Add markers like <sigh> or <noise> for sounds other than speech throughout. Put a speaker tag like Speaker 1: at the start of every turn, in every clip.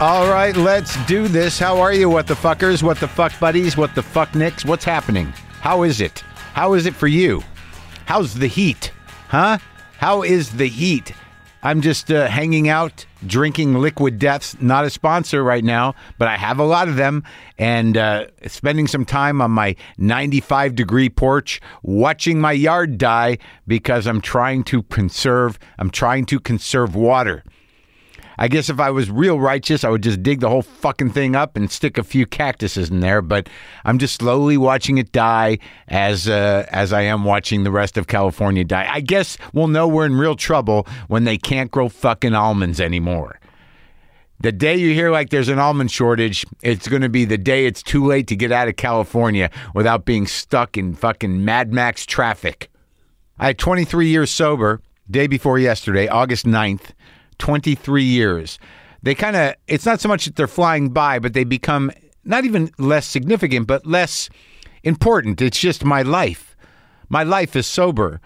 Speaker 1: All right, let's do this. How are you, what the fuckers? What the fuck buddies? What the fuck nicks? What's happening? How is it? How is it for you? How's the heat? Huh? How is the heat? I'm just uh, hanging out, drinking liquid deaths. Not a sponsor right now, but I have a lot of them, and uh, spending some time on my 95 degree porch, watching my yard die because I'm trying to conserve. I'm trying to conserve water. I guess if I was real righteous, I would just dig the whole fucking thing up and stick a few cactuses in there. But I'm just slowly watching it die as uh, as I am watching the rest of California die. I guess we'll know we're in real trouble when they can't grow fucking almonds anymore. The day you hear like there's an almond shortage, it's going to be the day it's too late to get out of California without being stuck in fucking Mad Max traffic. I had 23 years sober, day before yesterday, August 9th, 23 years. They kind of, it's not so much that they're flying by, but they become not even less significant, but less important. It's just my life. My life is sober.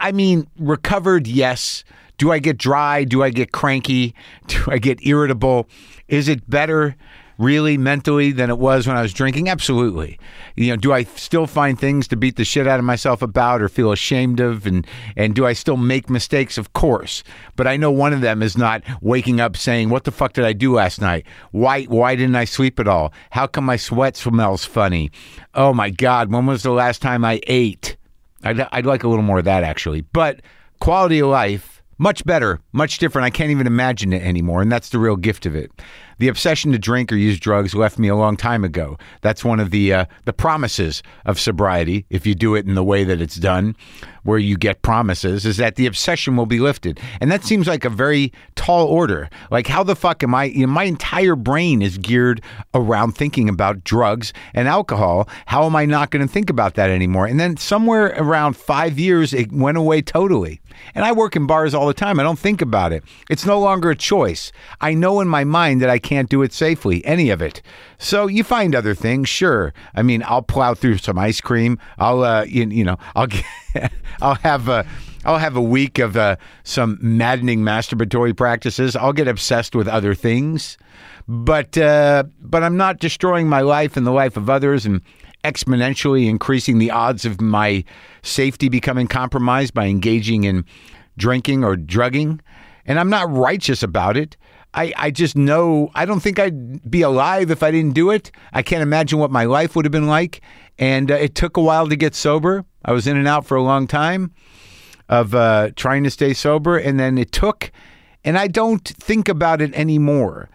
Speaker 1: I mean, recovered, yes. Do I get dry? Do I get cranky? <laughs> Do I get irritable? Is it better really mentally than it was when I was drinking? Absolutely. You know, do I still find things to beat the shit out of myself about or feel ashamed of and and do I still make mistakes? Of course. But I know one of them is not waking up saying, "What the fuck did I do last night? Why why didn't I sleep at all? How come my sweat smells funny? Oh my god, when was the last time I ate?" I'd, I'd like a little more of that actually. But quality of life, much better, much different. I can't even imagine it anymore. And that's the real gift of it. The obsession to drink or use drugs left me a long time ago. That's one of the, uh, the promises of sobriety, if you do it in the way that it's done, where you get promises, is that the obsession will be lifted. And that seems like a very tall order. Like, how the fuck am I? You know, my entire brain is geared around thinking about drugs and alcohol. How am I not going to think about that anymore? And then somewhere around five years, it went away totally. And I work in bars all the time. I don't think about it. It's no longer a choice. I know in my mind that I can't do it safely, any of it. So you find other things, sure. I mean, I'll plow through some ice cream. I'll, uh, you, you know, I'll <laughs> get, I'll have uh, a, I'll have a week of uh, some maddening masturbatory practices. I'll get obsessed with other things, but uh, but I'm not destroying my life and the life of others and exponentially increasing the odds of my safety becoming compromised by engaging in drinking or drugging. And I'm not righteous about it. I, I just know I don't think I'd be alive if I didn't do it. I can't imagine what my life would have been like. And uh, it took a while to get sober. I was in and out for a long time of uh, trying to stay sober, and then it took, and I don't think about it anymore.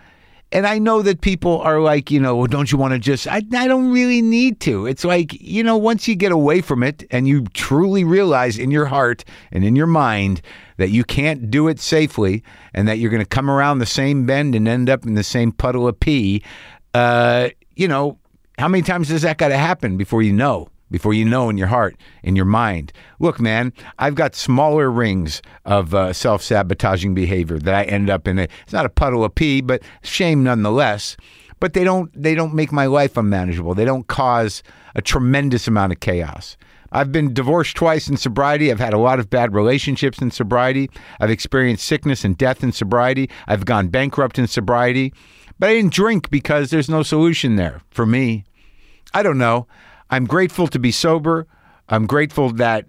Speaker 1: And I know that people are like, you know, well, don't you want to just? I, I don't really need to. It's like, you know, once you get away from it and you truly realize in your heart and in your mind that you can't do it safely and that you're going to come around the same bend and end up in the same puddle of pee, uh, you know, how many times does that got to happen before you know? Before you know in your heart, in your mind, look, man, I've got smaller rings of uh, self sabotaging behavior that I end up in. A, it's not a puddle of pee, but shame nonetheless. But they don't they don't make my life unmanageable. They don't cause a tremendous amount of chaos. I've been divorced twice in sobriety. I've had a lot of bad relationships in sobriety. I've experienced sickness and death in sobriety. I've gone bankrupt in sobriety. But I didn't drink because there's no solution there for me. I don't know. I'm grateful to be sober. I'm grateful that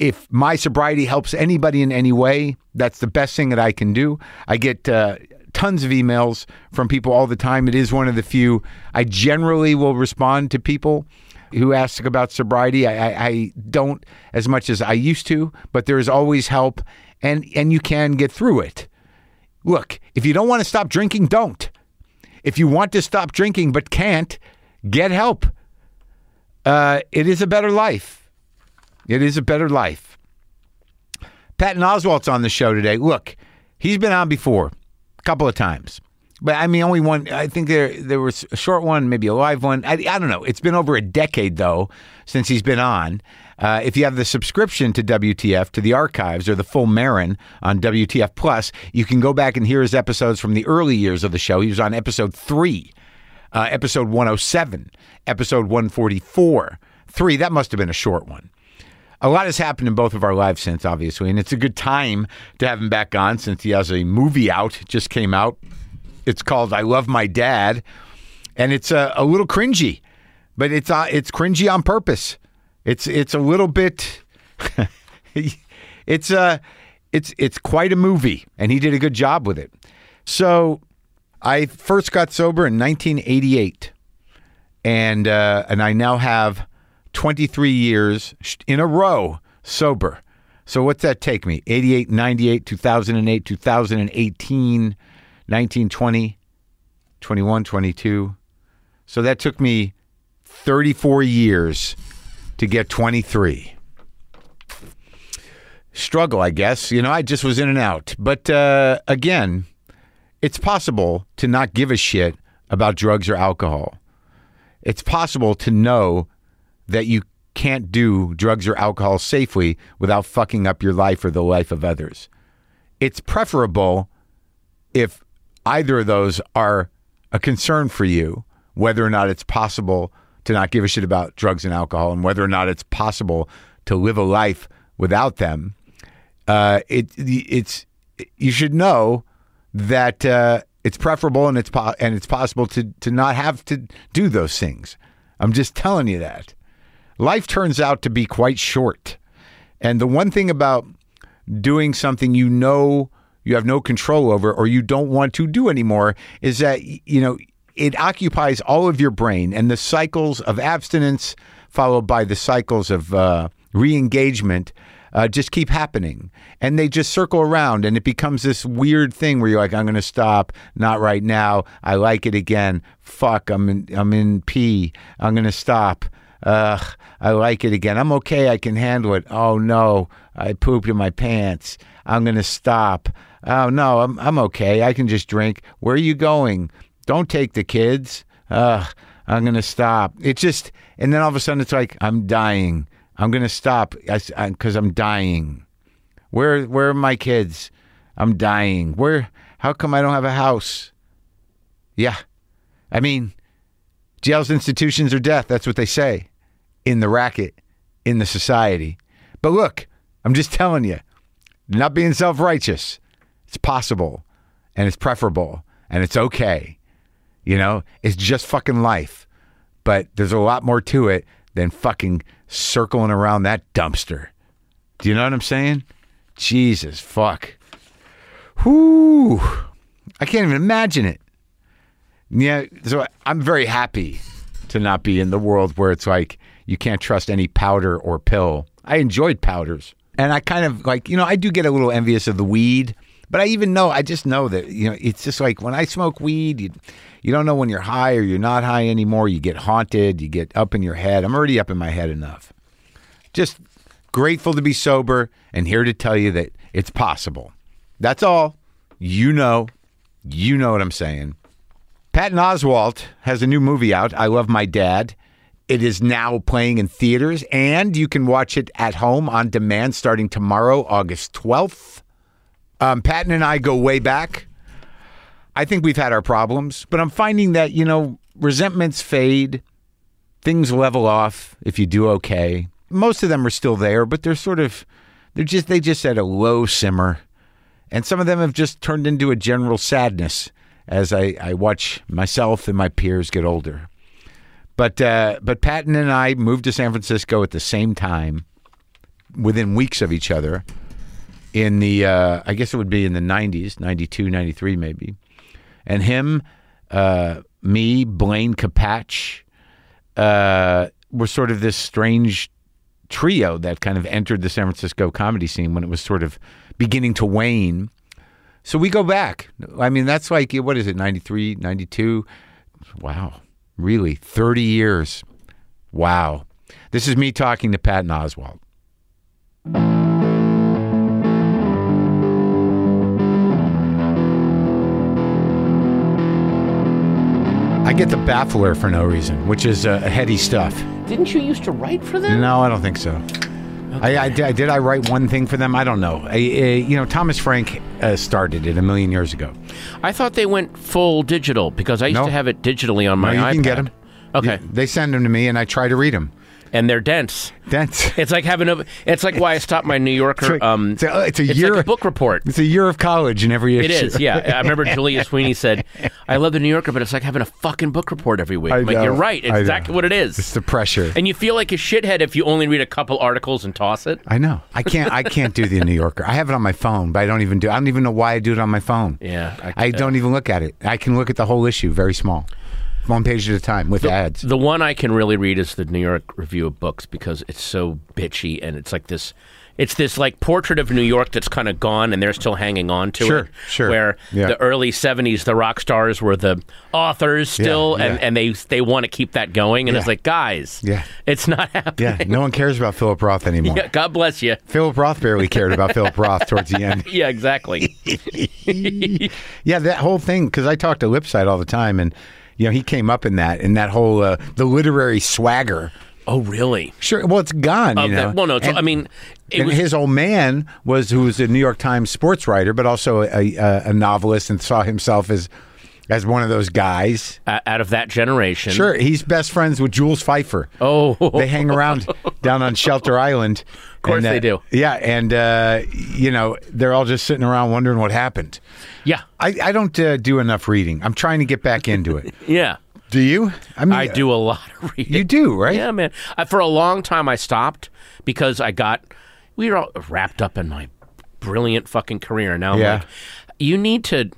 Speaker 1: if my sobriety helps anybody in any way, that's the best thing that I can do. I get uh, tons of emails from people all the time. It is one of the few I generally will respond to people who ask about sobriety. I, I, I don't as much as I used to, but there is always help, and and you can get through it. Look, if you don't want to stop drinking, don't. If you want to stop drinking but can't, get help. Uh, it is a better life. It is a better life. Patton Oswalt's on the show today. Look, he's been on before a couple of times. But I mean, only one. I think there there was a short one, maybe a live one. I, I don't know. It's been over a decade though since he's been on. Uh, if you have the subscription to WTF to the archives or the full Marin on WTF Plus, you can go back and hear his episodes from the early years of the show. He was on episode three uh, episode 107, episode 144. Three, that must have been a short one. A lot has happened in both of our lives since, obviously, and it's a good time to have him back on since he has a movie out, just came out. It's called I Love My Dad, and it's a, a little cringy, but it's uh, it's cringy on purpose. It's it's a little bit. <laughs> it's uh it's it's quite a movie, and he did a good job with it. So, I first got sober in 1988 and uh, and I now have 23 years sh- in a row sober. So what's that take me? 88, 98, 2008, 2018, 19, 20, 21, 22. So that took me 34 years to get 23. Struggle, I guess. You know, I just was in and out. But uh, again, it's possible to not give a shit about drugs or alcohol it's possible to know that you can't do drugs or alcohol safely without fucking up your life or the life of others. It's preferable if either of those are a concern for you, whether or not it's possible to not give a shit about drugs and alcohol and whether or not it's possible to live a life without them. Uh, it it's you should know that uh, it's preferable and it's po- and it's possible to to not have to do those things. I'm just telling you that life turns out to be quite short, and the one thing about doing something you know you have no control over or you don't want to do anymore is that y- you know it occupies all of your brain and the cycles of abstinence followed by the cycles of uh, re-engagement uh, just keep happening and they just circle around and it becomes this weird thing where you're like i'm going to stop not right now i like it again fuck i'm in i'm in p i'm going to stop Ugh, I like it again. I'm okay. I can handle it. Oh no, I pooped in my pants. I'm gonna stop. Oh no, I'm I'm okay. I can just drink. Where are you going? Don't take the kids. Ugh, I'm gonna stop. It just and then all of a sudden it's like I'm dying. I'm gonna stop because I'm dying. Where where are my kids? I'm dying. Where? How come I don't have a house? Yeah, I mean. Jails, institutions, or death. That's what they say in the racket, in the society. But look, I'm just telling you, not being self righteous, it's possible and it's preferable and it's okay. You know, it's just fucking life. But there's a lot more to it than fucking circling around that dumpster. Do you know what I'm saying? Jesus, fuck. Whoo. I can't even imagine it. Yeah, so I'm very happy to not be in the world where it's like you can't trust any powder or pill. I enjoyed powders. And I kind of like, you know, I do get a little envious of the weed, but I even know, I just know that, you know, it's just like when I smoke weed, you, you don't know when you're high or you're not high anymore. You get haunted, you get up in your head. I'm already up in my head enough. Just grateful to be sober and here to tell you that it's possible. That's all. You know, you know what I'm saying. Patton Oswalt has a new movie out, I Love My Dad. It is now playing in theaters, and you can watch it at home on demand starting tomorrow, August 12th. Um, Patton and I go way back. I think we've had our problems, but I'm finding that, you know, resentments fade, things level off if you do okay. Most of them are still there, but they're sort of, they're just, they just at a low simmer. And some of them have just turned into a general sadness as I, I watch myself and my peers get older. But uh, but Patton and I moved to San Francisco at the same time, within weeks of each other. In the uh, I guess it would be in the '90s, '92, '93 maybe, and him, uh, me, Blaine Capatch, uh, were sort of this strange trio that kind of entered the San Francisco comedy scene when it was sort of beginning to wane. So we go back. I mean, that's like, what is it, 93, 92? Wow. Really, 30 years. Wow. This is me talking to Patton Oswald. I get the baffler for no reason, which is uh, heady stuff.
Speaker 2: Didn't you used to write for them?
Speaker 1: No, I don't think so. I, I, did did I write one thing for them? I don't know. I, I, you know, Thomas Frank uh, started it a million years ago.
Speaker 2: I thought they went full digital because I used
Speaker 1: No.
Speaker 2: to have it digitally on my
Speaker 1: you
Speaker 2: iPad.
Speaker 1: can get them.
Speaker 2: Okay.
Speaker 1: They send them to me, and I try to read them.
Speaker 2: and they're dense.
Speaker 1: That's <laughs>
Speaker 2: It's like having a. It's like why I stopped my New Yorker.
Speaker 1: it's, like-
Speaker 2: um,
Speaker 1: it's a, uh, it's a
Speaker 2: it's
Speaker 1: year.
Speaker 2: like a book report.
Speaker 1: <laughs> It's a year of college in every issue.
Speaker 2: It is, yeah. I
Speaker 1: <laughs>
Speaker 2: remember Julia Sweeney said, "I love the New Yorker, but it's like having a fucking book report every week."
Speaker 1: I
Speaker 2: I'm like,
Speaker 1: know.
Speaker 2: you're right. It's
Speaker 1: I know.
Speaker 2: exactly what it
Speaker 1: It's
Speaker 2: is.
Speaker 1: the pressure.
Speaker 2: And you feel like a shithead if you only read a couple articles and toss it.
Speaker 1: I know. I can't. I can't do the New Yorker. I have it on my phone, but I don't even do. I don't even know why I do it on my phone.
Speaker 2: Yeah,
Speaker 1: I don't even look at it. I can look at the whole issue, very small, one page at a time with ads.
Speaker 2: The one I can really read is the New York Review of Books because it's so bitchy and it's like this. It's this like portrait of New York that's kind of gone and they're still hanging on to
Speaker 1: Sure,
Speaker 2: it.
Speaker 1: sure.
Speaker 2: Where
Speaker 1: Yeah.
Speaker 2: the early '70s, the rock stars were the authors still,
Speaker 1: yeah.
Speaker 2: and, and they they want to keep that going. And it's
Speaker 1: Yeah.
Speaker 2: like, guys,
Speaker 1: Yeah.
Speaker 2: it's not happening.
Speaker 1: yeah, no one cares about Philip Roth anymore.
Speaker 2: <laughs> Yeah, God bless you.
Speaker 1: Philip Roth barely cared about Philip Roth towards the end.
Speaker 2: Yeah,
Speaker 1: <laughs>
Speaker 2: exactly.
Speaker 1: Yeah, that whole thing because I talk to Lipside all the time, and you know he came up in that and that whole uh, the literary swagger.
Speaker 2: oh, really?
Speaker 1: Sure. Well, it's gone.
Speaker 2: Of
Speaker 1: you know?
Speaker 2: that- well, no. it's-
Speaker 1: And-
Speaker 2: I mean, it
Speaker 1: and
Speaker 2: was.
Speaker 1: his old man was who was a New York Times sports writer, but also a, a, a novelist, and saw himself as as one of those guys.
Speaker 2: uh, out of that generation.
Speaker 1: Sure, he's best friends with Jules Pfeiffer.
Speaker 2: Oh. <laughs>
Speaker 1: they hang around down on Shelter Island. Of
Speaker 2: course they do.
Speaker 1: Yeah, and uh, you know they're all just sitting around wondering what happened.
Speaker 2: Yeah.
Speaker 1: I, I don't uh, do enough reading. I'm trying to get back into it.
Speaker 2: Yeah.
Speaker 1: <laughs> do you? mean,
Speaker 2: I do a lot of <laughs> reading.
Speaker 1: You do, right?
Speaker 2: Yeah, man. I, for a long time, I stopped because I got we were all wrapped up in my brilliant fucking career. Now, I'm
Speaker 1: Yeah.
Speaker 2: like, you need to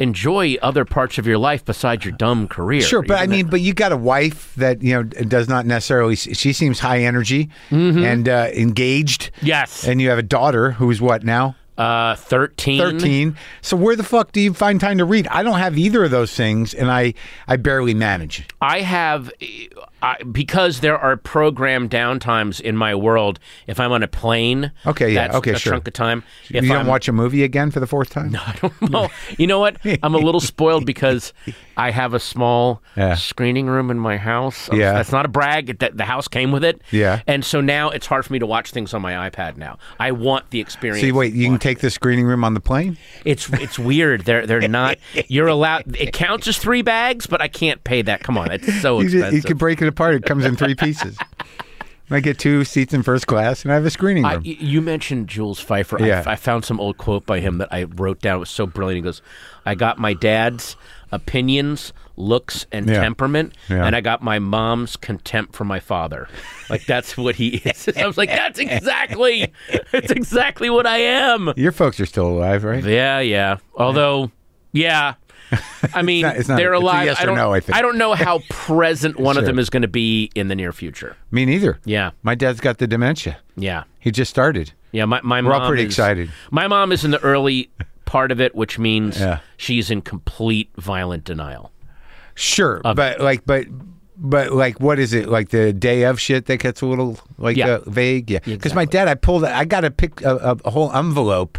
Speaker 2: enjoy other parts of your life besides your dumb career.
Speaker 1: Sure, but I
Speaker 2: Even-
Speaker 1: mean, but you got a wife that you know does not necessarily. She seems high energy and uh, engaged.
Speaker 2: Yes.
Speaker 1: and you have a daughter who's what now
Speaker 2: uh,
Speaker 1: Mm-hmm.
Speaker 2: thirteen.
Speaker 1: thirteen. So where the fuck do you find time to read? I don't have either of those things, and I I barely manage.
Speaker 2: I have, I, because there are programmed downtimes in my world. If I'm on a plane,
Speaker 1: Okay, yeah,
Speaker 2: that's
Speaker 1: okay,
Speaker 2: a
Speaker 1: sure.
Speaker 2: chunk of time. If
Speaker 1: you
Speaker 2: I'm,
Speaker 1: don't watch a movie again for the fourth time. No,
Speaker 2: <laughs> I don't know. You know what? I'm a little spoiled because I have a small
Speaker 1: Yeah.
Speaker 2: screening room in my house.
Speaker 1: Yeah.
Speaker 2: That's not a brag. It- That the house came with it.
Speaker 1: Yeah.
Speaker 2: And so now it's hard for me to watch things on my iPad now. I want the experience.
Speaker 1: See, wait, you can take the screening room on the plane.
Speaker 2: It's it's weird. They're they're not you're allowed it counts as three bags, but I can't pay that. Come on. It's so
Speaker 1: <laughs> You,
Speaker 2: expensive.
Speaker 1: you can break it apart. It comes in
Speaker 2: <laughs>
Speaker 1: three pieces. I get two seats in first class, and I have a screening
Speaker 2: I, e
Speaker 1: room.
Speaker 2: you mentioned Jules Pfeiffer.
Speaker 1: Yeah.
Speaker 2: I, I found some old quote by him that I wrote down. It was so brilliant. He goes, I got my dad's opinions, looks, and
Speaker 1: Yeah.
Speaker 2: temperament,
Speaker 1: Yeah.
Speaker 2: and I got my mom's contempt for my father. Like, that's what he <laughs> is. I was like, that's exactly, that's exactly what I am.
Speaker 1: Your folks are still alive, right?
Speaker 2: Yeah, yeah. Although, yeah. I mean,
Speaker 1: not- <laughs> it's not-
Speaker 2: they're
Speaker 1: it's a
Speaker 2: alive.
Speaker 1: yes
Speaker 2: I
Speaker 1: or
Speaker 2: don't,
Speaker 1: no, I think.
Speaker 2: don't know how
Speaker 1: <laughs>
Speaker 2: present one of
Speaker 1: Sure.
Speaker 2: them is going to be in the near future.
Speaker 1: Me neither.
Speaker 2: Yeah.
Speaker 1: My dad's got the dementia.
Speaker 2: Yeah.
Speaker 1: He just started.
Speaker 2: Yeah, my my
Speaker 1: all
Speaker 2: mom
Speaker 1: pretty
Speaker 2: is-
Speaker 1: excited.
Speaker 2: My mom is in the early part of it, which means
Speaker 1: Yeah.
Speaker 2: she's in complete violent denial.
Speaker 1: Sure, but like, but but like, what is it? Like the day of shit that gets a little like
Speaker 2: Yeah.
Speaker 1: uh, vague. Yeah, because my dad, I pulled, I got a pic, a, a- a whole envelope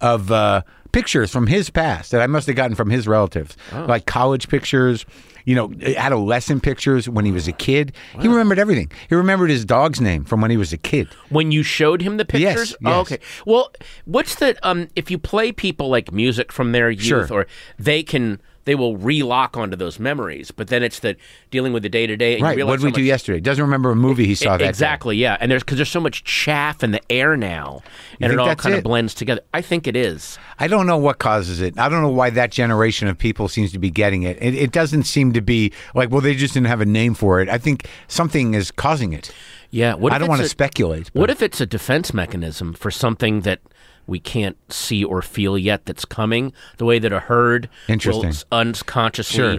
Speaker 1: of uh, pictures from his past that I must have gotten from his relatives,
Speaker 2: Oh.
Speaker 1: like college pictures. You know, adolescent pictures when he was a kid. He remembered everything. He remembered his dog's name from when he was a kid.
Speaker 2: When you showed him the
Speaker 1: Yes,
Speaker 2: pictures,
Speaker 1: yes.
Speaker 2: Oh, okay. Well, what's the um? If you play people like music from their
Speaker 1: Sure.
Speaker 2: youth, or they can they will re-lock onto those memories. But then it's the dealing with the day to day.
Speaker 1: Right. What did we do yesterday? Doesn't remember a movie he saw that day.
Speaker 2: E, Exactly, yeah, and there's because there's so much chaff in the air now, and it
Speaker 1: think
Speaker 2: all
Speaker 1: that's
Speaker 2: kind
Speaker 1: it?
Speaker 2: of blends together. I think it is.
Speaker 1: I don't know what causes it. I don't know why that generation of people seems to be getting it. It, it doesn't seem to be like, well, they just didn't have a name for it. I think something is causing it.
Speaker 2: Yeah, what
Speaker 1: I
Speaker 2: if
Speaker 1: don't
Speaker 2: it's
Speaker 1: want
Speaker 2: a-
Speaker 1: to speculate. but-
Speaker 2: What if it's a defense mechanism for something that we can't see or feel yet that's coming? The way that a herd will
Speaker 1: Interesting.
Speaker 2: s- unconsciously
Speaker 1: Sure.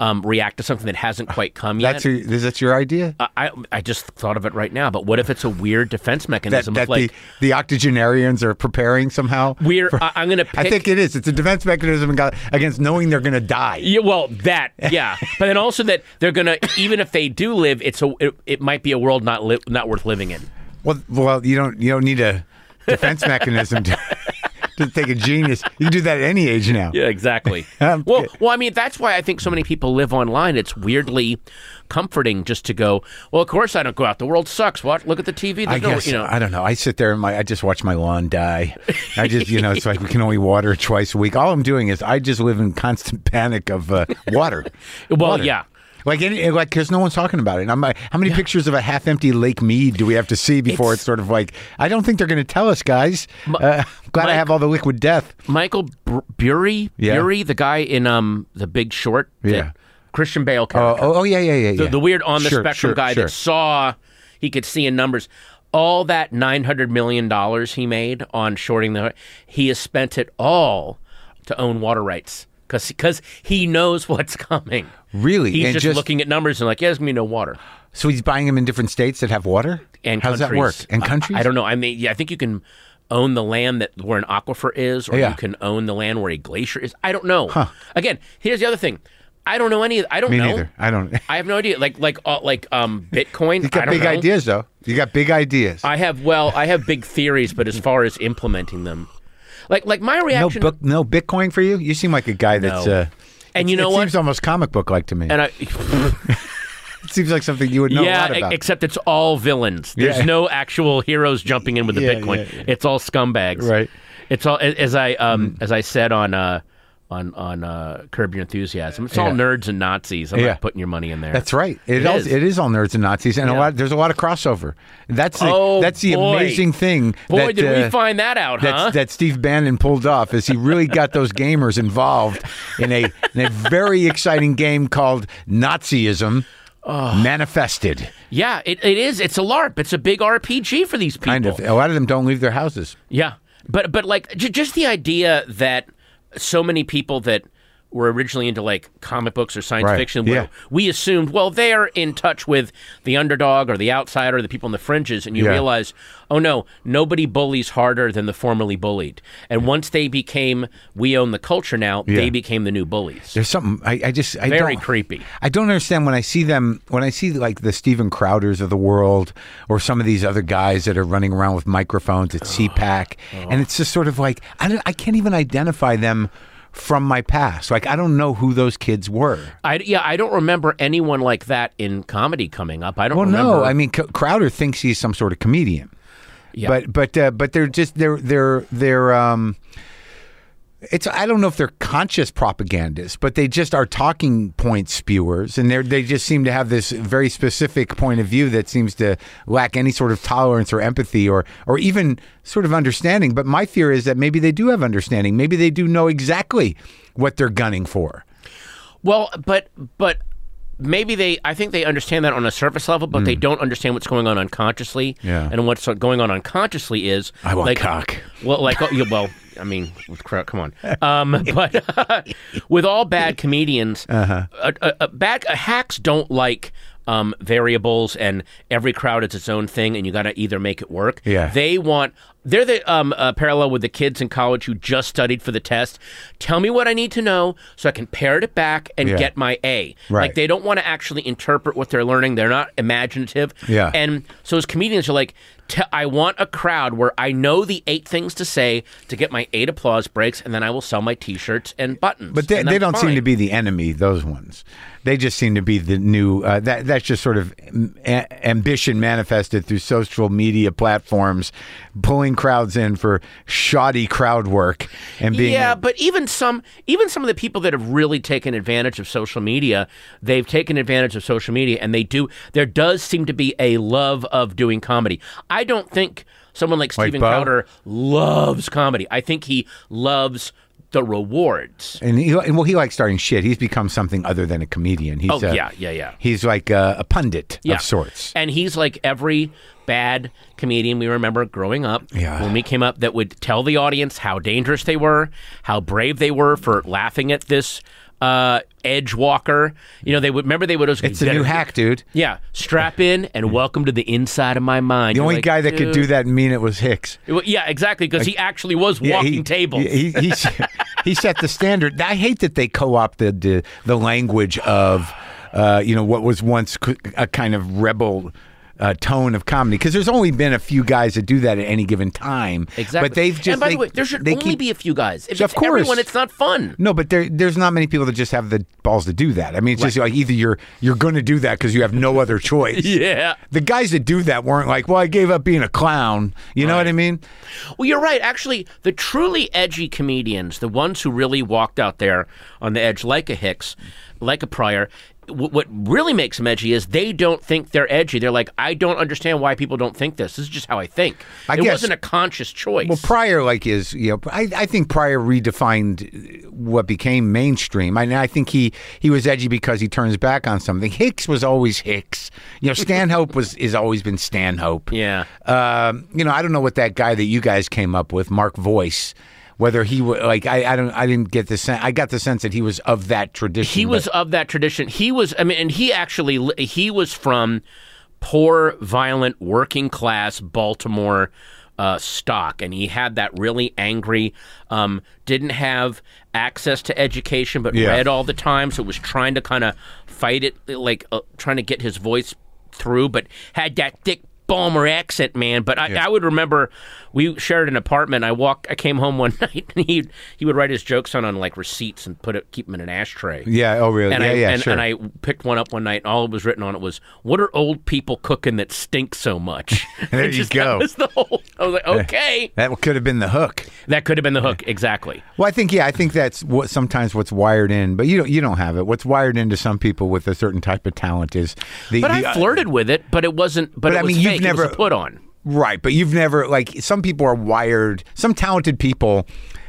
Speaker 2: um, react to something that hasn't quite come yet.
Speaker 1: that's your, is that your idea?
Speaker 2: I- I, I just thought of it right now, but what if it's a weird defense
Speaker 1: That,
Speaker 2: mechanism? of
Speaker 1: that
Speaker 2: like
Speaker 1: the, the octogenarians are preparing somehow?
Speaker 2: we're I, I'm going to
Speaker 1: <laughs>
Speaker 2: pick.
Speaker 1: I think it is. It's a defense mechanism ag- against knowing they're going to die.
Speaker 2: yeah, well, that
Speaker 1: <laughs>
Speaker 2: yeah, but then also that they're gonna even if they do live, it's a it, it might be a world not li- not worth living in.
Speaker 1: Well, well, you don't you don't need a defense mechanism to, <laughs> to take a genius. You can do that at any age now.
Speaker 2: Yeah, exactly.
Speaker 1: <laughs> I'm
Speaker 2: well,
Speaker 1: kid-
Speaker 2: well, I mean, that's why I think so many people live online. It's weirdly comforting just to go. Well, of course I don't go out. The world sucks. Watch, look at the TV. There's
Speaker 1: I
Speaker 2: no,
Speaker 1: guess
Speaker 2: you know.
Speaker 1: I don't know. I sit there and my I just watch my lawn die. I just you know it's like we can only water twice a week. All I'm doing is I just live in constant panic of uh, water.
Speaker 2: <laughs> well,
Speaker 1: Water.
Speaker 2: yeah.
Speaker 1: Like, any, like, because no one's talking about it. And I'm like, how many pictures of a half-empty Lake Mead do we have to see before it's,
Speaker 2: It's-
Speaker 1: sort of like? I don't think they're going to tell us, guys. uh, glad I
Speaker 2: Mike-
Speaker 1: have all the liquid death.
Speaker 2: Michael Br- Bury,
Speaker 1: Yeah.
Speaker 2: Bury, the guy in um The Big Short, the
Speaker 1: Yeah.
Speaker 2: Christian Bale
Speaker 1: Oh,
Speaker 2: character,
Speaker 1: oh, oh, yeah, yeah, yeah,
Speaker 2: the,
Speaker 1: yeah.
Speaker 2: the weird on the
Speaker 1: Sure,
Speaker 2: spectrum
Speaker 1: sure,
Speaker 2: guy
Speaker 1: sure.
Speaker 2: that saw he could see in numbers. All that nine hundred million dollars he made on shorting the, he has spent it all to own water rights because he knows <laughs> what's coming.
Speaker 1: Really?
Speaker 2: he's
Speaker 1: And
Speaker 2: just,
Speaker 1: just-
Speaker 2: looking at numbers and like, yeah, there's gonna be no water.
Speaker 1: So he's buying them in different states that have water.
Speaker 2: and
Speaker 1: how does that work?
Speaker 2: countries.
Speaker 1: And
Speaker 2: I-
Speaker 1: countries?
Speaker 2: I, don't know. I mean, yeah, I think you can own the land that where an aquifer is, or
Speaker 1: Yeah.
Speaker 2: you can own the land where a glacier is. I don't know. Again, here's the other thing. I don't know any. I don't
Speaker 1: Me
Speaker 2: know.
Speaker 1: neither. I don't. <laughs>
Speaker 2: I have no idea. Like like uh, like um Bitcoin.
Speaker 1: You got
Speaker 2: I don't
Speaker 1: big
Speaker 2: know.
Speaker 1: ideas, though. You got big ideas.
Speaker 2: I have well, I have big theories, but as far as implementing them, like like my
Speaker 1: no,
Speaker 2: reaction.
Speaker 1: book, no Bitcoin for you. You seem like a guy that's.
Speaker 2: No.
Speaker 1: Uh,
Speaker 2: And you
Speaker 1: it-
Speaker 2: know
Speaker 1: it
Speaker 2: what?
Speaker 1: seems almost comic book like to me. <laughs>
Speaker 2: and I,
Speaker 1: it seems like something you would know a
Speaker 2: yeah,
Speaker 1: lot
Speaker 2: e-
Speaker 1: about.
Speaker 2: except it's all villains. There's
Speaker 1: Yeah.
Speaker 2: no actual heroes jumping in with the
Speaker 1: Yeah,
Speaker 2: Bitcoin.
Speaker 1: yeah, yeah.
Speaker 2: It's all scumbags.
Speaker 1: Right. Mm.
Speaker 2: It's all a- as I um as I said on uh on on uh, Curb Your Enthusiasm. It's all
Speaker 1: Yeah.
Speaker 2: nerds and Nazis. I'm
Speaker 1: Yeah.
Speaker 2: not putting your money in there.
Speaker 1: That's right. It,
Speaker 2: It
Speaker 1: al-
Speaker 2: is.
Speaker 1: it is all nerds and Nazis, and a
Speaker 2: Yeah.
Speaker 1: lot. There's a lot of crossover. That's the,
Speaker 2: Oh,
Speaker 1: that's the
Speaker 2: boy.
Speaker 1: amazing thing.
Speaker 2: Boy,
Speaker 1: that,
Speaker 2: did
Speaker 1: uh,
Speaker 2: we find that out,
Speaker 1: that's-
Speaker 2: huh?
Speaker 1: that Steve Bannon pulled off is he really got those gamers involved in a in a very exciting game called Nazism manifested.
Speaker 2: yeah, it, it is. It's a LARP. It's a big RPG for these people.
Speaker 1: Kind of. A lot of them don't leave their houses.
Speaker 2: Yeah, but but like j- just the idea that so many people that were originally into like comic books or science
Speaker 1: Right,
Speaker 2: fiction,
Speaker 1: yeah.
Speaker 2: where we assumed, well, they're in touch with the underdog or the outsider, the people on the fringes, and you
Speaker 1: Yeah.
Speaker 2: realize, oh no, nobody bullies harder than the formerly bullied. And once they became, we own the culture now,
Speaker 1: Yeah.
Speaker 2: they became the new bullies.
Speaker 1: There's something I, I just I
Speaker 2: Very
Speaker 1: don't,
Speaker 2: creepy.
Speaker 1: I don't understand when I see them when I see like the Steven Crowders of the world or some of these other guys that are running around with microphones at CPAC, and it's just sort of like I don't, I can't even identify them from my past. Like I don't know who those kids were.
Speaker 2: I, yeah, I don't remember anyone like that in comedy coming up. I don't
Speaker 1: Well,
Speaker 2: remember.
Speaker 1: no, I mean C- Crowder thinks he's some sort of comedian,
Speaker 2: Yeah.
Speaker 1: but but uh, but they're just they're they're they're. Um, it's I don't know if they're conscious propagandists, but they just are talking point spewers, and they they just seem to have this very specific point of view that seems to lack any sort of tolerance or empathy or or even sort of understanding. But my fear is that maybe they do have understanding. Maybe they do know exactly what they're gunning for.
Speaker 2: Well, but but maybe they I think they understand that on a surface level, but they don't understand what's going on unconsciously.
Speaker 1: Hmm. Yeah.
Speaker 2: And what's going on unconsciously is
Speaker 1: I want
Speaker 2: like,
Speaker 1: cock.
Speaker 2: Well, like oh, yeah, well, I mean, with crowd, come on.
Speaker 1: <laughs>
Speaker 2: Um, but <laughs> with all bad comedians, uh
Speaker 1: Uh-huh.
Speaker 2: uh uh, bad uh, hacks don't like. Um, variables and every crowd is its own thing, and you got to either make it work.
Speaker 1: Yeah.
Speaker 2: They want, they're the um, uh, parallel with the kids in college who just studied for the test. Tell me what I need to know so I can parrot it back and
Speaker 1: Yeah.
Speaker 2: get my A.
Speaker 1: Right.
Speaker 2: Like they don't want to actually interpret what they're learning. They're not imaginative.
Speaker 1: Yeah.
Speaker 2: And so as comedians, you're like, "Te- I want a crowd where I know the eight things to say to get my eight applause breaks, and then I will sell my T-shirts and buttons.
Speaker 1: But they,
Speaker 2: And
Speaker 1: they
Speaker 2: that's
Speaker 1: don't
Speaker 2: fine.
Speaker 1: seem to be the enemy. Those ones, they just seem to be the new. Uh, that that's just sort of am- a- ambition manifested through social media platforms, pulling crowds in for shoddy crowd work and being.
Speaker 2: yeah, but even some even some of the people that have really taken advantage of social media, they've taken advantage of social media and they do there does seem to be a love of doing comedy. I don't think someone like Steven
Speaker 1: Bo?
Speaker 2: Crowder loves comedy. I think he loves the rewards.
Speaker 1: And he, and well, he likes starting shit. He's become something other than a comedian. He's
Speaker 2: Oh,
Speaker 1: a,
Speaker 2: yeah, yeah, yeah.
Speaker 1: He's like a, a pundit of sorts.
Speaker 2: And he's like every bad comedian we remember growing up
Speaker 1: Yeah.
Speaker 2: when we came up that would tell the audience how dangerous they were, how brave they were for laughing at this uh, edge walker. You know, they would remember they would always
Speaker 1: It's a new hack, dude.
Speaker 2: Yeah, strap in and welcome to the inside of my mind.
Speaker 1: The only guy that could do that and mean it was Hicks.
Speaker 2: yeah, exactly, because he actually was walking
Speaker 1: he,
Speaker 2: tables.
Speaker 1: He, he, he- he set the standard. I hate that they co-opted the, the language of, uh, you know, what was once c- a kind of rebel. Uh, tone of comedy because there's only been a few guys that do that at any given time.
Speaker 2: Exactly.
Speaker 1: But they've just
Speaker 2: and by
Speaker 1: they-
Speaker 2: the way, there should
Speaker 1: they
Speaker 2: only
Speaker 1: keep-
Speaker 2: be a few guys. If
Speaker 1: Of
Speaker 2: it's everyone,
Speaker 1: course.
Speaker 2: it's not fun.
Speaker 1: no, but there, there's not many people that just have the balls to do that. I mean, it's just like either you're you're going to do that because you have no
Speaker 2: <laughs>
Speaker 1: other choice.
Speaker 2: Yeah.
Speaker 1: The guys that do that weren't like, well, I gave up being a clown. You know what I mean?
Speaker 2: Well, you're right. Actually, the truly edgy comedians, the ones who really walked out there on the edge, like a Hicks, like a Pryor, w- what really makes them edgy is they don't think they're edgy. They're like, I don't understand why people don't think this. This is just how I think.
Speaker 1: I
Speaker 2: it
Speaker 1: guess-
Speaker 2: wasn't a conscious choice.
Speaker 1: Well, Pryor, like, is you know, I, I think Pryor redefined what became mainstream. I, I think he he was edgy because he turns back on something. Hicks was always Hicks. You know, Stanhope was has always been Stanhope.
Speaker 2: yeah.
Speaker 1: Um, you know, I don't know what that guy that you guys came up with, Mark Voice, whether he was like I, I don't I didn't get the sense I got the sense that he was of that tradition.
Speaker 2: He was of that tradition. He was, I mean, and he actually li- he was from poor, violent, working class Baltimore uh, stock, and he had that really angry. Um, didn't have access to education, but
Speaker 1: Yeah.
Speaker 2: read all the time, so was trying to kind of fight it, like uh, trying to get his voice through, but had that thick. Balmer accent, man. But I, I would remember we shared an apartment. I walked. I came home one <laughs> night, and he he would write his jokes on on like receipts and put it keep them in an ashtray.
Speaker 1: but- yeah, oh really?
Speaker 2: And
Speaker 1: yeah,
Speaker 2: I
Speaker 1: yeah,
Speaker 2: and,
Speaker 1: sure.
Speaker 2: and I picked one up one night, and all it was written on it was, "What are old people cooking that stink so much?"
Speaker 1: <laughs> There
Speaker 2: It
Speaker 1: you
Speaker 2: just-
Speaker 1: go.
Speaker 2: That was the whole. I was like, okay,
Speaker 1: that could have been the hook.
Speaker 2: that could have been the hook exactly.
Speaker 1: Well, I think yeah, I think that's what sometimes what's wired in, but you don't you don't have it. What's wired into some people with a certain type of talent is the,
Speaker 2: But
Speaker 1: the- uh,
Speaker 2: I flirted with it, but it wasn't. But,
Speaker 1: But
Speaker 2: it
Speaker 1: I
Speaker 2: was
Speaker 1: mean, you've
Speaker 2: fake. It was
Speaker 1: never-
Speaker 2: a put on.
Speaker 1: right. But you've never like some people are wired. Some talented people.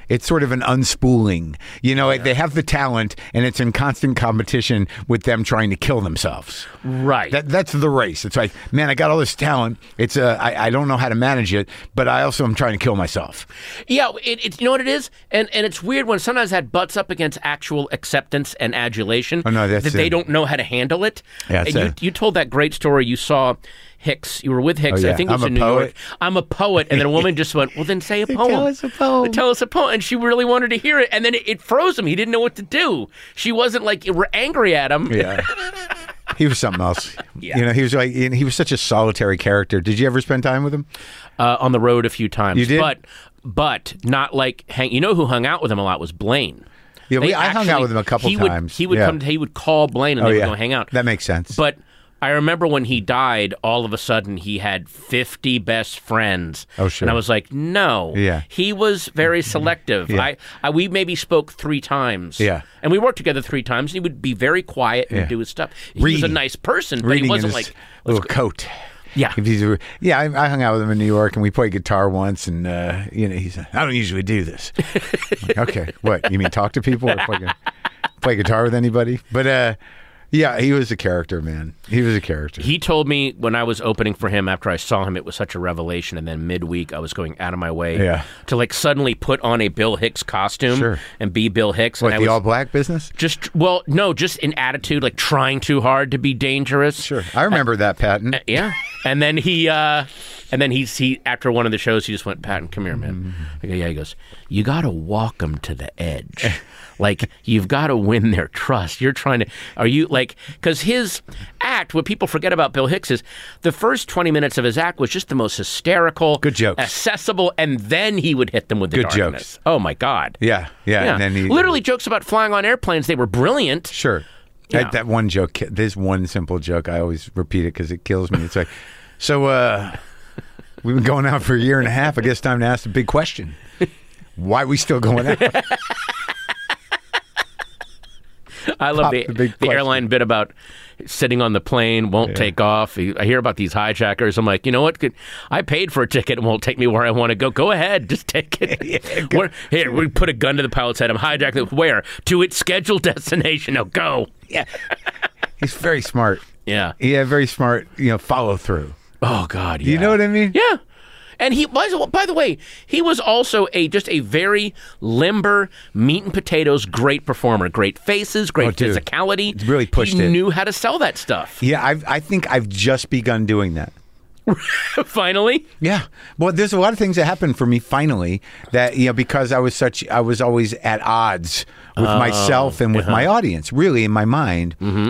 Speaker 1: It's sort of an unspooling, you know. Like they have the talent, and it's in constant competition with them trying to kill themselves.
Speaker 2: Right.
Speaker 1: That, that's the race. It's like, man, I got all this talent. It's uh, I, I don't know how to manage it, but I also am trying to kill myself.
Speaker 2: Yeah, it, it, you know what it is, and and it's weird when sometimes that butts up against actual acceptance and adulation.
Speaker 1: Oh, no, that's
Speaker 2: that
Speaker 1: it.
Speaker 2: they don't know how to handle it.
Speaker 1: Yeah, that's
Speaker 2: and you,
Speaker 1: it.
Speaker 2: you told that great story. You saw Hicks. You were with Hicks.
Speaker 1: Oh, yeah.
Speaker 2: I think it was
Speaker 1: I'm
Speaker 2: in
Speaker 1: a
Speaker 2: New York.
Speaker 1: poet.
Speaker 2: I'm a poet, and then a woman just went, "Well,
Speaker 1: <laughs>
Speaker 2: then say a poem.
Speaker 1: us a poem.
Speaker 2: Tell us a poem." And she really wanted to hear it, and then it, it froze him. He didn't know what to do. She wasn't like you were angry at him.
Speaker 1: Yeah. He was something else. You know, he was like, and he was such a solitary character. Did you ever spend time with him?
Speaker 2: uh, on the road a few times.
Speaker 1: You did?
Speaker 2: but but not like hang. You know who hung out with him a lot was Blaine.
Speaker 1: Yeah, we-
Speaker 2: They
Speaker 1: I hung out with him a couple
Speaker 2: he would-
Speaker 1: times.
Speaker 2: he would
Speaker 1: Yeah. Oh,
Speaker 2: come. He would call Blaine and they would Oh, go hang out.
Speaker 1: That makes sense.
Speaker 2: But I remember when he died, all of a sudden he had 50 best friends.
Speaker 1: Oh, sure.
Speaker 2: And I was like, no.
Speaker 1: Yeah.
Speaker 2: He was very selective. I, I We maybe spoke three times.
Speaker 1: Yeah.
Speaker 2: And we worked together three times, and he would be very quiet and
Speaker 1: Yeah.
Speaker 2: do his stuff. He was
Speaker 1: Reading.
Speaker 2: a nice person, but
Speaker 1: reading
Speaker 2: he
Speaker 1: in
Speaker 2: wasn't
Speaker 1: his
Speaker 2: like.
Speaker 1: little coat.
Speaker 2: Yeah.
Speaker 1: If he's a- yeah, I, I hung out with him in New York, and we played guitar once. And uh, you know, he's I don't usually do this. I'm like,
Speaker 2: <laughs>
Speaker 1: okay, what you mean? Talk to people or play, gu- play guitar with anybody? But uh, yeah, he was a character, man. He was a character.
Speaker 2: He told me when I was opening for him after I saw him, it was such a revelation. And then midweek, I was going out of my way
Speaker 1: Yeah.
Speaker 2: to like suddenly put on a Bill Hicks costume
Speaker 1: Sure.
Speaker 2: and be Bill Hicks.
Speaker 1: What
Speaker 2: and I
Speaker 1: the
Speaker 2: was
Speaker 1: all black business?
Speaker 2: just well, no, just an attitude like trying too hard to be dangerous.
Speaker 1: Sure, I remember that Patton.
Speaker 2: Uh, Yeah. And then he, uh, and then he's he after one of the shows, he just went, Patton, come here,
Speaker 1: Mm-hmm.
Speaker 2: man. I go, yeah. He goes, you got to walk them to the edge. like you've got to win their trust. You're trying to, are you like, because his act, what people forget about Bill Hicks is the first 20 minutes of his act was just the most hysterical,
Speaker 1: Good jokes.
Speaker 2: accessible, and then he would hit them with the
Speaker 1: Good
Speaker 2: darkness. Oh my god.
Speaker 1: Yeah, yeah,
Speaker 2: Yeah.
Speaker 1: and then he
Speaker 2: Literally jokes about flying on airplanes. They were brilliant.
Speaker 1: Sure.
Speaker 2: Yeah.
Speaker 1: That, that one joke, ki- this one simple joke, I always repeat it because it kills me. It's like, <laughs> so uh, we've been going out for a year and a half. I guess it's time to ask the big question. Why we still going out?
Speaker 2: <laughs> I love the,
Speaker 1: the
Speaker 2: the,
Speaker 1: big question.
Speaker 2: airline bit about sitting on the plane, won't take off. I hear about these hijackers. I'm like, you know what? Could- I paid for a ticket and won't take me where I want to go. Go ahead, <laughs> just take
Speaker 1: <laughs>
Speaker 2: it. Where- here, we put a gun to the pilot's head. I'm hijacking it. Where? To its scheduled <laughs> destination. Now go.
Speaker 1: yeah. He's very smart.
Speaker 2: Yeah.
Speaker 1: Yeah, very smart, you know, follow through.
Speaker 2: Oh, God. Yeah.
Speaker 1: You know what I mean?
Speaker 2: Yeah. And he was, by the way, he was also a just a very limber, meat and potatoes, great performer, great faces, great
Speaker 1: Oh, dude.
Speaker 2: physicality.
Speaker 1: Really pushed
Speaker 2: he
Speaker 1: it.
Speaker 2: knew how to sell that stuff.
Speaker 1: Yeah, I've, I think I've just begun doing that.
Speaker 2: <laughs> Finally.
Speaker 1: Yeah. Well, there's a lot of things that happened for me finally that, you know, because I was such, I was always at odds with myself and with my audience, really, in my mind. Mm-hmm.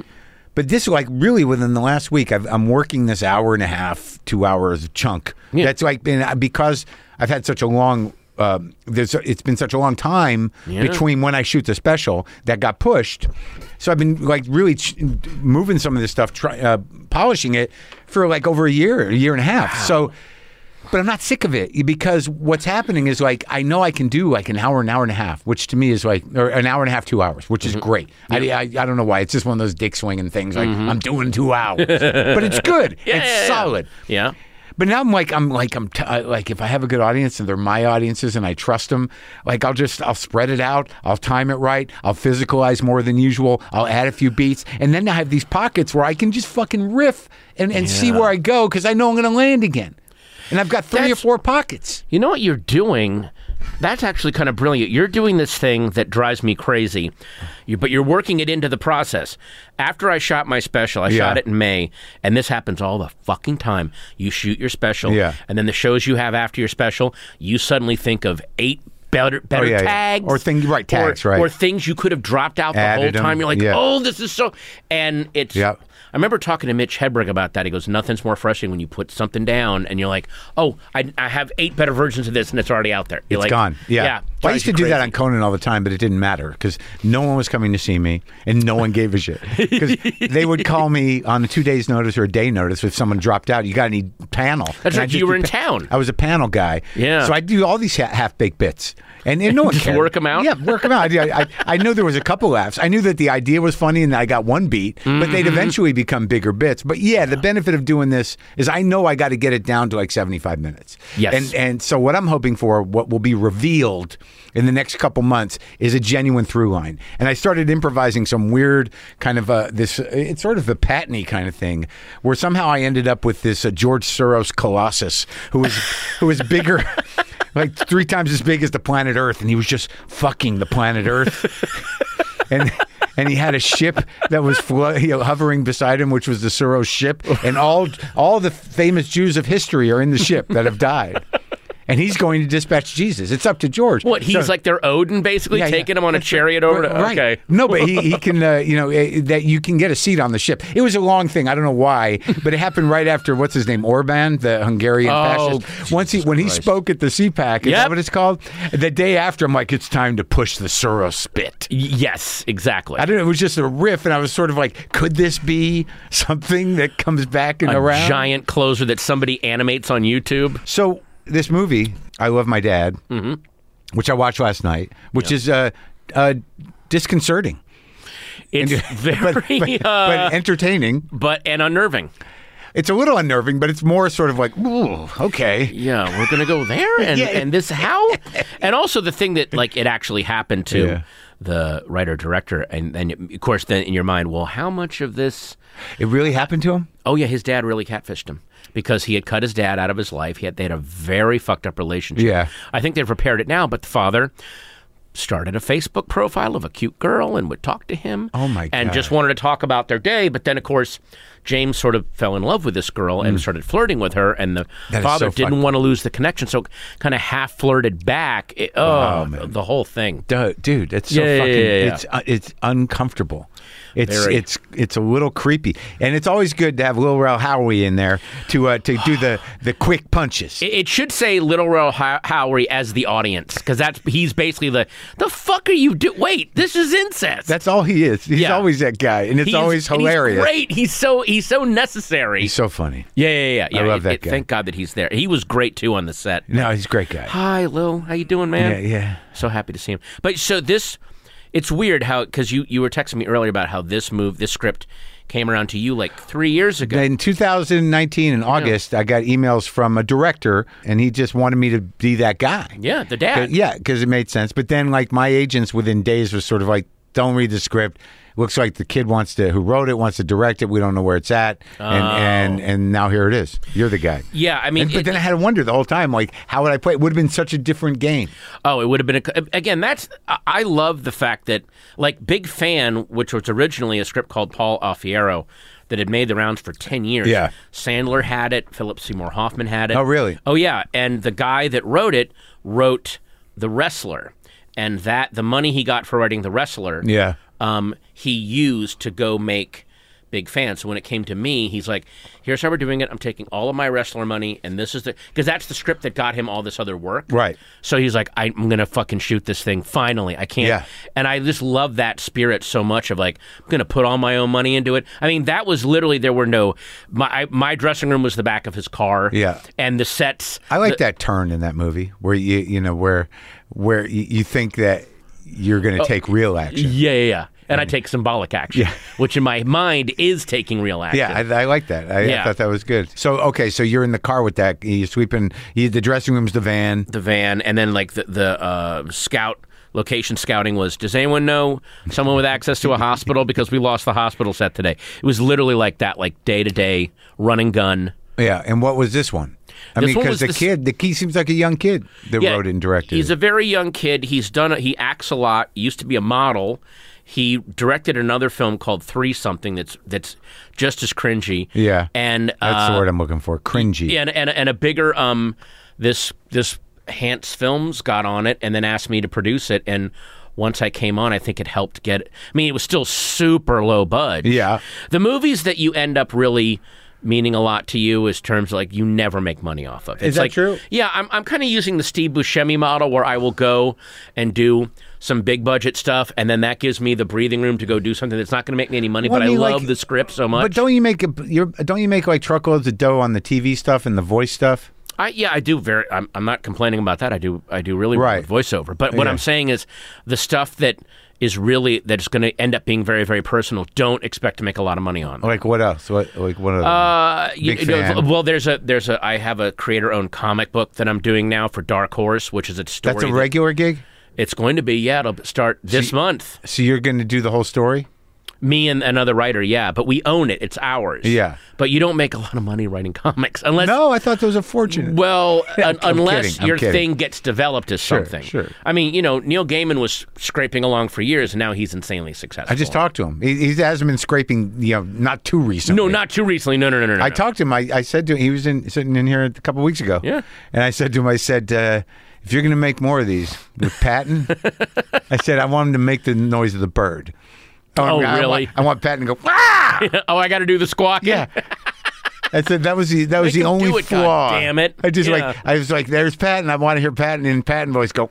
Speaker 1: But this, like, really within the last week, I've, I'm working this hour and a half, two hours chunk. That's like been uh, because I've had such a long, um, there's, it's been such a long time between when I shoot the special that got pushed. So I've been like really ch- moving some of this stuff, try, uh, polishing it for like over a year, a year and a half. So But I'm not sick of it because what's happening is like I know I can do like an hour, an hour and a half, which to me is like or an hour and a half, two hours, which is
Speaker 2: Mm-hmm.
Speaker 1: great. I, I I don't know why it's just one of those dick swinging things. Like I'm doing two
Speaker 2: <laughs>
Speaker 1: hours, but it's good. it's
Speaker 2: Mm-hmm. yeah, yeah.
Speaker 1: solid.
Speaker 2: Yeah.
Speaker 1: But now I'm like I'm like I'm t- I- like if I have a good audience and they're my audiences and I trust them, like I'll just I'll spread it out, I'll time it right, I'll physicalize more than usual, I'll add a few beats, and then I have these pockets where I can just fucking riff and, and see where I go because I know I'm going to land again, and I've got three or
Speaker 2: That's-
Speaker 1: four pockets.
Speaker 2: You know what you're doing? That's actually kind of brilliant. You're doing this thing that drives me crazy, you, but you're working it into the process. After I shot my special, I
Speaker 1: Yeah.
Speaker 2: shot it in May, and this happens all the fucking time. You shoot your special,
Speaker 1: Yeah.
Speaker 2: and then the shows you have after your special, you suddenly think of eight better better
Speaker 1: Oh, yeah, yeah.
Speaker 2: tags
Speaker 1: Or thing- right, tags,
Speaker 2: or,
Speaker 1: right.
Speaker 2: or things you could have dropped out the
Speaker 1: Added
Speaker 2: whole time.
Speaker 1: them,
Speaker 2: You're like,
Speaker 1: yeah.
Speaker 2: oh, this is so, and it's.
Speaker 1: Yep.
Speaker 2: I remember talking to Mitch Hedberg about that. He goes, "Nothing's more frustrating when you put something down and you're like, oh, I, I have eight better versions of this and it's already out there. You're
Speaker 1: It's
Speaker 2: like,
Speaker 1: gone. Yeah.
Speaker 2: yeah.
Speaker 1: Well, I used to
Speaker 2: drives
Speaker 1: do
Speaker 2: you
Speaker 1: that
Speaker 2: crazy.
Speaker 1: on Conan all the time, but it didn't matter because no one was coming to see me and no one gave a
Speaker 2: <laughs>
Speaker 1: shit. Because they would call me on a two days notice or a day notice if someone dropped out. You got any panel? And
Speaker 2: That's right,
Speaker 1: I'd just Uh,
Speaker 2: you were
Speaker 1: be
Speaker 2: in
Speaker 1: pa-
Speaker 2: town.
Speaker 1: I was a panel guy.
Speaker 2: Yeah.
Speaker 1: So I do all these ha- half baked bits. And, and no one
Speaker 2: <laughs> Just
Speaker 1: cared.
Speaker 2: work 'em out?
Speaker 1: Yeah, work them out. I, I, I know there was a couple laughs. I knew that the idea was funny and I got one beat, but
Speaker 2: Mm-hmm.
Speaker 1: they'd eventually become bigger bits. But yeah, the benefit of doing this is I know I got to get it down to like 75 minutes.
Speaker 2: Yes.
Speaker 1: And, and so what I'm hoping for, what will be revealed in the next couple months, is a genuine through line. And I started improvising some weird kind of uh this. It's sort of the Patney kind of thing, where somehow I ended up with this uh, George Soros colossus who was who was bigger. <laughs> Like three times as big as the planet Earth, and he was just fucking the planet Earth. and and he had a ship that was flo- you know, hovering beside him, which was the Soros ship, and all all the famous Jews of history are in the ship that have died, and he's going to dispatch Jesus. It's up to George.
Speaker 2: What he's
Speaker 1: So-
Speaker 2: like their Odin, basically
Speaker 1: Yeah, yeah.
Speaker 2: taking him on a chariot over to.
Speaker 1: Right.
Speaker 2: Okay,
Speaker 1: No, but he, he can, uh, you know, uh, that you can get a seat on the ship. It was a long thing. I don't know why, but it happened right after, what's his name, Orban, the Hungarian
Speaker 2: Oh,
Speaker 1: fascist. Once he, when he spoke at the CPAC, is
Speaker 2: Yep.
Speaker 1: that what it's called? The day after, I'm like, it's time to push the Soros spit.
Speaker 2: Y- yes, exactly.
Speaker 1: I don't know. It was just a riff, and I was sort of like, could this be something that comes back and
Speaker 2: a
Speaker 1: around?
Speaker 2: giant closer that somebody animates on YouTube.
Speaker 1: So this movie, I love my dad,
Speaker 2: Mm-hmm.
Speaker 1: which I watched last night, which is uh, uh,
Speaker 2: <laughs>
Speaker 1: disconcerting,
Speaker 2: It's
Speaker 1: <laughs> but,
Speaker 2: very,
Speaker 1: but,
Speaker 2: uh,
Speaker 1: but entertaining.
Speaker 2: but, and unnerving.
Speaker 1: It's a little unnerving, but it's more sort of like, ooh, okay,
Speaker 2: Yeah, we're gonna go
Speaker 1: <laughs>
Speaker 2: there, and
Speaker 1: Yeah.
Speaker 2: and this how, and also the thing that like it actually happened to
Speaker 1: Yeah.
Speaker 2: the writer director, and then of course then in your mind, well, how much of this?
Speaker 1: it really happened to him.
Speaker 2: Oh yeah, his dad really catfished him because he had cut his dad out of his life. He had they had a very fucked up relationship.
Speaker 1: Yeah.
Speaker 2: I think they've repaired it now, but the father started a Facebook profile of a cute girl and would talk to him.
Speaker 1: Oh, my
Speaker 2: And
Speaker 1: God.
Speaker 2: just wanted to talk about their day, but then of course James sort of fell in love with this girl and started flirting with her, and the
Speaker 1: Mm. That is
Speaker 2: father
Speaker 1: so
Speaker 2: didn't
Speaker 1: fucked.
Speaker 2: want to lose the connection, so kind of half flirted back. It- oh, the whole thing.
Speaker 1: Duh, dude, it's so
Speaker 2: Yeah, yeah,
Speaker 1: fucking.
Speaker 2: yeah, yeah.
Speaker 1: It's uh, it's uncomfortable. It's
Speaker 2: Very.
Speaker 1: it's it's a little creepy, and it's always good to have Lil Rel Howie in there to uh, to do the the quick punches.
Speaker 2: It- It should say Little Row How- Howie as the audience because that's he's basically the the fuck are you do? Wait, this is incest.
Speaker 1: That's all he is. He's
Speaker 2: Yeah.
Speaker 1: always that guy, and it's
Speaker 2: He's-
Speaker 1: always
Speaker 2: and
Speaker 1: hilarious.
Speaker 2: He's great. He's so he's so necessary.
Speaker 1: He's so funny.
Speaker 2: yeah, yeah, yeah. yeah.
Speaker 1: I love that guy.
Speaker 2: Thank God that he's there. He was great too on the set.
Speaker 1: No, he's a great guy.
Speaker 2: Hi, Lil. How you doing, man?
Speaker 1: Yeah, yeah.
Speaker 2: So happy to see him. But so this, it's weird how because you you were texting me earlier about how this move, this script, came around to you like three years ago.
Speaker 1: In 2019, in August, I got emails from a director, and he just wanted me to be that guy.
Speaker 2: yeah, the dad.
Speaker 1: Yeah, because it made sense. But then, like, my agents within days was sort of like, don't read the script. Looks like the kid wants to, who wrote it, wants to direct it. We don't know where it's at. And, and, and now here it is. You're the guy.
Speaker 2: Yeah, Oh. I mean,
Speaker 1: And, but
Speaker 2: it-
Speaker 1: then I had to wonder the whole time, like, how would I play? It would have been such a different game.
Speaker 2: Oh, it would have been a, again. That's I- I love the fact that like Big Fan, which was originally a script called Paul Alfiero, that had made the rounds for ten years.
Speaker 1: Yeah.
Speaker 2: Sandler had it. Philip Seymour Hoffman had it.
Speaker 1: Oh, really?
Speaker 2: Oh yeah, and the guy that wrote it wrote The Wrestler, and that the money he got for writing The Wrestler,
Speaker 1: Yeah.
Speaker 2: um, he used to go make big fan. So when it came to me, he's like, "Here's how we're doing it. I'm taking all of my wrestler money, and this is the because that's the script that got him all this other work."
Speaker 1: Right.
Speaker 2: So he's like, I, "I'm gonna fucking shoot this thing. Finally, I can't."
Speaker 1: Yeah.
Speaker 2: And I just love that spirit so much of like, I'm gonna put all my own money into it. I mean, that was literally there were no my I, my dressing room was the back of his car.
Speaker 1: Yeah.
Speaker 2: And the sets.
Speaker 1: I like that turn in that movie where you you know where where you, you think that you're going to take real action.
Speaker 2: Oh,
Speaker 1: Mm.
Speaker 2: Yeah, yeah, yeah. And I take symbolic action,
Speaker 1: Yeah.
Speaker 2: which in my mind is taking real action.
Speaker 1: Yeah, I, I like that. I, I
Speaker 2: Yeah.
Speaker 1: thought that was good. So okay, so you're in the car with that. You're sweeping. You, the dressing room's the van.
Speaker 2: the van, and then like the the uh, scout location scouting was. Does anyone know someone with access to a hospital? Because we lost the hospital set today. It was literally like that, like day to day run and gun.
Speaker 1: Yeah, and what was this one? I
Speaker 2: This
Speaker 1: mean,
Speaker 2: one
Speaker 1: because
Speaker 2: was
Speaker 1: the
Speaker 2: this-
Speaker 1: kid, the kid seems like a young kid that wrote and directed.
Speaker 2: He's
Speaker 1: it.
Speaker 2: a very young kid. He's done. A, he acts a lot. He used to be a model. He directed another film called Three Something. That's that's just as cringy.
Speaker 1: Yeah.
Speaker 2: and
Speaker 1: That's
Speaker 2: uh,
Speaker 1: the word I'm looking for. Cringy.
Speaker 2: Yeah, and, and and a bigger um this this Hans Films got on it and then asked me to produce it and once I came on, I think it helped get. I mean, it was still super low bud.
Speaker 1: Yeah.
Speaker 2: the movies that you end up really meaning a lot to you is terms like you never make money off of. It's
Speaker 1: that
Speaker 2: like,
Speaker 1: true?
Speaker 2: Yeah, I'm I'm kind of using the Steve Buscemi model where I will go and do some big budget stuff, and then that gives me the breathing room to go do something that's not going to make me any money,
Speaker 1: Well,
Speaker 2: but
Speaker 1: I
Speaker 2: I,
Speaker 1: mean, like-
Speaker 2: love the script so much.
Speaker 1: But don't you make a you're, don't you make like truckloads of dough on the TV stuff and the voice stuff?
Speaker 2: I yeah, I do very. I'm, I'm not complaining about that. I do I do really
Speaker 1: Right.
Speaker 2: well with voiceover. But what
Speaker 1: Yeah.
Speaker 2: I'm saying is the stuff that is really that's going to end up being very very personal. Don't expect to make a lot of money on.
Speaker 1: Like what else? What like what? Other
Speaker 2: Uh, you-
Speaker 1: Big
Speaker 2: you know,
Speaker 1: fan.
Speaker 2: well, there's a there's a I have a creator owned comic book that I'm doing now for Dark Horse, which is a story.
Speaker 1: That's a
Speaker 2: that-
Speaker 1: regular gig.
Speaker 2: it's going to be yeah. It'll start this month.
Speaker 1: So you're going to do the whole story?
Speaker 2: Me and another writer, yeah, but we own it. It's ours.
Speaker 1: Yeah.
Speaker 2: but you don't make a lot of money writing <laughs> comics unless
Speaker 1: No, I thought those were fortunate. <laughs>
Speaker 2: Well, un-
Speaker 1: I'm
Speaker 2: unless
Speaker 1: kidding, I'm
Speaker 2: your
Speaker 1: kidding.
Speaker 2: thing gets developed as something.
Speaker 1: sure.
Speaker 2: I mean, you know, Neil Gaiman was scraping along for years, and now he's insanely successful.
Speaker 1: I just talked to him. He, he hasn't been scraping, you know, not too recently.
Speaker 2: No, not too recently. No, no, no, no. no.
Speaker 1: I talked to him. I, I said to him, he was in, sitting in here a couple weeks ago.
Speaker 2: Yeah.
Speaker 1: And I said to him, I said, uh, if you're going to make more of these with
Speaker 2: <laughs>
Speaker 1: Patton, I said, I want him to make the noise of the bird. I want-
Speaker 2: Oh,
Speaker 1: I want-
Speaker 2: really?
Speaker 1: I want Patton to go, ah!
Speaker 2: <laughs> oh, I got to do the squawk.
Speaker 1: Yeah. I said that was the that was
Speaker 2: Make
Speaker 1: the
Speaker 2: him
Speaker 1: only
Speaker 2: do it,
Speaker 1: flaw.
Speaker 2: God damn it.
Speaker 1: I just
Speaker 2: Yeah.
Speaker 1: like I was like, there's Patton. I want to hear Patton in Patton voice go.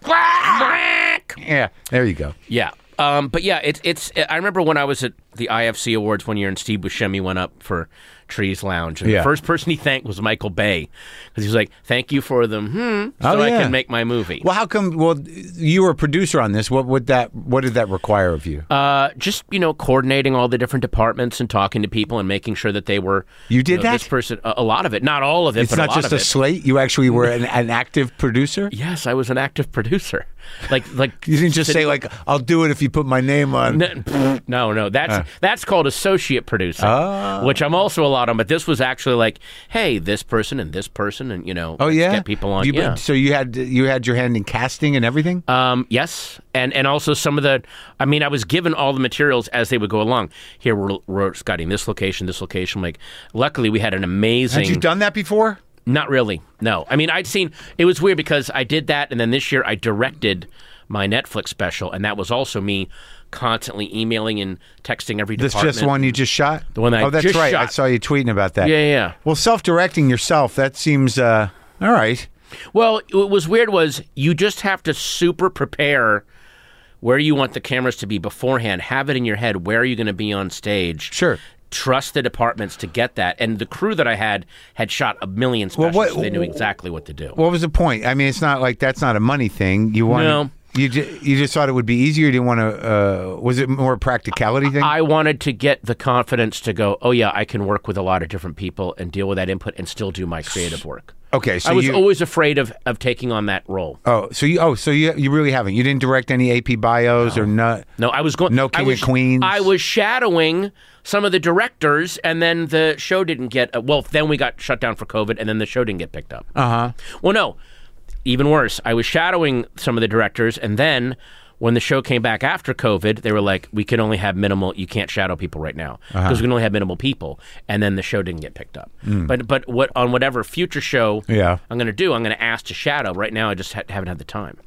Speaker 1: "Quack." Yeah, there you go.
Speaker 2: Yeah. Um, but yeah, it's it's. I remember when I was at the IFC Awards one year, and Steve Buscemi went up for Trees Lounge, and
Speaker 1: Yeah.
Speaker 2: the first person he thanked was Michael Bay, because he was like, "Thank you for them, hmm, so
Speaker 1: Oh,
Speaker 2: I
Speaker 1: yeah.
Speaker 2: can make my movie."
Speaker 1: Well, how come? Well, you were a producer on this. What would that? What did that require of you?
Speaker 2: Uh, just you know, coordinating all the different departments and talking to people and making sure that they were.
Speaker 1: You did
Speaker 2: know,
Speaker 1: that?
Speaker 2: This person, a, a lot of it, not all of it,
Speaker 1: it's
Speaker 2: but
Speaker 1: not
Speaker 2: a lot
Speaker 1: just
Speaker 2: of
Speaker 1: a
Speaker 2: it.
Speaker 1: slate. You actually were an, an active producer.
Speaker 2: yes, I was an active producer. <laughs> Like, like
Speaker 1: You didn't just say like, "I'll do it if you put my name on."
Speaker 2: N- No, no, that's that's called associate producer,
Speaker 1: Oh.
Speaker 2: which I'm also a lot on. But this was actually like, hey, this person and this person, and you know,
Speaker 1: oh
Speaker 2: let's
Speaker 1: yeah,
Speaker 2: get people on.
Speaker 1: You,
Speaker 2: yeah.
Speaker 1: So you had you had your hand in casting and everything.
Speaker 2: Um, yes, and and also some of the. I mean, I was given all the materials as they would go along. Here we're, we're scouting this location, this location. Like, luckily we had an amazing.
Speaker 1: had you done that before?
Speaker 2: Not really. No. I mean, I'd seen it was weird because I did that, and then this year I directed my Netflix special, and that was also me constantly emailing and texting every
Speaker 1: This
Speaker 2: department.
Speaker 1: just one you just shot. The
Speaker 2: one that I
Speaker 1: oh, that's
Speaker 2: just
Speaker 1: right. I
Speaker 2: shot.
Speaker 1: saw you tweeting about that.
Speaker 2: Yeah, yeah, yeah.
Speaker 1: Well, self-directing yourself, that seems uh all right.
Speaker 2: Well, what was weird was you just have to super prepare where you want the cameras to be beforehand. Have it in your head where are you going to be on stage.
Speaker 1: Sure.
Speaker 2: Trust the departments to get that, and the crew that I had had shot a million specials.
Speaker 1: what-
Speaker 2: so they knew exactly what to do.
Speaker 1: What was the point? I mean, it's not like that's not a money thing. You want
Speaker 2: No.
Speaker 1: you ju- you just thought it would be easier. You didn't want to. Uh, was it more a practicality thing?
Speaker 2: I wanted to get the confidence to go, oh, yeah, I can work with a lot of different people and deal with that input and still do my creative work.
Speaker 1: okay, Oh, so
Speaker 2: I was
Speaker 1: you.
Speaker 2: always afraid of, of taking on that role.
Speaker 1: oh, so you. Oh, so you. You really haven't. You didn't direct any AP bios or not.
Speaker 2: No, I was going.
Speaker 1: No
Speaker 2: I
Speaker 1: King
Speaker 2: was,
Speaker 1: of Queens.
Speaker 2: I was shadowing some of the directors, and then the show didn't get. Uh, well, then we got shut down for COVID, and then the show didn't get picked up.
Speaker 1: Uh-huh.
Speaker 2: Uh huh. Well, no, even worse. I was shadowing some of the directors, and then when the show came back after COVID, they were like, "We can only have minimal. You can't shadow people right now because
Speaker 1: Uh-huh.
Speaker 2: we can only have minimal people." And then the show didn't get picked up. But but what on whatever future show
Speaker 1: Hmm. Yeah.
Speaker 2: I'm going to do, I'm going to ask to shadow. Right now, I just ha- haven't had the time.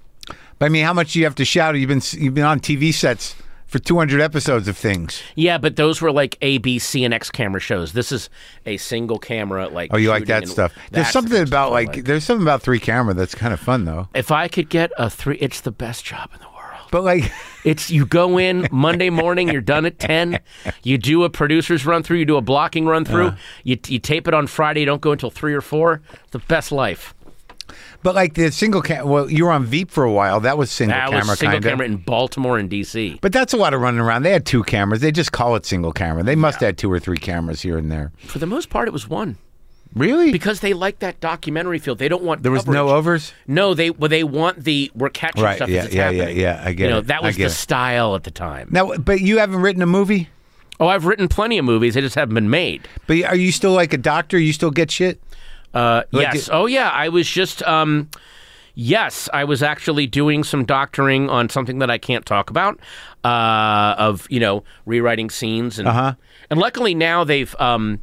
Speaker 1: But I mean, how much do you have to shout? You've been s- you've been on TV sets for 200 episodes of things.
Speaker 2: Yeah, but those were like A, B, C, and X camera shows. This is a single camera. Like
Speaker 1: Oh, you like
Speaker 2: shooting
Speaker 1: that
Speaker 2: and-
Speaker 1: stuff? There's
Speaker 2: That's the
Speaker 1: something
Speaker 2: kind of
Speaker 1: about
Speaker 2: stuff I
Speaker 1: like, there's something about three camera that's kind of fun though.
Speaker 2: If I could get a three, it's the best job in the world.
Speaker 1: But like, <laughs>
Speaker 2: It's you go in Monday morning, you're done
Speaker 1: <laughs>
Speaker 2: at ten. You do a producer's run through, you do a blocking run through,
Speaker 1: Uh-huh.
Speaker 2: you you tape it on Friday. You don't go until three or four. It's the best life.
Speaker 1: but like the single cam. Well, you were on Veep for a while. That was single
Speaker 2: That
Speaker 1: camera
Speaker 2: was single
Speaker 1: kinda.
Speaker 2: camera in Baltimore and D.C.
Speaker 1: But that's a lot of running around. They had two cameras. They just call it single camera. They must have two or three cameras here and there.
Speaker 2: For the most part, it was one
Speaker 1: Really?
Speaker 2: because they like that documentary feel. They don't want
Speaker 1: there was no
Speaker 2: coverage.
Speaker 1: overs.
Speaker 2: No, they well, they want the we're catching
Speaker 1: Right,
Speaker 2: stuff
Speaker 1: yeah,
Speaker 2: as it's
Speaker 1: yeah, yeah,
Speaker 2: happening.
Speaker 1: yeah, I get
Speaker 2: you know,
Speaker 1: it.
Speaker 2: that
Speaker 1: I
Speaker 2: was
Speaker 1: get
Speaker 2: the
Speaker 1: it.
Speaker 2: style at the time.
Speaker 1: Now, but you haven't written a movie.
Speaker 2: Oh, I've written plenty of movies; they just haven't been made.
Speaker 1: But are you still like a doctor? You still get shit?
Speaker 2: Uh,
Speaker 1: Like
Speaker 2: yes.
Speaker 1: it-
Speaker 2: oh, yeah. I was just. Um, yes, I was actually doing some doctoring on something that I can't talk about. Uh, of you know rewriting scenes and
Speaker 1: Uh-huh.
Speaker 2: and luckily now they've um,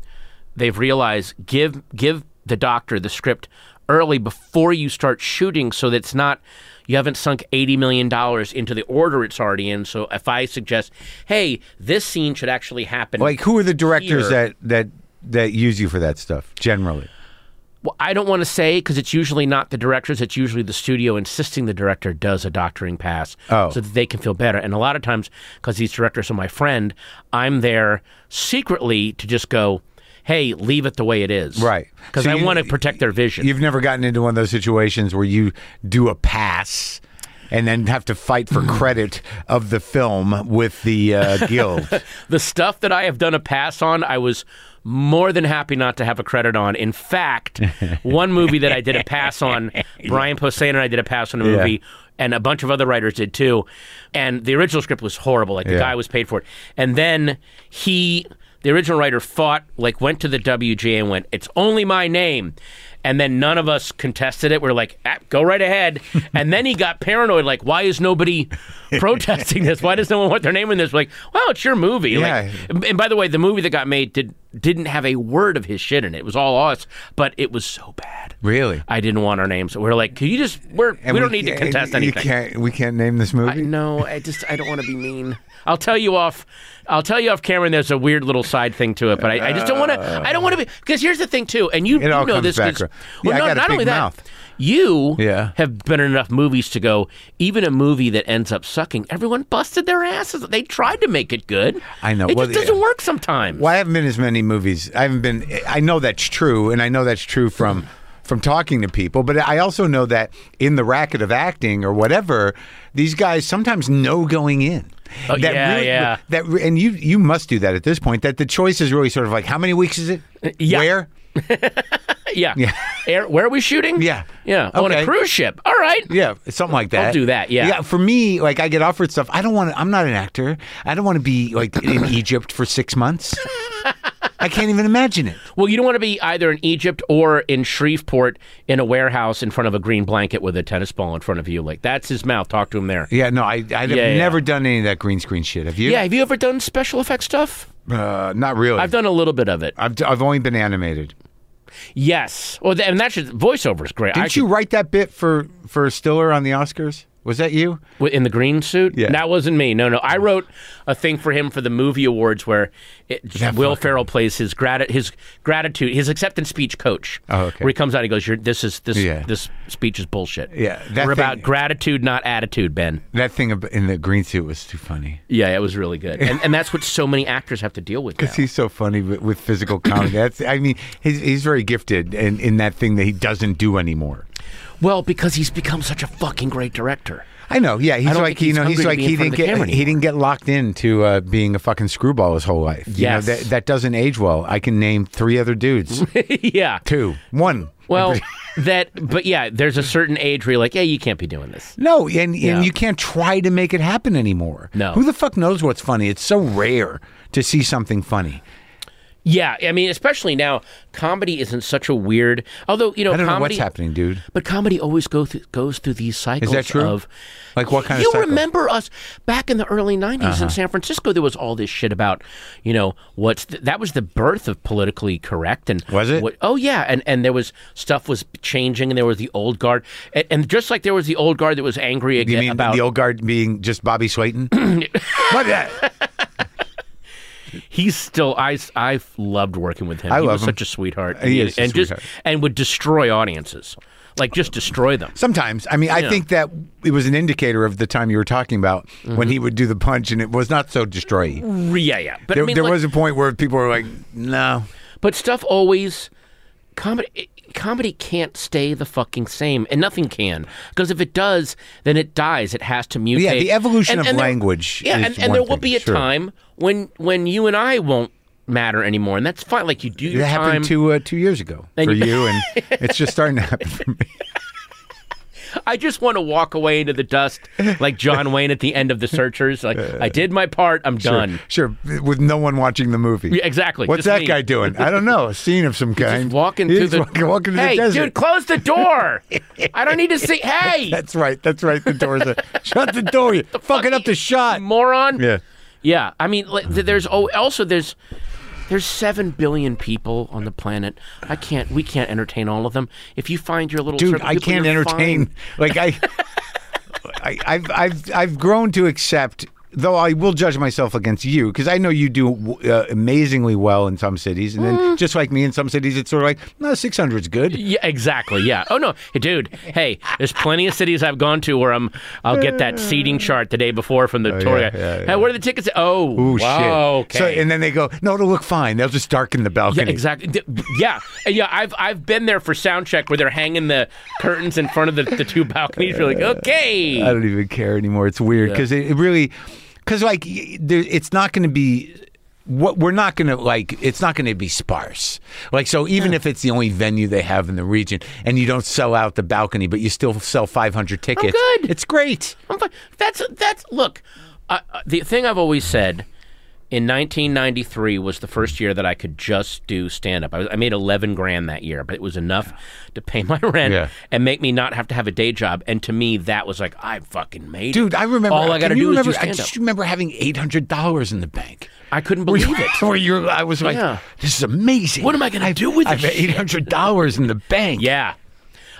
Speaker 2: they've realized give give the doctor the script early before you start shooting so that it's not you haven't sunk eighty million dollars into the order it's already in. So if I suggest, hey, this scene should actually happen
Speaker 1: Like, who are the directors
Speaker 2: Here.
Speaker 1: that that that use you for that stuff generally?
Speaker 2: Well, I don't want to say because it's usually not the directors. It's usually the studio insisting the director does a doctoring pass
Speaker 1: Oh.
Speaker 2: so that they can feel better. And a lot of times, because these directors are my friend, I'm there secretly to just go, hey, leave it the way it is.
Speaker 1: Right.
Speaker 2: Because
Speaker 1: So
Speaker 2: I
Speaker 1: you-
Speaker 2: want to protect their vision.
Speaker 1: You've never gotten into one of those situations where you do a pass and then have to fight
Speaker 2: <laughs>
Speaker 1: for credit of the film with the uh,
Speaker 2: <laughs>
Speaker 1: guild.
Speaker 2: the stuff that I have done a pass on, I was more than happy not to have a credit on.
Speaker 1: <laughs>
Speaker 2: In fact, one movie that I did a pass on, Brian Posehn and I did a pass on a movie, and a bunch of other writers did too. And the original script was horrible. Like the
Speaker 1: Yeah.
Speaker 2: guy was paid for it, and then he. The original writer fought, like, went to the WGA and went, It's only my name. And then none of us contested it. We're like, ah, Go right
Speaker 1: <laughs>
Speaker 2: ahead. and then he got paranoid, like, Why is nobody protesting this? Why does no one want their name in this? We're like, Well, it's your movie. Like, and by the way, the movie that got made did didn't have a word of his shit in it. It was all us, but it was so bad.
Speaker 1: really?
Speaker 2: I didn't want our names. We are like, can you just? We're we,
Speaker 1: And
Speaker 2: don't need to
Speaker 1: and
Speaker 2: contest
Speaker 1: you
Speaker 2: anything.
Speaker 1: Can't, we can't name this movie.
Speaker 2: No, I just I don't want to be mean. I'll tell you off. I'll tell you off camera. and There's a weird little side thing to it, but I, I just don't want to. I don't want to be because here's the thing too, and you,
Speaker 1: It
Speaker 2: you
Speaker 1: all
Speaker 2: know
Speaker 1: comes
Speaker 2: this.
Speaker 1: back
Speaker 2: 'cause-
Speaker 1: around. Yeah, I got a big mouth.
Speaker 2: you
Speaker 1: Yeah.
Speaker 2: have been in enough movies to go. Even a movie that ends up sucking, everyone busted their asses. They tried to make it good.
Speaker 1: I know.
Speaker 2: it
Speaker 1: Well,
Speaker 2: just doesn't
Speaker 1: yeah.
Speaker 2: work sometimes.
Speaker 1: Well, I haven't been in as many movies. I haven't been. I know that's true, and I know that's true from from talking to people. But I also know that in the racket of acting or whatever, these guys sometimes know going in.
Speaker 2: Oh, yeah, yeah.
Speaker 1: That re- and you you must do that at this point. That the choice is really sort of like how many weeks is it?
Speaker 2: Uh, yeah.
Speaker 1: Where?
Speaker 2: Yeah. Air, where are we shooting?
Speaker 1: Yeah.
Speaker 2: Yeah. On
Speaker 1: Okay.
Speaker 2: a cruise ship. All right.
Speaker 1: Yeah, something like that.
Speaker 2: do that, yeah.
Speaker 1: Yeah. For me, like I get offered stuff. I don't want. to I'm not an actor. I don't want to be like in Egypt for six months. I can't even imagine it.
Speaker 2: Well, you don't want to be either in Egypt or in Shreveport in a warehouse in front of a green blanket with a tennis ball in front of you. Like, that's his mouth. Talk to him there.
Speaker 1: Yeah, no, I, I've
Speaker 2: yeah.
Speaker 1: never done any of that green screen shit. Have you?
Speaker 2: Yeah. Have you ever done special effects stuff?
Speaker 1: Uh, not really.
Speaker 2: I've
Speaker 1: I've,
Speaker 2: done a little bit of it.
Speaker 1: I've, only been animated.
Speaker 2: Yes. Well, th- and that's just voiceover is great.
Speaker 1: Didn't
Speaker 2: I
Speaker 1: you write that bit for, for Stiller on the Oscars? Was that you?
Speaker 2: Wi- in the green suit?
Speaker 1: Yeah.
Speaker 2: That wasn't me. No, no. I wrote a thing for him for the movie awards where it, Will Ferrell plays his grati- his gratitude, his acceptance speech coach.
Speaker 1: Oh, okay.
Speaker 2: Where he comes out and goes, You're, "This is this
Speaker 1: Yeah.
Speaker 2: this speech is bullshit.
Speaker 1: Yeah, that
Speaker 2: we're about
Speaker 1: thing-
Speaker 2: gratitude, not attitude, Ben.
Speaker 1: That thing ab- in the green suit was too funny.
Speaker 2: Yeah, it was really good, and, and that's what so many actors have to deal with. Now.
Speaker 1: Because he's so funny with, with physical <coughs> comedy. That's, I mean, he's, he's very gifted in, in that thing that he doesn't do anymore.
Speaker 2: Well, because he's become such a fucking great director.
Speaker 1: I know. Yeah, he's
Speaker 2: don't
Speaker 1: like
Speaker 2: think
Speaker 1: you
Speaker 2: he's
Speaker 1: know he's
Speaker 2: hungry to
Speaker 1: like
Speaker 2: be in
Speaker 1: he
Speaker 2: front
Speaker 1: didn't
Speaker 2: of the
Speaker 1: get
Speaker 2: camera
Speaker 1: he didn't get locked into uh, being a fucking screwball his whole life. You know,
Speaker 2: Yes.
Speaker 1: that that doesn't age well. I can name three other <laughs> dudes.
Speaker 2: <laughs> yeah.
Speaker 1: Two, one. <laughs>
Speaker 2: Well, that, but yeah, there's a certain age where you're like, yeah, you can't be doing this.
Speaker 1: No, and, and
Speaker 2: Yeah.
Speaker 1: you can't try to make it happen anymore.
Speaker 2: No.
Speaker 1: Who the fuck knows what's funny? It's so rare to see something funny.
Speaker 2: Yeah, I mean, especially now, comedy isn't such a weird. Although you know,
Speaker 1: I don't know
Speaker 2: comedy,
Speaker 1: what's happening, dude.
Speaker 2: But comedy always go through, goes through these cycles.
Speaker 1: true?
Speaker 2: Of,
Speaker 1: Like what kind of
Speaker 2: you
Speaker 1: cycle? Uh-huh.
Speaker 2: remember us back in the early '90s in San Francisco? There was all this shit about, you know, what's th- that was the birth of politically correct and
Speaker 1: Was it?
Speaker 2: What, oh yeah, and and there was stuff was changing, and there was the old guard, and, and just like there was the old guard that was angry again
Speaker 1: You mean
Speaker 2: about
Speaker 1: the old guard being just Bobby
Speaker 2: <coughs>
Speaker 1: uh, Slayton? what? that-
Speaker 2: He's still I I loved working with him.
Speaker 1: I
Speaker 2: he
Speaker 1: love
Speaker 2: was
Speaker 1: him.
Speaker 2: such a sweetheart.
Speaker 1: He is a
Speaker 2: and just
Speaker 1: sweetheart.
Speaker 2: and would destroy audiences, like just destroy them.
Speaker 1: Sometimes, I mean, I think that it was an indicator of the time you were talking about when he would do the punch, and it was not so destroy. There,
Speaker 2: Yeah, yeah. But Mm-hmm. I mean,
Speaker 1: there
Speaker 2: like,
Speaker 1: was a point where people were like, "No,
Speaker 2: but stuff always comedy comedy can't stay the fucking same, and nothing can because if it does, then it dies. It has to mutate.
Speaker 1: Yeah, the evolution
Speaker 2: And-
Speaker 1: of
Speaker 2: and there-
Speaker 1: language
Speaker 2: Yeah,
Speaker 1: is
Speaker 2: and, and
Speaker 1: one
Speaker 2: there will
Speaker 1: thing,
Speaker 2: be a
Speaker 1: sure.
Speaker 2: time when when you and I won't matter anymore, and that's fine. Like you do your
Speaker 1: it
Speaker 2: time.
Speaker 1: happened two uh, two years ago
Speaker 2: And
Speaker 1: for
Speaker 2: you- <laughs>
Speaker 1: you, and it's just starting to happen for me."
Speaker 2: I just want to walk away into the dust like John Wayne at the end of The Searchers. Like, I did my part, I'm done.
Speaker 1: Sure, with no one watching the movie.
Speaker 2: Yeah, exactly,
Speaker 1: What's
Speaker 2: just
Speaker 1: that
Speaker 2: me.
Speaker 1: guy doing? I don't know. A scene of
Speaker 2: <laughs>
Speaker 1: some kind.
Speaker 2: Just walking
Speaker 1: He's
Speaker 2: through the
Speaker 1: walking, walking through
Speaker 2: Hey,
Speaker 1: the desert.
Speaker 2: dude, close the door. I don't need to see.
Speaker 1: <laughs>
Speaker 2: Hey,
Speaker 1: That's right. That's right. The door's
Speaker 2: <laughs>
Speaker 1: a, shut the door. You fucking up the shot.
Speaker 2: moron.
Speaker 1: Yeah.
Speaker 2: Yeah, I mean, like, th- there's oh, also there's there's seven billion people on the planet. I can't. We can't entertain all of them. If you find your little
Speaker 1: dude
Speaker 2: circle of
Speaker 1: i
Speaker 2: people,
Speaker 1: can't
Speaker 2: you're
Speaker 1: entertain
Speaker 2: fine.
Speaker 1: <laughs> like i I, I've, I've I've grown to accept, though I will judge myself against you because I know you do uh, amazingly well in some cities, and then
Speaker 2: Mm.
Speaker 1: just like me in some cities, it's sort of like no, six hundred's good.
Speaker 2: Yeah, exactly. Yeah. Oh no, Hey, dude. Hey, there's plenty of cities I've gone to where I'm. I'll get that seating chart the day before from the tour
Speaker 1: Oh, yeah,
Speaker 2: guide.
Speaker 1: yeah,
Speaker 2: Hey,
Speaker 1: yeah.
Speaker 2: what are the tickets? Oh,
Speaker 1: Ooh,
Speaker 2: wow,
Speaker 1: shit.
Speaker 2: Okay.
Speaker 1: So and then they go, no, it'll look fine. They'll just darken the
Speaker 2: yeah,
Speaker 1: balcony.
Speaker 2: exactly. D- Yeah, And yeah. I've I've been there for sound check where they're hanging the curtains in front of the, the two balconies. You're like, okay.
Speaker 1: I don't even care anymore. It's weird because it, it really, because like y- there, it's not going to be what we're not going to like. It's not going to be sparse. Like so, even if it's the only venue they have in the region, and you don't sell out the balcony, but you still sell 500 tickets.
Speaker 2: good.
Speaker 1: It's great.
Speaker 2: I'm fine. That's that's look. Uh, uh, the thing I've always said in 1993 was the first year that I could just do stand up. I, was- I made 11 grand that year, but it was enough to pay my <laughs> rent
Speaker 1: Yeah.
Speaker 2: and make me not have to have a day job. And to me, that was like I fucking made it.
Speaker 1: Dude, I remember.
Speaker 2: All I got to
Speaker 1: can you
Speaker 2: do
Speaker 1: remember,
Speaker 2: is do
Speaker 1: I
Speaker 2: stand up.
Speaker 1: just remember having eight hundred dollars in the bank.
Speaker 2: I couldn't believe
Speaker 1: <laughs>
Speaker 2: it.
Speaker 1: Where you, I was like,
Speaker 2: Yeah.
Speaker 1: "This is amazing."
Speaker 2: What am I gonna do with
Speaker 1: I've
Speaker 2: this shit?
Speaker 1: eight hundred dollars in the bank.
Speaker 2: Yeah.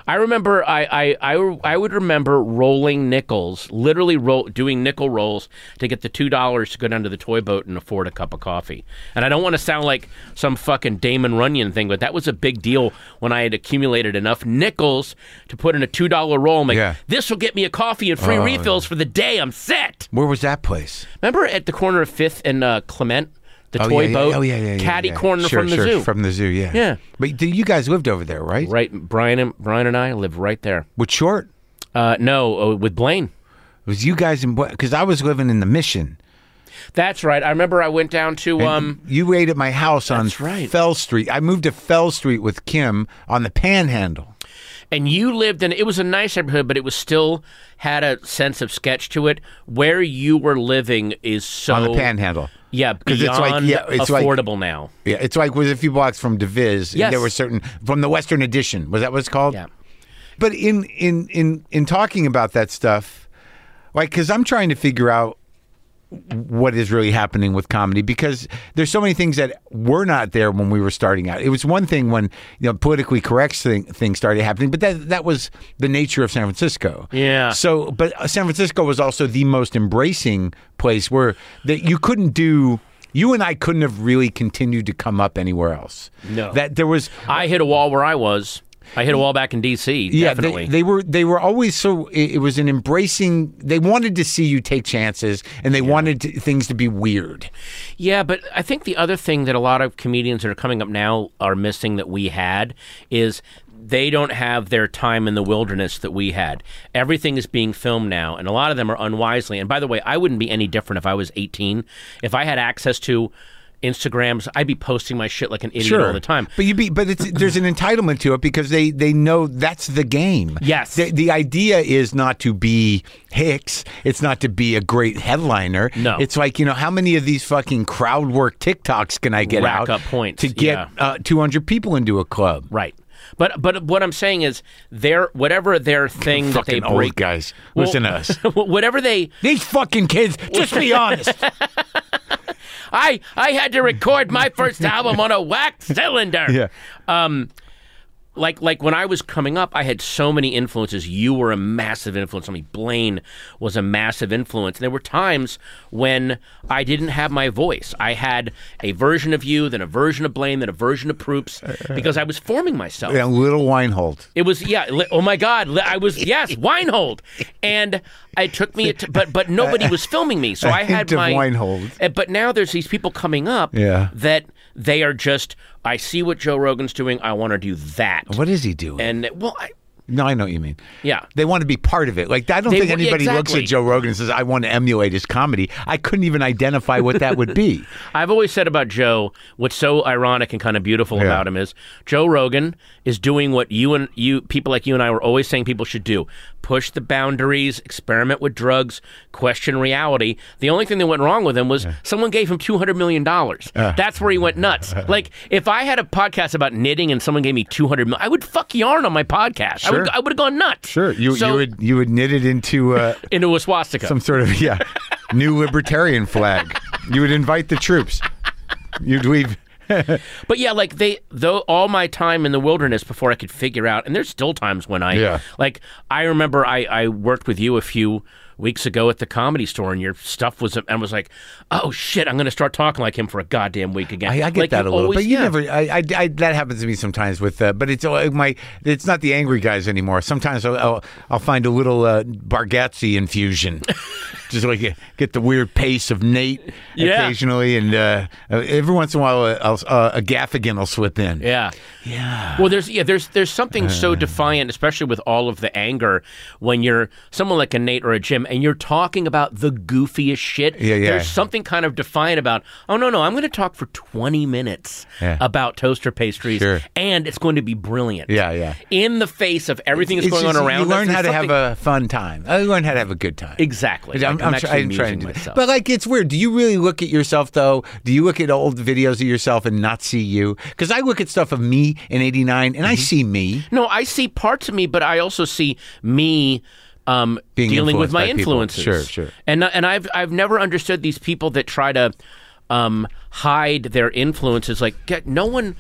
Speaker 2: I remember I, I, I, I would remember rolling nickels, literally roll, doing nickel rolls to get the $2 to go down to the toy boat and afford a cup of coffee. And I don't want to sound like some fucking Damon Runyon thing, but that was a big deal when I had accumulated enough nickels to put in a $2 roll. I'm like,
Speaker 1: Yeah. Oh,
Speaker 2: this will get me a coffee and free refills for the day. I'm set.
Speaker 1: Where was that place?
Speaker 2: Remember at the corner of 5th and uh, Clement, the
Speaker 1: Oh,
Speaker 2: toy
Speaker 1: yeah, yeah,
Speaker 2: boat?
Speaker 1: Oh yeah, yeah, yeah.
Speaker 2: Caddy
Speaker 1: yeah.
Speaker 2: corner
Speaker 1: Sure,
Speaker 2: from the
Speaker 1: sure,
Speaker 2: zoo.
Speaker 1: From the zoo, yeah.
Speaker 2: Yeah.
Speaker 1: But do you guys lived over there, right?
Speaker 2: right, Brian and, Brian and I live right there.
Speaker 1: With short,
Speaker 2: Uh, no, uh, with Blaine.
Speaker 1: it was you guys in because I was living in the Mission.
Speaker 2: That's right. I remember I went down to um.
Speaker 1: you ate at my house on
Speaker 2: That's right.
Speaker 1: Fell Street. I moved to Fell Street with Kim on the Panhandle.
Speaker 2: and you lived in it was a nice neighborhood, but it was still had a sense of sketch to it. Where you were living is so
Speaker 1: On the Panhandle.
Speaker 2: Yeah,
Speaker 1: 'Cause it's like-
Speaker 2: beyond
Speaker 1: yeah, it's like-
Speaker 2: affordable now.
Speaker 1: Yeah, it's like was a few blocks from Deviz. and
Speaker 2: Yes.
Speaker 1: There were certain from the Western Edition. Was that what it's called?
Speaker 2: Yeah.
Speaker 1: But in in in in talking about that stuff, like because I'm trying to figure out what is really happening with comedy because there's so many things that were not there when we were starting out. It was one thing when you know politically correct thing, things started happening, but that that was the nature of San Francisco.
Speaker 2: Yeah.
Speaker 1: So, but uh, San Francisco was also the most embracing place where that you couldn't do. You and I couldn't have really continued to come up anywhere else.
Speaker 2: No.
Speaker 1: That there was
Speaker 2: I hit a wall where I was. I hit a wall back in D.C.
Speaker 1: yeah,
Speaker 2: definitely.
Speaker 1: they, they were they were always so. It, it was an embracing. They wanted to see you take chances, and they wanted to, things to be weird.
Speaker 2: Yeah, but I think the other thing that a lot of comedians that are coming up now are missing that we had is they don't have their time in the wilderness that we had. Everything is being filmed now, and a lot of them are unwisely. And by the way, I wouldn't be any different if I was 18. If I had access to Instagrams. I'd be posting my shit like an idiot
Speaker 1: sure
Speaker 2: all the time.
Speaker 1: But you be, but it's, there's an entitlement to it because they they know that's the game.
Speaker 2: Yes.
Speaker 1: The, the idea is not to be Hicks. It's not to be a great headliner.
Speaker 2: No.
Speaker 1: It's like you know how many of these fucking crowd work TikToks can I get
Speaker 2: Rack
Speaker 1: out
Speaker 2: up points,
Speaker 1: to get uh, 200 people into a club?
Speaker 2: Right. But but what I'm saying is their whatever their thing that they
Speaker 1: Fucking old
Speaker 2: break
Speaker 1: guys.
Speaker 2: Well,
Speaker 1: Listen to us.
Speaker 2: <laughs> whatever they
Speaker 1: <laughs> These fucking kids. Just be honest.
Speaker 2: I I had to record my first album on a wax cylinder.
Speaker 1: Yeah.
Speaker 2: Um like like when I was coming up, I had so many influences. You were a massive influence on me. Blaine was a massive influence. And there were times when I didn't have my voice. I had a version of you, then a version of Blaine, then a version of Proops, because I was forming
Speaker 1: <laughs>
Speaker 2: myself.
Speaker 1: yeah, little Weinhold.
Speaker 2: It was yeah. li- Oh my God! li- I
Speaker 1: <laughs>
Speaker 2: was yes, Weinhold, and it took me. To, but but nobody was filming
Speaker 1: <laughs>
Speaker 2: me, so I had
Speaker 1: hint of
Speaker 2: my
Speaker 1: Weinhold.
Speaker 2: Uh, But now there's these people coming up.
Speaker 1: Yeah.
Speaker 2: That they are just. I see what Joe Rogan's doing. I want to do that.
Speaker 1: What is he doing?
Speaker 2: And well, I,
Speaker 1: No, I know what you mean.
Speaker 2: Yeah.
Speaker 1: They want to be part of it. Like, I don't
Speaker 2: They
Speaker 1: think
Speaker 2: w-
Speaker 1: anybody looks
Speaker 2: exactly.
Speaker 1: at Joe Rogan and says, I want to emulate his comedy. I couldn't even identify what that would be.
Speaker 2: I've always said about Joe, what's so ironic and kind of beautiful about him is Joe Rogan is doing what you and you people like you and I were always saying people should do: push the boundaries, experiment with drugs, question reality. The only thing that went wrong with him was someone gave him two hundred million dollars. That's where he
Speaker 1: <laughs>
Speaker 2: went nuts. like if I had a podcast about knitting and someone gave me two hundred million, I would fuck yarn on my podcast. I
Speaker 1: <laughs>
Speaker 2: would
Speaker 1: Sure.
Speaker 2: I would have gone nuts.
Speaker 1: You,
Speaker 2: So-
Speaker 1: you, would, you would knit it into uh,
Speaker 2: into a swastika.
Speaker 1: some sort of, yeah, new libertarian flag. You would invite the troops. You'd leave.
Speaker 2: But yeah, like they though all my time in the wilderness before I could figure out, and there's still times when I
Speaker 1: Yeah.
Speaker 2: like I remember I I worked with you a few weeks ago at the comedy store, and your stuff was and was like, oh shit, I'm gonna start talking like him for a goddamn week again.
Speaker 1: I, I get
Speaker 2: Like,
Speaker 1: that a
Speaker 2: you
Speaker 1: little,
Speaker 2: always-
Speaker 1: but you
Speaker 2: yeah.
Speaker 1: never. I, I, I- that happens to me sometimes with, uh, but it's uh, my. It's not the angry guys anymore. Sometimes I'll, I'll, I'll find a little uh, Bargatze infusion, <laughs> just like uh, get the weird pace of Nate
Speaker 2: Yeah.
Speaker 1: occasionally, and uh, uh, every once in a while uh, I'll, uh, a Gaffigan will slip in.
Speaker 2: Yeah. Yeah. Well, there's yeah, there's there's something
Speaker 1: Uh.
Speaker 2: so defiant, especially with all of the anger when you're someone like a Nate or a Jim, and you're talking about the goofiest shit.
Speaker 1: Yeah, yeah.
Speaker 2: There's something kind of defiant about. Oh no, no, I'm going to talk for 20 minutes
Speaker 1: Yeah.
Speaker 2: about toaster pastries,
Speaker 1: Sure.
Speaker 2: and it's going to be brilliant.
Speaker 1: Yeah, yeah.
Speaker 2: In the face of everything that's
Speaker 1: It's
Speaker 2: going
Speaker 1: just
Speaker 2: on around
Speaker 1: You learn
Speaker 2: us,
Speaker 1: how to
Speaker 2: there's
Speaker 1: have
Speaker 2: something-
Speaker 1: a fun time. I learn how to have a good time.
Speaker 2: exactly.
Speaker 1: I'm,
Speaker 2: Like,
Speaker 1: I'm,
Speaker 2: actually
Speaker 1: try- I'm trying
Speaker 2: amusing
Speaker 1: to do that.
Speaker 2: myself.
Speaker 1: But like, it's weird. Do you really look at yourself though? Do you look at old videos of yourself and not see you? Because I look at stuff of me in '89 and I see me.
Speaker 2: No, I see parts of me, but I also see me um,
Speaker 1: Being
Speaker 2: dealing with
Speaker 1: influenced
Speaker 2: my
Speaker 1: by people.
Speaker 2: influences.
Speaker 1: Sure, sure.
Speaker 2: And and I've I've never understood these people that try to um, hide their influences. Like, get, no one.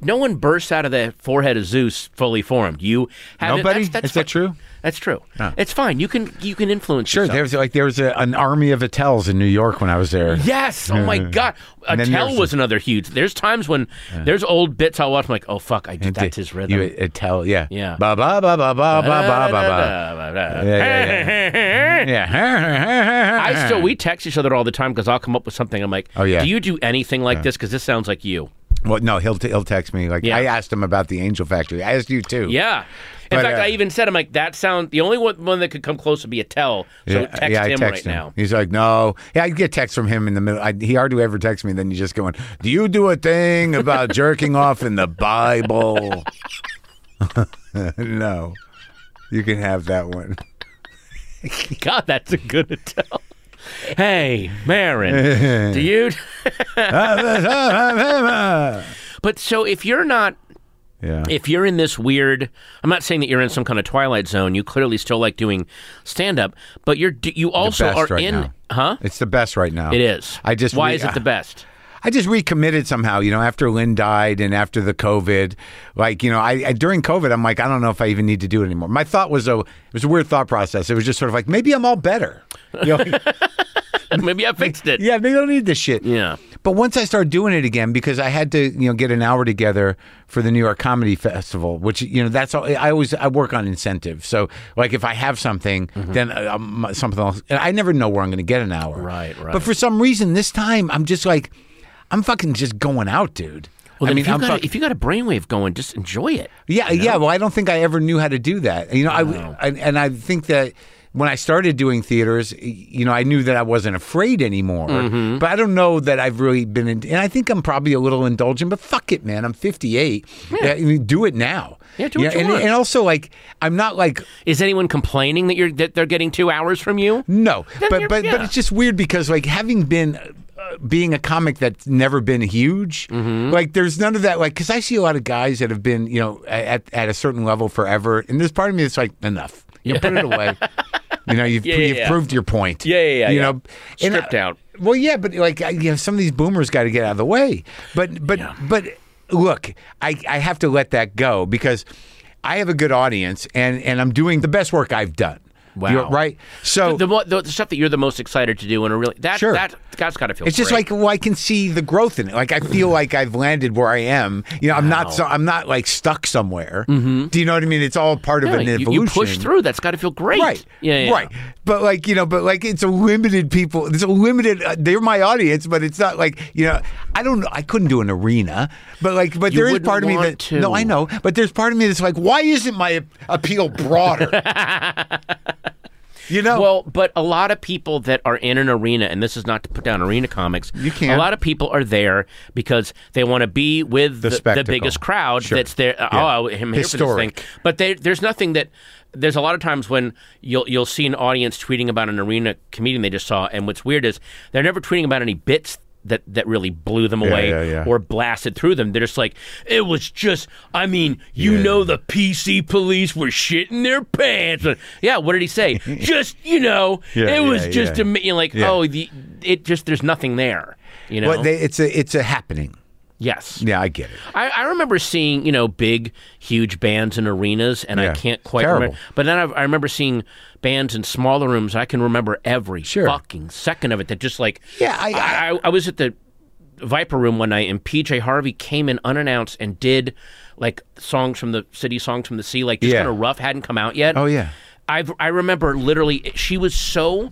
Speaker 2: No one bursts out of the forehead of Zeus fully formed. You have
Speaker 1: Nobody?
Speaker 2: That's, that's
Speaker 1: Is that
Speaker 2: fine.
Speaker 1: true?
Speaker 2: That's true. It's fine. You can you can influence.
Speaker 1: Sure,
Speaker 2: yourself.
Speaker 1: there's like there was a, an army of Attels in New York when I was there.
Speaker 2: Yes.
Speaker 1: <laughs>
Speaker 2: Oh my God.
Speaker 1: And then
Speaker 2: Attell
Speaker 1: there's-
Speaker 2: was another huge. There's times when there's old bits I'll watch. I'm like, oh fuck, I did that's his rhythm.
Speaker 1: You Attel, yeah,
Speaker 2: Yeah.
Speaker 1: Ba ba ba ba ba ba ba ba
Speaker 2: Da-da-da-da-da-da.
Speaker 1: ba. Yeah, yeah,
Speaker 2: <laughs>
Speaker 1: yeah. yeah. <laughs>
Speaker 2: I still we text each other all the time because I'll come up with something. I'm like,
Speaker 1: Oh, yeah.
Speaker 2: do you do anything like this? Because this sounds like you.
Speaker 1: Well, no, he'll he'll text me. Like
Speaker 2: Yeah.
Speaker 1: I asked him about the Angel Factory. I asked you too.
Speaker 2: Yeah. In
Speaker 1: But,
Speaker 2: fact,
Speaker 1: uh,
Speaker 2: I even said I'm like that sound. The only one, one that could come close would be a tell. So text
Speaker 1: yeah, I
Speaker 2: him
Speaker 1: text
Speaker 2: right
Speaker 1: him.
Speaker 2: now. <laughs>
Speaker 1: He's like, no. Yeah, I get texts from him in the middle. I, he hardly ever texts me. Then you just going, do you do a thing
Speaker 2: <laughs>
Speaker 1: about jerking off in the Bible? <laughs> no, you can have that one. <laughs>
Speaker 2: God, that's a good tell. Hey,
Speaker 1: <laughs>
Speaker 2: Marin, do you?
Speaker 1: yeah.
Speaker 2: But so if you're not if you're in this weird i'm not saying that you're in some kind of twilight zone you clearly still like doing stand up but you're d- you also
Speaker 1: best
Speaker 2: are
Speaker 1: right
Speaker 2: in
Speaker 1: now.
Speaker 2: huh
Speaker 1: It's the best right now.
Speaker 2: it is
Speaker 1: I just
Speaker 2: why
Speaker 1: re- <laughs>
Speaker 2: is it the best <laughs>
Speaker 1: I just recommitted somehow, you know, after Lynn died and after the COVID. Like, you know, I, I during COVID, I'm like, I don't know if I even need to do it anymore. My thought was, oh, it was a weird thought process. It was just sort of like, maybe I'm all better. You know, <laughs>
Speaker 2: maybe i fixed it
Speaker 1: yeah, maybe I don't need this shit.
Speaker 2: Yeah.
Speaker 1: But once I started doing it again, because I had to, you know, get an hour together for the New York Comedy Festival, which you know, that's all. I always I work on incentive. So like, if I have something,
Speaker 2: Mm-hmm.
Speaker 1: then uh, um, something else. And I never know where I'm going to get an hour.
Speaker 2: Right, right.
Speaker 1: But for some reason, this time I'm just like, I'm fucking just going out, dude. I
Speaker 2: Well, then
Speaker 1: mean,
Speaker 2: if, you
Speaker 1: I'm
Speaker 2: got
Speaker 1: fuck-
Speaker 2: a, if you got a brainwave going, just enjoy it.
Speaker 1: yeah, yeah. Well, I don't think I ever knew how to do that. You know, I, I and I think that when I started doing theaters, y- you know, I knew that I wasn't afraid anymore.
Speaker 2: Mm-hmm.
Speaker 1: But I don't know that I've really been, in, and I think I'm probably a little indulgent. But fuck it, man, I'm 58. Yeah, I mean, do it now.
Speaker 2: Yeah, do what you
Speaker 1: and,
Speaker 2: want.
Speaker 1: and also like I'm not like
Speaker 2: Is anyone complaining that you're that they're getting two hours from you?
Speaker 1: no,
Speaker 2: Then
Speaker 1: but
Speaker 2: you're-
Speaker 1: but but
Speaker 2: yeah.
Speaker 1: it's just weird because like having been uh, being a comic that's never been huge,
Speaker 2: Mm-hmm.
Speaker 1: like there's none of that. Like because I see a lot of guys that have been you know a- at at a certain level forever, and there's part of me that's like enough. You know, put it
Speaker 2: <laughs>
Speaker 1: away. You know, you've,
Speaker 2: Yeah, yeah,
Speaker 1: you've
Speaker 2: yeah.
Speaker 1: proved your point.
Speaker 2: Yeah, yeah, yeah,
Speaker 1: You
Speaker 2: yeah.
Speaker 1: know, and
Speaker 2: Stripped
Speaker 1: I-
Speaker 2: out.
Speaker 1: Well, yeah, but like I- you know, some of these boomers got to get out of the way. But but but look, I I have to let that go because I have a good audience, and and I'm doing the best work I've done.
Speaker 2: Wow.
Speaker 1: You're right. So
Speaker 2: The, mo- the, the stuff that you're the most excited to do in a really that
Speaker 1: Sure.
Speaker 2: that that's got to feel.
Speaker 1: It's just like
Speaker 2: great.
Speaker 1: well, I can see the growth in it. Like I
Speaker 2: <laughs>
Speaker 1: feel like I've landed where I am. You know, I'm not so I'm not like stuck somewhere. Do you know what I mean? It's all part of
Speaker 2: Mm-hmm. Yeah,
Speaker 1: an
Speaker 2: you-
Speaker 1: evolution.
Speaker 2: you, push through. That's got to feel great.
Speaker 1: Right.
Speaker 2: Yeah. yeah,
Speaker 1: Right. But like you know, but like it's a limited people. It's a limited. Uh, they're my audience, but it's not like you know. I don't. know. I couldn't do an arena, but like, but
Speaker 2: You
Speaker 1: there is
Speaker 2: wouldn't
Speaker 1: part of me
Speaker 2: want
Speaker 1: that.
Speaker 2: to.
Speaker 1: No, I know, but there's part of me that's like, why isn't my appeal
Speaker 2: <laughs>
Speaker 1: broader? you know.
Speaker 2: Well, but a lot of people that are in an arena, and this is not to put down arena comics.
Speaker 1: You can't.
Speaker 2: A lot of people are there because they want to be with the, the,
Speaker 1: spectacle.
Speaker 2: biggest crowd
Speaker 1: Sure.
Speaker 2: that's there.
Speaker 1: Yeah.
Speaker 2: Oh, I'm here for this thing.
Speaker 1: Historic.
Speaker 2: But they, there's nothing that. There's a lot of times when you'll you'll see an audience tweeting about an arena comedian they just saw, and what's weird is they're never tweeting about any bits. That, that really blew them away
Speaker 1: yeah, yeah.
Speaker 2: or blasted through them. They're just like, it was just, I mean, you know, the PC police were shitting their pants. But, yeah, what did
Speaker 1: <laughs>
Speaker 2: he say? just, you know,
Speaker 1: Yeah,
Speaker 2: it was
Speaker 1: yeah,
Speaker 2: just
Speaker 1: yeah.
Speaker 2: a mi- you know, like
Speaker 1: Yeah.
Speaker 2: oh the, it just there's nothing there you know
Speaker 1: Well, they, it's a it's a happening.
Speaker 2: yes
Speaker 1: Yeah, I get it.
Speaker 2: I, I remember seeing you know big huge bands in arenas and
Speaker 1: Yeah,
Speaker 2: I can't
Speaker 1: it's
Speaker 2: quite
Speaker 1: terrible.
Speaker 2: remember but then I, I remember seeing bands in smaller rooms I can remember every
Speaker 1: Sure.
Speaker 2: fucking second of it that just like
Speaker 1: Yeah, I-
Speaker 2: I, I, I was at the Viper room one night and PJ Harvey came in unannounced and did like songs from the city songs from the sea like just
Speaker 1: Yeah.
Speaker 2: kind of rough hadn't come out yet
Speaker 1: Oh, yeah.
Speaker 2: I've, I remember literally, she was so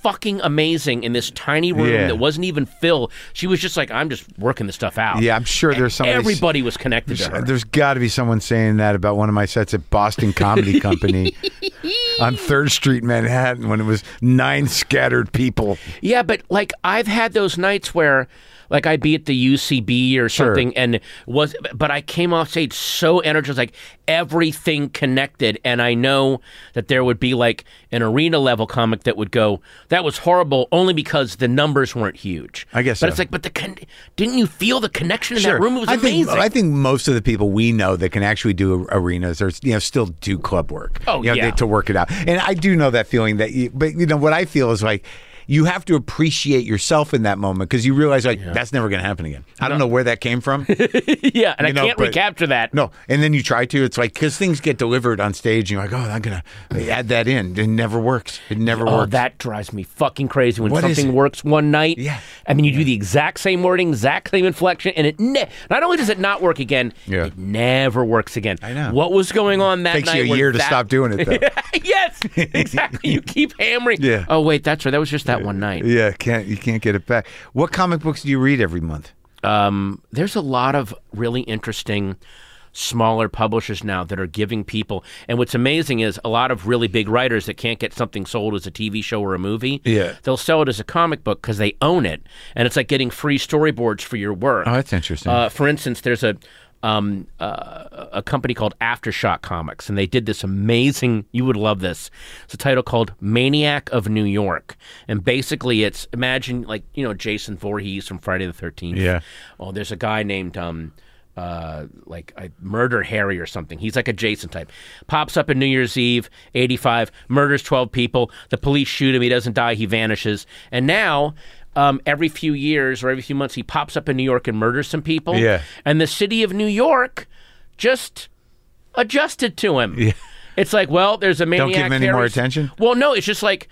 Speaker 2: fucking amazing in this tiny room
Speaker 1: Yeah.
Speaker 2: that wasn't even filled. She was just like, I'm just working this stuff out.
Speaker 1: Yeah, I'm sure there's somebody-
Speaker 2: Everybody was connected to her.
Speaker 1: There's got to be someone saying that about one of my sets at Boston
Speaker 2: <laughs>
Speaker 1: Comedy Company on Third Street, Manhattan, when it was nine scattered people.
Speaker 2: Yeah, but like I've had those nights where, like, I'd be at the UCB or something, and was but I came off stage so energized, like everything connected, and I know that there would be like an arena level comic that would go, "That was horrible," only because the numbers weren't huge.
Speaker 1: I guess
Speaker 2: but
Speaker 1: so.
Speaker 2: it's like, but the con- didn't you feel the connection in that room? It was
Speaker 1: I
Speaker 2: amazing.
Speaker 1: think, I think most of the people we know that can actually do arenas are you know still do club work.
Speaker 2: Oh,
Speaker 1: you know,
Speaker 2: yeah.
Speaker 1: they- to work it out. And I do know that feeling that you, but you know what I feel is like you have to appreciate yourself in that moment because you realize like that's never going to happen again. I don't know where that came from.
Speaker 2: <laughs> yeah, and I
Speaker 1: You know,
Speaker 2: can't
Speaker 1: but-
Speaker 2: recapture that.
Speaker 1: No, and then you try to. It's like because things get delivered on stage, and you're like, oh, I'm gonna add that in. It never works. It never
Speaker 2: Oh,
Speaker 1: works.
Speaker 2: that drives me fucking crazy when
Speaker 1: What is
Speaker 2: something
Speaker 1: it?
Speaker 2: works one night.
Speaker 1: Yeah.
Speaker 2: I mean, you do the exact same wording, exact same inflection, and it ne- not only does it not work again,
Speaker 1: Yeah.
Speaker 2: it never works again. I
Speaker 1: know.
Speaker 2: What was going on that
Speaker 1: takes
Speaker 2: night?
Speaker 1: you a
Speaker 2: where
Speaker 1: year to
Speaker 2: that-
Speaker 1: stop doing it though.
Speaker 2: <laughs> yes,
Speaker 1: <laughs>
Speaker 2: exactly. you keep hammering.
Speaker 1: Yeah.
Speaker 2: Oh, wait, that's right. That was just that one night.
Speaker 1: yeah, can't you can't get it back. What comic books do you read every month?
Speaker 2: um, there's a lot of really interesting smaller publishers now that are giving people and what's amazing is a lot of really big writers that can't get something sold as a TV show or a movie
Speaker 1: Yeah.
Speaker 2: they'll sell it as a comic book because they own it and it's like getting free storyboards for your work
Speaker 1: Oh, that's interesting.
Speaker 2: uh, for instance, there's a um, uh, a company called Aftershock Comics, and they did this amazing. You would love this. It's a title called Maniac of New York, and basically, it's imagine like you know Jason Voorhees from Friday the Thirteenth.
Speaker 1: Yeah.
Speaker 2: Oh, there's a guy named um, uh, like I Murder Harry or something. He's like a Jason type. Pops up in New Year's Eve, 85, murders 12 people. The police shoot him. He doesn't die. He vanishes. And now, um, every few years or every few months, he pops up in New York and murders some people.
Speaker 1: Yeah.
Speaker 2: And the city of New York just adjusted to him. It's like, well, there's a maniac.
Speaker 1: give him any more
Speaker 2: Harry's-
Speaker 1: attention?
Speaker 2: Well, no, it's just like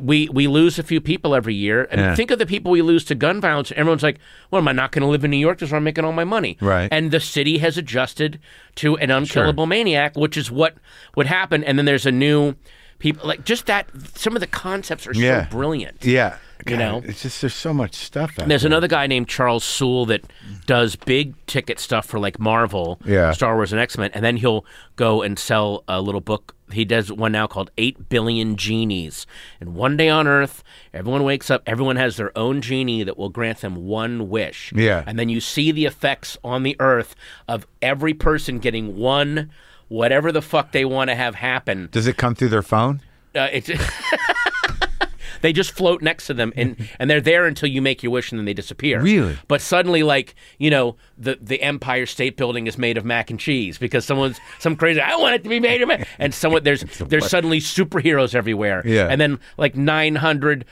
Speaker 2: we we lose a few people every year, and
Speaker 1: Yeah.
Speaker 2: think of the people we lose to gun violence. Everyone's like, well, am I not going to live in New York? That's where I'm making all my money.
Speaker 1: Right.
Speaker 2: And the city has adjusted to an unkillable maniac, which is what would happen. And then there's a new people like just that. Some of the concepts are
Speaker 1: Yeah.
Speaker 2: so brilliant.
Speaker 1: Yeah.
Speaker 2: You know?
Speaker 1: it's just there's so much stuff. Out
Speaker 2: And There's
Speaker 1: there.
Speaker 2: another guy named Charles Sewell that does big ticket stuff for like Marvel,
Speaker 1: Yeah.
Speaker 2: Star Wars, and X Men, and then he'll go and sell a little book. He does one now called Eight Billion Genies. And one day on Earth, everyone wakes up, everyone has their own genie that will grant them one wish.
Speaker 1: Yeah.
Speaker 2: And then you see the effects on the Earth of every person getting one, whatever the fuck they want to have happen
Speaker 1: Does it come through their phone?
Speaker 2: uh, it's <laughs> they just float next to them and and they're there until you make your wish and then they disappear
Speaker 1: Really?
Speaker 2: but suddenly like you know the the empire state building is made of mac and cheese because someone's some crazy i want it to be made of mac and someone there's there's suddenly superheroes everywhere
Speaker 1: Yeah.
Speaker 2: and then like 900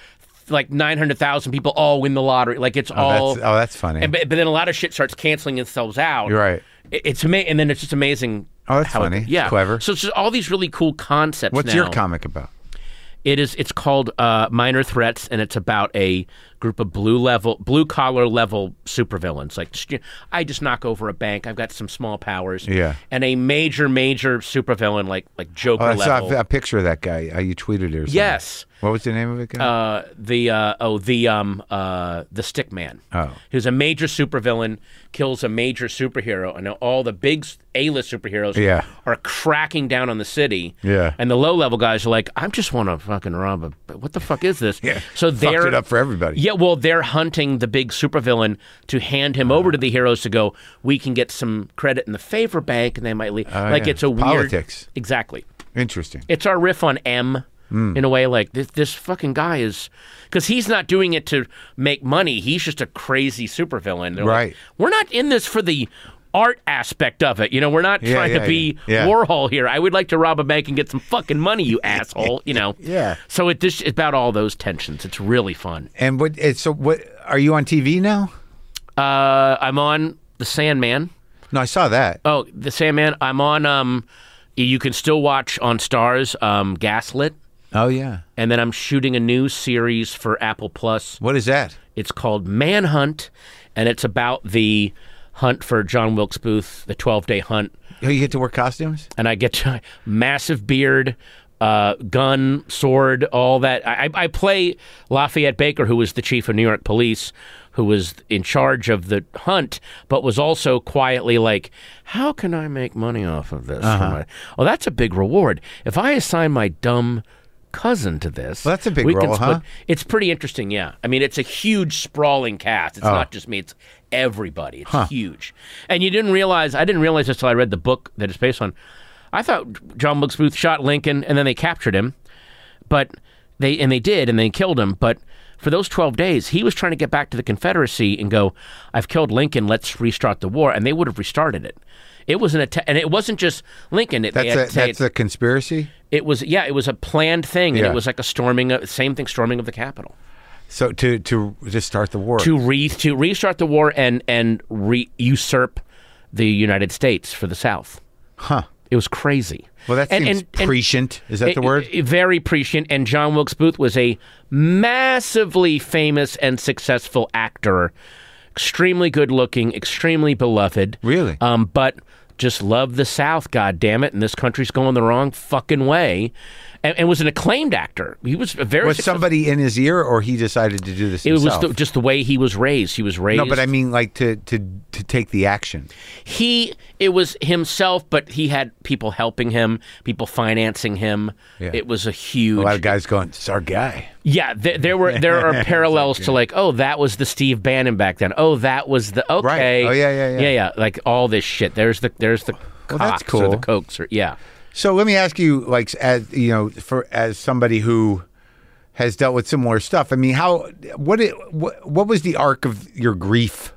Speaker 2: like 900,000 people all win the lottery like it's all
Speaker 1: that's- oh, that's funny.
Speaker 2: and, but, but then a lot of shit starts canceling itself out
Speaker 1: You're right.
Speaker 2: It- it's amazing and then it's just amazing
Speaker 1: Oh, that's
Speaker 2: how it-
Speaker 1: funny.
Speaker 2: yeah
Speaker 1: Clever.
Speaker 2: so it's just all these really cool concepts
Speaker 1: What's your
Speaker 2: now.
Speaker 1: comic about?
Speaker 2: It is. It's called uh, Minor Threats, and it's about a group of blue level, blue collar level supervillains. Like st- I just knock over a bank. I've got some small powers.
Speaker 1: Yeah.
Speaker 2: And a major, major supervillain like like Joker
Speaker 1: Oh, I saw
Speaker 2: level.
Speaker 1: a, a picture of that guy. Uh, you tweeted it or something.
Speaker 2: Yes.
Speaker 1: What was the name of it? Again?
Speaker 2: Uh, the uh, oh the um uh the stick man
Speaker 1: Oh.
Speaker 2: who's a major supervillain kills a major superhero and all the big A list superheroes
Speaker 1: Yeah.
Speaker 2: are cracking down on the city
Speaker 1: Yeah.
Speaker 2: and the low level guys are like I just want to fucking rob a what the fuck is this
Speaker 1: <laughs> Yeah.
Speaker 2: so
Speaker 1: Fucked
Speaker 2: they're
Speaker 1: it up for everybody.
Speaker 2: yeah well they're hunting the big supervillain to hand him over to the heroes to go we can get some credit in the favor bank and they might leave like
Speaker 1: Oh, yeah.
Speaker 2: it's a weird
Speaker 1: Politics.
Speaker 2: exactly
Speaker 1: Interesting.
Speaker 2: it's our riff on M
Speaker 1: Hmm.
Speaker 2: in a way. Like this, this fucking guy is because he's not doing it to make money. He's just a crazy supervillain. They're like,
Speaker 1: Right.
Speaker 2: We're not in this for the art aspect of it. You know, we're not
Speaker 1: Yeah,
Speaker 2: trying
Speaker 1: yeah,
Speaker 2: to be
Speaker 1: yeah. Yeah.
Speaker 2: Warhol here. I would like to rob a bank and get some fucking money,
Speaker 1: <laughs>
Speaker 2: you asshole. You know.
Speaker 1: Yeah.
Speaker 2: So it just it's about all those tensions. It's really fun.
Speaker 1: And what? It's, so what? Are you on TV now?
Speaker 2: Uh, I'm on the Sandman.
Speaker 1: No, I saw that.
Speaker 2: Oh, the Sandman. I'm on. Um, you can still watch on Stars. Um, Gaslit.
Speaker 1: Oh yeah.
Speaker 2: and then I'm shooting a new series for Apple Plus.
Speaker 1: What is that?
Speaker 2: It's called Manhunt, and it's about the hunt for John Wilkes Booth, the 12 day hunt.
Speaker 1: Oh, you get to wear costumes?
Speaker 2: And I get <laughs> to massive beard, uh, gun, sword, all that. I, I- I play Lafayette Baker, who was the chief of New York police, who was in charge of the hunt, but was also quietly like, How can I make money off of this?
Speaker 1: Uh-huh.
Speaker 2: Well, oh, that's a big reward. If I assign my dumb cousin to this
Speaker 1: Well, that's a big
Speaker 2: we can
Speaker 1: role,
Speaker 2: split-
Speaker 1: huh?
Speaker 2: it's pretty interesting, yeah. I mean, it's a huge sprawling cast.
Speaker 1: Oh.
Speaker 2: It's not just me; it's everybody. It's huge. And you didn't realize I didn't realize this till I read the book that it's based on. I thought John Wilkes Booth shot Lincoln, and then they captured him, but they and they did, and they killed him. But for those twelve days, he was trying to get back to the Confederacy and go, "I've killed Lincoln. Let's restart the war," and they would have restarted it. It was an attack, and it wasn't just Lincoln. It, they had
Speaker 1: That's a,
Speaker 2: to say
Speaker 1: that's
Speaker 2: it,
Speaker 1: a conspiracy.
Speaker 2: it was yeah, it was a planned thing, and
Speaker 1: Yeah.
Speaker 2: it was like a storming, of, same thing, storming of the Capitol.
Speaker 1: So to to to start the war.
Speaker 2: to re to restart the war and and re- usurp the United States for the South.
Speaker 1: huh.
Speaker 2: It was crazy.
Speaker 1: Well, that
Speaker 2: And-
Speaker 1: seems
Speaker 2: and- and-
Speaker 1: prescient. Is that the word?
Speaker 2: it- it- very prescient. And John Wilkes Booth was a massively famous and successful actor, extremely good looking, extremely beloved.
Speaker 1: Really?
Speaker 2: Um, but just loved the South, God damn it! And this country's going the wrong fucking way. And, and was an acclaimed actor. He was a very
Speaker 1: was
Speaker 2: successful-
Speaker 1: somebody in his ear, or he decided to do this
Speaker 2: It was
Speaker 1: himself?
Speaker 2: the, just the way he was raised. He was raised.
Speaker 1: no, but I mean, like to to to take the action.
Speaker 2: he it was himself but he had people helping him people financing him
Speaker 1: Yeah.
Speaker 2: it was a
Speaker 1: A
Speaker 2: huge
Speaker 1: lot of guys going, "It's our guy."
Speaker 2: yeah there, there
Speaker 1: <laughs>
Speaker 2: were there are parallels to like oh that was the steve bannon back then oh that was the okay
Speaker 1: Oh, yeah, yeah, yeah.
Speaker 2: yeah like all this shit there's the there's the
Speaker 1: Well, that's
Speaker 2: Cox or the
Speaker 1: cool.
Speaker 2: cokes or yeah
Speaker 1: So let me ask you, like, as you know, for as somebody who has dealt with similar stuff, I mean, how what it, what what was the arc of your grief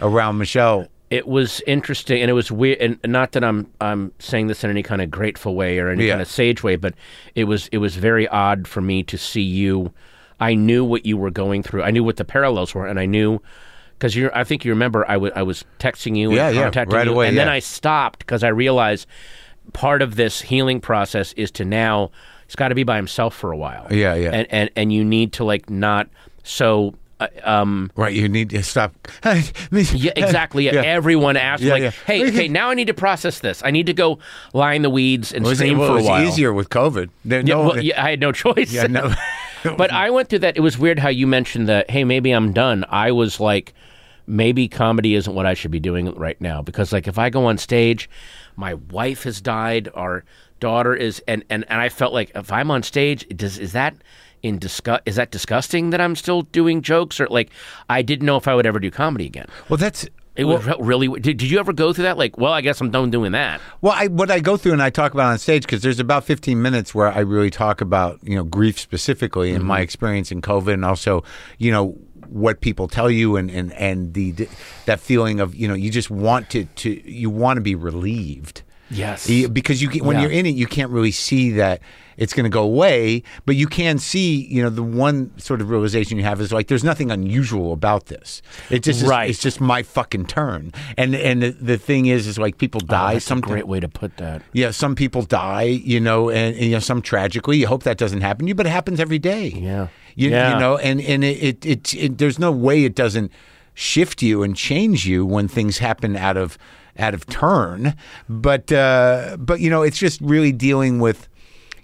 Speaker 1: around Michelle?
Speaker 2: it was interesting and it was weird and not that i'm i'm saying this in any kind of grateful way or any
Speaker 1: Yeah.
Speaker 2: kind of sage way but it was it was very odd for me to see you i knew what you were going through i knew what the parallels were and i knew because you i think you remember i, w- I was texting you
Speaker 1: Yeah,
Speaker 2: and
Speaker 1: yeah,
Speaker 2: contacting
Speaker 1: right
Speaker 2: you
Speaker 1: away,
Speaker 2: and then
Speaker 1: yeah.
Speaker 2: i stopped because i realized part of this healing process is to now he's got to be by himself for a while
Speaker 1: Yeah, yeah.
Speaker 2: and and and you need to like not so uh, um,
Speaker 1: Right, you need to stop. <laughs>
Speaker 2: yeah, exactly.
Speaker 1: Yeah.
Speaker 2: Everyone asks,
Speaker 1: Yeah,
Speaker 2: like,
Speaker 1: yeah.
Speaker 2: "Hey, okay, now I need to process this. I need to go line the weeds and
Speaker 1: It was,
Speaker 2: stream
Speaker 1: well,
Speaker 2: for
Speaker 1: it
Speaker 2: a
Speaker 1: was
Speaker 2: while."
Speaker 1: easier with COVID. There-
Speaker 2: Yeah,
Speaker 1: no,
Speaker 2: well, yeah, I had no <laughs> choice.
Speaker 1: yeah, no.
Speaker 2: <laughs> but I went through that. It was weird how you mentioned that. Hey, maybe I'm done. I was like, maybe comedy isn't what I should be doing right now because, like, if I go on stage, my wife has died, our daughter is, and and, and I felt like if I'm on stage, does is that in disgust? Is that disgusting that I'm still doing jokes or like I didn't know if I would ever do comedy again.
Speaker 1: well, that's
Speaker 2: It was re- really. Did, did you ever go through that? Like, well, I guess I'm done doing that.
Speaker 1: Well, I, what I go through and I talk about on stage because there's about 15 minutes where I really talk about you know grief specifically and
Speaker 2: Mm-hmm.
Speaker 1: my experience in COVID and also you know what people tell you and and and the that feeling of you know you just want to to you want to be relieved.
Speaker 2: Yes.
Speaker 1: You- because you can- when
Speaker 2: Yeah.
Speaker 1: you're in it, you can't really see that it's going to go away, but you can see, you know, the one sort of realization you have is like, there's nothing unusual about this. It just is,
Speaker 2: Right.
Speaker 1: It's just my fucking turn. And and the, the thing is, is like people die.
Speaker 2: Oh, That's a
Speaker 1: sometimes.
Speaker 2: great way to put that.
Speaker 1: Yeah, some people die, you know, and, and, you know some tragically. You hope that doesn't happen to you, but it happens every day.
Speaker 2: Yeah.
Speaker 1: you,
Speaker 2: Yeah.
Speaker 1: you know, and and it it, it it there's no way it doesn't shift you and change you when things happen out of out of turn. But uh, but you know, it's just really dealing with,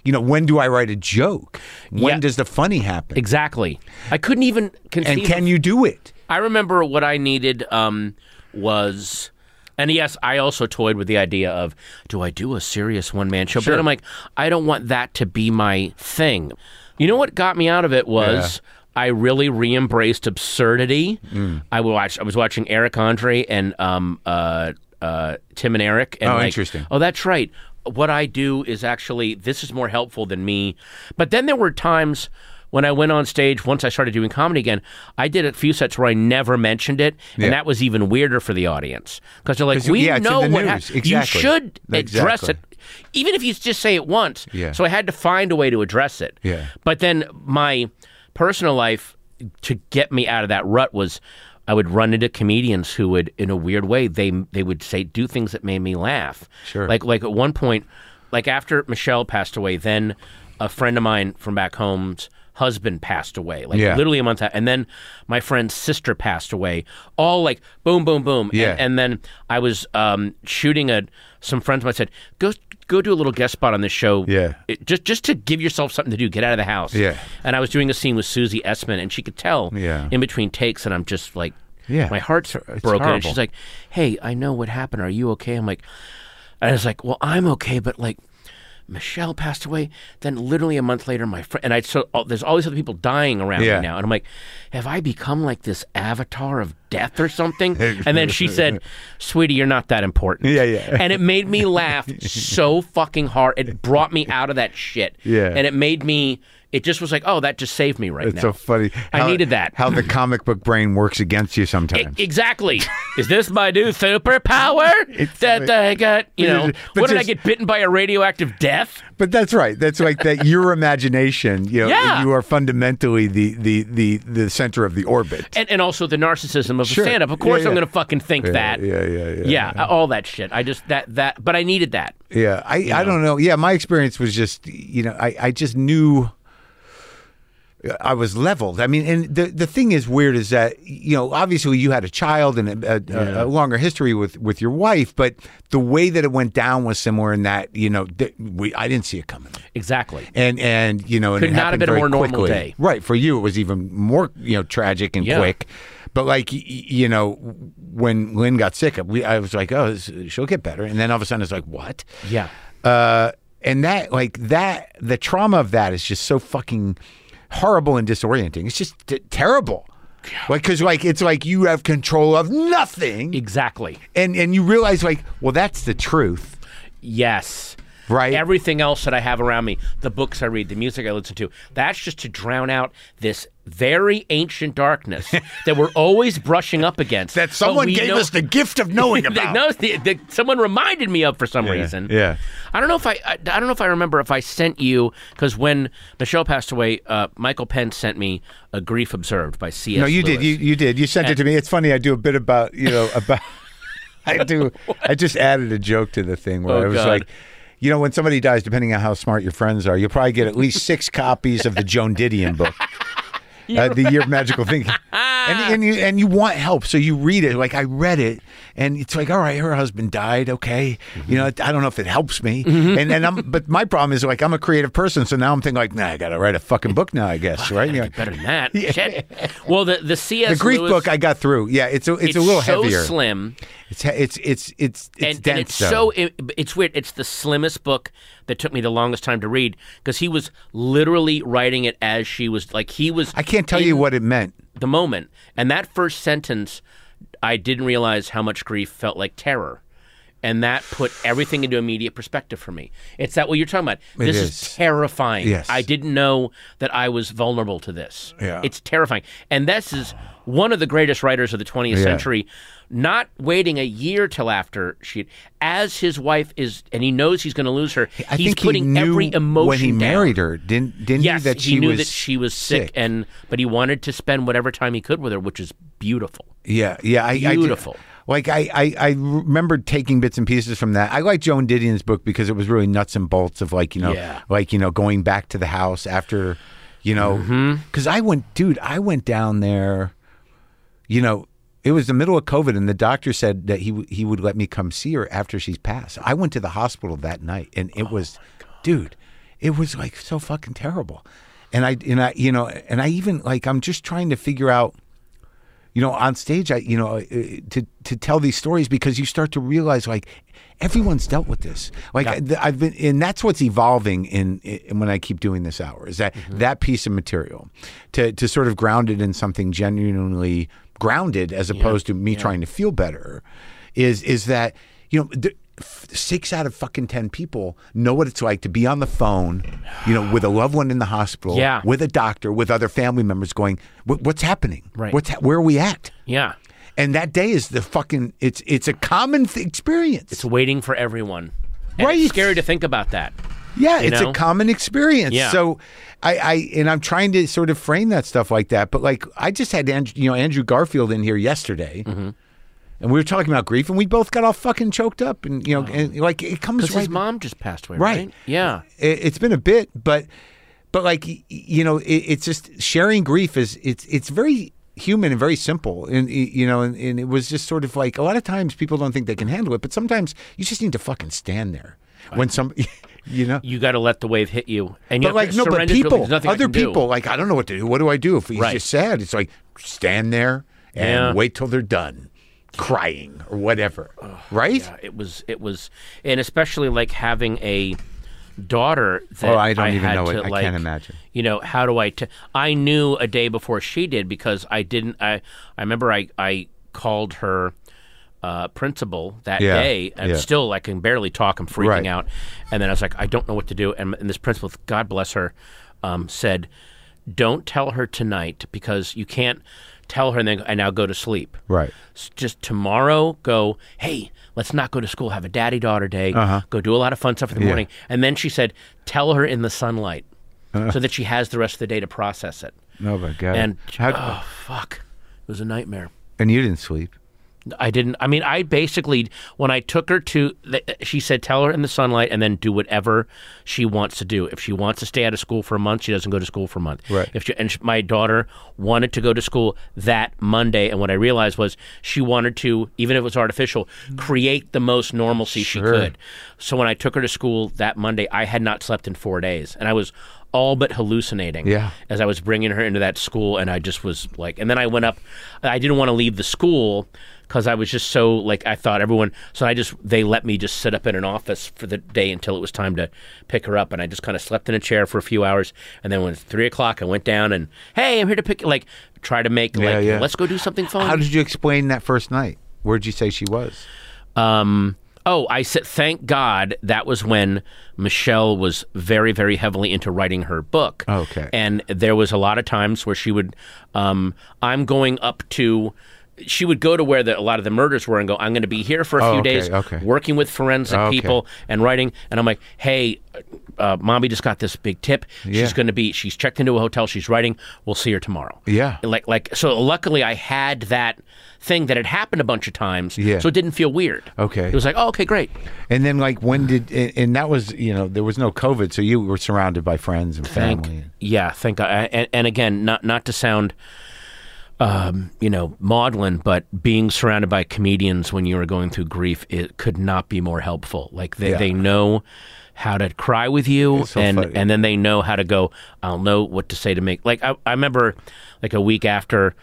Speaker 1: you know, when do I write a joke? When
Speaker 2: Yeah.
Speaker 1: does the funny happen?
Speaker 2: Exactly. I couldn't even conceive.
Speaker 1: And
Speaker 2: of
Speaker 1: can you do it?
Speaker 2: I remember what I needed um, was, and yes, I also toyed with the idea of do I do a serious one man show? But then I'm like, I don't want that to be my thing. You know what got me out of it was. I really re-embraced absurdity. I watched. I was watching Eric Andre and um, uh, uh, Tim and Eric. And
Speaker 1: Oh,
Speaker 2: like,
Speaker 1: interesting.
Speaker 2: Oh, that's right. What I do is actually this is more helpful than me. But then there were times when I went on stage once I started doing comedy again, I did a few sets where I never mentioned it, and
Speaker 1: Yeah.
Speaker 2: that was even weirder for the audience because they're like,
Speaker 1: you-
Speaker 2: "We
Speaker 1: yeah, it's in
Speaker 2: know
Speaker 1: the
Speaker 2: what
Speaker 1: news.
Speaker 2: hap-
Speaker 1: Exactly.
Speaker 2: you should address
Speaker 1: Exactly.
Speaker 2: it, even if you just say it once."
Speaker 1: Yeah.
Speaker 2: So I had to find a way to address it.
Speaker 1: Yeah.
Speaker 2: But then my personal life to get me out of that rut was I would run into comedians who would in a weird way they they would say do things that made me laugh.
Speaker 1: Sure.
Speaker 2: Like like at one point like after Michelle passed away then a friend of mine from back home's husband passed away like
Speaker 1: Yeah.
Speaker 2: literally a month out and then my friend's sister passed away all like boom boom boom And-
Speaker 1: Yeah.
Speaker 2: and, then i was um, shooting a some friends of mine said go go do a little guest spot on this show
Speaker 1: Yeah.
Speaker 2: it- just just to give yourself something to do, get out of the house.
Speaker 1: Yeah.
Speaker 2: And I was doing a scene with Susie Essman, and she could tell
Speaker 1: Yeah.
Speaker 2: in between takes that I'm just like,
Speaker 1: Yeah.
Speaker 2: my heart's broken. And
Speaker 1: horrible.
Speaker 2: she's like, "Hey, I know what happened. Are you okay?" I'm like, and I was like, "Well, I'm okay, but like." Michelle passed away. Then, literally a month later, my friend and I. So all, there's all these other people dying around
Speaker 1: Yeah.
Speaker 2: me now, and I'm like, "Have I become like this avatar of death
Speaker 1: <laughs>
Speaker 2: or something?" and then she said, "Sweetie, you're not that important."
Speaker 1: Yeah, yeah.
Speaker 2: and it made
Speaker 1: <laughs>
Speaker 2: me laugh so fucking hard. It brought me out of that shit.
Speaker 1: Yeah.
Speaker 2: And it made me. It just was like, oh, that just saved me right
Speaker 1: It's
Speaker 2: now.
Speaker 1: so funny.
Speaker 2: I needed that.
Speaker 1: How the comic book brain works against you
Speaker 2: E-
Speaker 1: sometimes. <laughs>
Speaker 2: Exactly. Is this my new superpower that I got? You know,
Speaker 1: But
Speaker 2: what did I
Speaker 1: just-
Speaker 2: get bitten by a radioactive death?
Speaker 1: But that's right. That's like that.
Speaker 2: <laughs>
Speaker 1: Your imagination. You know,
Speaker 2: Yeah.
Speaker 1: you are fundamentally the, the the the center of the orbit.
Speaker 2: And, and also the narcissism of
Speaker 1: Sure.
Speaker 2: the stand up. Of course,
Speaker 1: Yeah,
Speaker 2: I'm
Speaker 1: yeah.
Speaker 2: going to fucking think that.
Speaker 1: yeah, yeah, yeah,
Speaker 2: yeah, all that shit. I just that that. But I needed that.
Speaker 1: Yeah, I I don't know. Yeah, my experience was just you know I I just knew. I was leveled. I mean, and the the thing is weird is that you know obviously you had a child and a, a, a longer history with with your wife, but the way that it went down was similar in that you know that we I didn't see it coming.
Speaker 2: Exactly.
Speaker 1: and and you know, and
Speaker 2: Could
Speaker 1: it
Speaker 2: not have
Speaker 1: happened
Speaker 2: been a
Speaker 1: very
Speaker 2: more normal
Speaker 1: quickly.
Speaker 2: day.
Speaker 1: right? For you, it was even more you know tragic and
Speaker 2: Yeah.
Speaker 1: quick. But like y- y- you know, when Lynn got sick, we I was like, oh, this- she'll get better, and then all of a sudden it's like, what?
Speaker 2: Yeah.
Speaker 1: Uh, and that like that the trauma of that is just so fucking horrible and disorienting. It's just t- terrible. Like, cause like it's like you have control of nothing,
Speaker 2: Exactly.
Speaker 1: and and you realize like, well, that's the truth,
Speaker 2: Yes.
Speaker 1: right?
Speaker 2: everything else that I have around me, the books I read, the music I listen to, that's just to drown out this very ancient darkness
Speaker 1: <laughs>
Speaker 2: that we're always brushing up against.
Speaker 1: that
Speaker 2: But
Speaker 1: someone
Speaker 2: we
Speaker 1: gave
Speaker 2: know-
Speaker 1: us the gift of
Speaker 2: <laughs>
Speaker 1: knowing
Speaker 2: that
Speaker 1: about.
Speaker 2: knows the, that someone reminded me of for some reason.
Speaker 1: yeah.
Speaker 2: I don't know if I, I. I don't know if I remember if I sent you because when Michelle passed away, uh, Michael Penn sent me a grief observed by C.S.
Speaker 1: No, you
Speaker 2: Lewis.
Speaker 1: did. You you did. You sent it to me. It's funny. I do a bit about you
Speaker 2: <laughs>
Speaker 1: know about. I do. I just added a joke to the thing where
Speaker 2: Oh,
Speaker 1: I was
Speaker 2: God.
Speaker 1: like, you know, when somebody
Speaker 2: <laughs>
Speaker 1: dies, depending on how smart your friends are, you'll probably get at least six copies of the Joan Didion book. uh, the year of magical thinking.
Speaker 2: <laughs>
Speaker 1: And, and you and you want help, so you read it. Like I read it, and it's like, all right, her husband died. Okay, you know, I don't know if it helps me.
Speaker 2: Mm-hmm.
Speaker 1: And and
Speaker 2: <laughs>
Speaker 1: I'm, but my problem is like I'm a creative person, so now I'm thinking like, nah, I gotta write a fucking book now, I guess,
Speaker 2: <laughs>
Speaker 1: right? You know,
Speaker 2: Better
Speaker 1: <laughs>
Speaker 2: than that. Shit. Well, the the C.S.
Speaker 1: the Greek
Speaker 2: Lewis,
Speaker 1: book I got through. Yeah, it's a, it's,
Speaker 2: it's
Speaker 1: a little
Speaker 2: so
Speaker 1: heavier.
Speaker 2: slim.
Speaker 1: It's he- it's it's it's it's
Speaker 2: and,
Speaker 1: dense.
Speaker 2: and it's
Speaker 1: though.
Speaker 2: so it, it's weird. It's the slimmest book that took me the longest time to read because he was literally writing it as she was like he was
Speaker 1: I can't tell you what it meant.
Speaker 2: the moment. And that first sentence, I didn't realize how much grief felt like terror. And that put everything into immediate perspective for me. It's that what you're talking about. This
Speaker 1: is.
Speaker 2: terrifying.
Speaker 1: Yes.
Speaker 2: I didn't know that I was vulnerable to this.
Speaker 1: Yeah.
Speaker 2: It's terrifying. And this is one of the greatest writers of the 20th century, not waiting a year till after she, as his wife is, and he knows he's going to lose her,
Speaker 1: I
Speaker 2: he's
Speaker 1: think
Speaker 2: putting
Speaker 1: he knew
Speaker 2: every emotion
Speaker 1: when he
Speaker 2: down.
Speaker 1: married her. Didn't didn't
Speaker 2: Yes,
Speaker 1: he that she
Speaker 2: he knew
Speaker 1: was
Speaker 2: that she was sick,
Speaker 1: sick.
Speaker 2: and but he wanted to spend whatever time he could with her, which is beautiful.
Speaker 1: Yeah, yeah, I, I
Speaker 2: Beautiful.
Speaker 1: did- like I, I, I remembered taking bits and pieces from that. I like Joan Didion's book because it was really nuts and bolts of like you know,
Speaker 2: Yeah.
Speaker 1: like you know, going back to the house after, you know,
Speaker 2: Mm-hmm.
Speaker 1: because I went, dude, I went down there, you know, it was the middle of COVID, and the doctor said that he w- he would let me come see her after she's passed. I went to the hospital that night, and
Speaker 2: Oh
Speaker 1: it was, dude, it was like so fucking terrible, and I and I you know, and I even like I'm just trying to figure out you know, on stage, I, you know, uh, to to tell these stories because you start to realize like everyone's dealt with this. Like I- th- I've been, and that's what's evolving in, in when I keep doing this hour is that that piece of material to to sort of ground it in something genuinely grounded as opposed to me trying to feel better. Is is that you know. Th- f- Six out of fucking ten people know what it's like to be on the phone, you know, with a loved one in the hospital,
Speaker 2: Yeah.
Speaker 1: with a doctor, with other family members, going, "What- "What's happening?
Speaker 2: Right.
Speaker 1: What's ha- where are we at?"
Speaker 2: Yeah,
Speaker 1: And that day is the fucking. It's it's a common th- experience.
Speaker 2: it's waiting for everyone. And
Speaker 1: Right.
Speaker 2: It's scary to think about that.
Speaker 1: yeah, it's
Speaker 2: know?
Speaker 1: a common experience.
Speaker 2: Yeah.
Speaker 1: So, I I and I'm trying to sort of frame that stuff like that. But like I just had Andrew, you know Andrew Garfield in here yesterday.
Speaker 2: Mm-hmm.
Speaker 1: And we were talking about grief, and we both got all fucking choked up, and you know, and like it comes
Speaker 2: Because
Speaker 1: right
Speaker 2: his mom just passed away,
Speaker 1: Right.
Speaker 2: right? Yeah.
Speaker 1: it, it's been a bit, but but like y- y- you know, it, it's just sharing grief is it's it's very human and very simple, and y- you know, and, and it was just sort of like a lot of times people don't think they can handle it, but sometimes you just need to fucking stand there when some, <laughs> you know.
Speaker 2: You got to let the wave hit you, and you
Speaker 1: But
Speaker 2: have
Speaker 1: like
Speaker 2: to
Speaker 1: no, but
Speaker 2: surrender to it.
Speaker 1: people,
Speaker 2: There's nothing I
Speaker 1: other
Speaker 2: can do.
Speaker 1: people, like I don't know what to do. What do I do if he's
Speaker 2: Right.
Speaker 1: just sad? It's like stand there and
Speaker 2: Yeah.
Speaker 1: wait till they're done crying or whatever, right?
Speaker 2: Yeah, it was it was, and especially like having a daughter that
Speaker 1: Oh, I don't even
Speaker 2: had
Speaker 1: know
Speaker 2: to,
Speaker 1: it. I
Speaker 2: like,
Speaker 1: can't imagine.
Speaker 2: You know how do I? T- I knew a day before she did because I didn't. I I remember I I called her. Uh, principal that
Speaker 1: Yeah,
Speaker 2: day, and
Speaker 1: yeah.
Speaker 2: still I can barely talk. I'm freaking
Speaker 1: Right.
Speaker 2: out, and then I was like, I don't know what to do. And, and this principal, God bless her, um, said, "Don't tell her tonight because you can't tell her and then and now go to sleep."
Speaker 1: Right.
Speaker 2: S- just tomorrow go hey let's not go to school have a daddy daughter day go do a lot of fun stuff in the morning and then she said tell her in the sunlight so that she has the rest of the day to process it
Speaker 1: No, but God,
Speaker 2: and
Speaker 1: How-
Speaker 2: oh fuck it was a nightmare
Speaker 1: and you didn't sleep.
Speaker 2: I didn't. I mean, I basically when I took her to, th- she said, "Tell her in the sunlight, and then do whatever she wants to do. If she wants to stay out of school for a month, she doesn't go to school for a month.
Speaker 1: Right.
Speaker 2: If she, and sh my daughter wanted to go to school that Monday, and what I realized was she wanted to, even if it was artificial, create the most normalcy she could. So when I took her to school that Monday, I had not slept in four days, and I was all but hallucinating
Speaker 1: Yeah.
Speaker 2: as I was bringing her into that school, and I just was like, and then I went up. I didn't want to leave the school because I was just so like I thought everyone. So I just they let me just sit up in an office for the day until it was time to pick her up, and I just kind of slept in a chair for a few hours, and then when it's three o'clock, I went down and hey, I'm here to pick like try to make like
Speaker 1: Yeah, yeah.
Speaker 2: let's go do something fun.
Speaker 1: How did you explain that first night? Where'd you say she was?
Speaker 2: Um, oh, I said, thank God that was when Michelle was very, very heavily into writing her book.
Speaker 1: Okay.
Speaker 2: And there was a lot of times where she would, um, I'm going up to she would go to where the, a lot of the murders were and go, I'm going to be here for a
Speaker 1: Oh,
Speaker 2: few
Speaker 1: okay,
Speaker 2: days
Speaker 1: okay.
Speaker 2: working with forensic
Speaker 1: Okay.
Speaker 2: people and writing. And I'm like, hey, uh, mommy just got this big tip.
Speaker 1: Yeah.
Speaker 2: She's going to be, she's checked into a hotel. She's writing. We'll see her tomorrow.
Speaker 1: Yeah.
Speaker 2: Like, like, so luckily I had that thing that had happened a bunch of times.
Speaker 1: Yeah.
Speaker 2: So it didn't feel weird.
Speaker 1: Okay.
Speaker 2: It was like, oh, okay, great.
Speaker 1: And then, like, when did and, and that was you know there was no COVID, so you were surrounded by friends and
Speaker 2: Thank,
Speaker 1: family.
Speaker 2: yeah, thank God. I- And, and again, not not to sound, um, you know, maudlin, but being surrounded by comedians when you are going through grief, it could not be more helpful. Like they,
Speaker 1: Yeah.
Speaker 2: they know how to cry with you,
Speaker 1: so
Speaker 2: and
Speaker 1: funny.
Speaker 2: and then they know how to go. I'll know what to say to make. Like I, I remember, like a week after.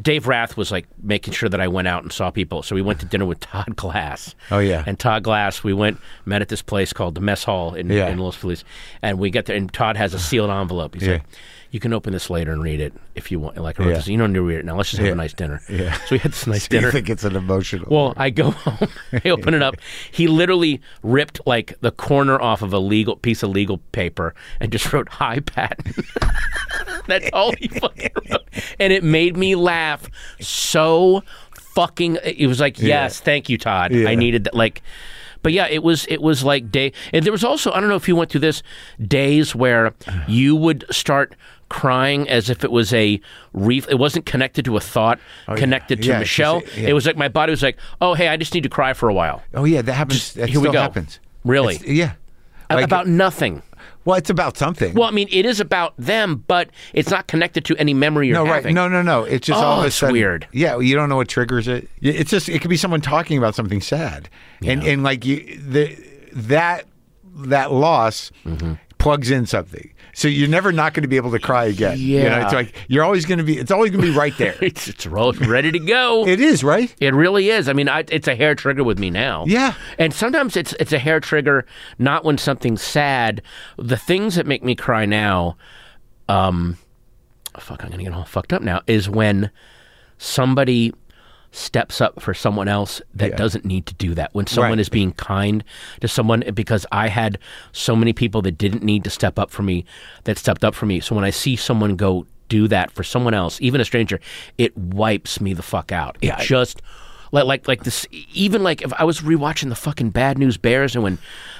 Speaker 2: Dave Rath was like making sure that I went out and saw people. So we went to dinner with <laughs> Todd Glass.
Speaker 1: Oh, yeah.
Speaker 2: And Todd Glass, we went met at this place called the Mess Hall in,
Speaker 1: Yeah.
Speaker 2: in Los Feliz, and we get there, and Todd has
Speaker 1: <sighs>
Speaker 2: a sealed envelope. He's like, "You can open this later and read it if you want. Like, I wrote
Speaker 1: Yeah.
Speaker 2: this- you don't need to read it now. Let's just have
Speaker 1: Yeah.
Speaker 2: a nice dinner."
Speaker 1: Yeah.
Speaker 2: So we had
Speaker 1: <laughs>
Speaker 2: this nice
Speaker 1: Do you
Speaker 2: dinner.
Speaker 1: think it's an emotional?
Speaker 2: Well, I go <laughs> home, I
Speaker 1: <laughs>
Speaker 2: open it up. He literally ripped like the corner off of a legal piece of legal paper and just wrote "Hi, Pat." <laughs> That's all he fucking wrote, and it made me laugh so fucking. It was like, yes, thank you, Todd.
Speaker 1: Yeah.
Speaker 2: I needed that. Like, but yeah, it was it was like day. And there was also I don't know if you went through this days where you would start crying as if it was a reef. It wasn't connected to a thought, connected to
Speaker 1: Oh, Yeah, it's just-
Speaker 2: Michelle.
Speaker 1: yeah.
Speaker 2: It was like my body was like, oh hey, I just need to cry for a while.
Speaker 1: oh yeah, that happens. That
Speaker 2: here we
Speaker 1: still
Speaker 2: go.
Speaker 1: happens.
Speaker 2: Really?
Speaker 1: It's- yeah.
Speaker 2: A-
Speaker 1: Like-
Speaker 2: about nothing.
Speaker 1: well, it's about something.
Speaker 2: Well, I mean, it is about them, but it's not connected to any memory you're
Speaker 1: no, right?
Speaker 2: having.
Speaker 1: No, no, no. It's just all
Speaker 2: Oh,
Speaker 1: of a
Speaker 2: it's
Speaker 1: sudden
Speaker 2: weird.
Speaker 1: Yeah, you don't know what triggers it. Y- It's just it could be someone talking about something sad, and and like you the that that loss
Speaker 2: Mm-hmm.
Speaker 1: plugs in something. So you're never not going to be able to cry again. you know,
Speaker 2: Yeah.
Speaker 1: it's like you're always going to be. It's always going to be right
Speaker 2: <laughs>
Speaker 1: there.
Speaker 2: <laughs> It's, it's roll- ready to go.
Speaker 1: it is right.
Speaker 2: It really is. I mean, I, it's a hair trigger with me now.
Speaker 1: Yeah.
Speaker 2: And sometimes it's it's a hair trigger not when something's sad. The things that make me cry now, um, fuck, I'm gonna get all fucked up now. Is when somebody steps up for someone else that doesn't need to do that. When someone
Speaker 1: Right.
Speaker 2: is being kind to someone, because I had so many people that didn't need to step up for me that stepped up for me. So when I see someone go do that for someone else, even a stranger, it wipes me the fuck out. It just like like like this even like if I was rewatching the fucking Bad News Bears and when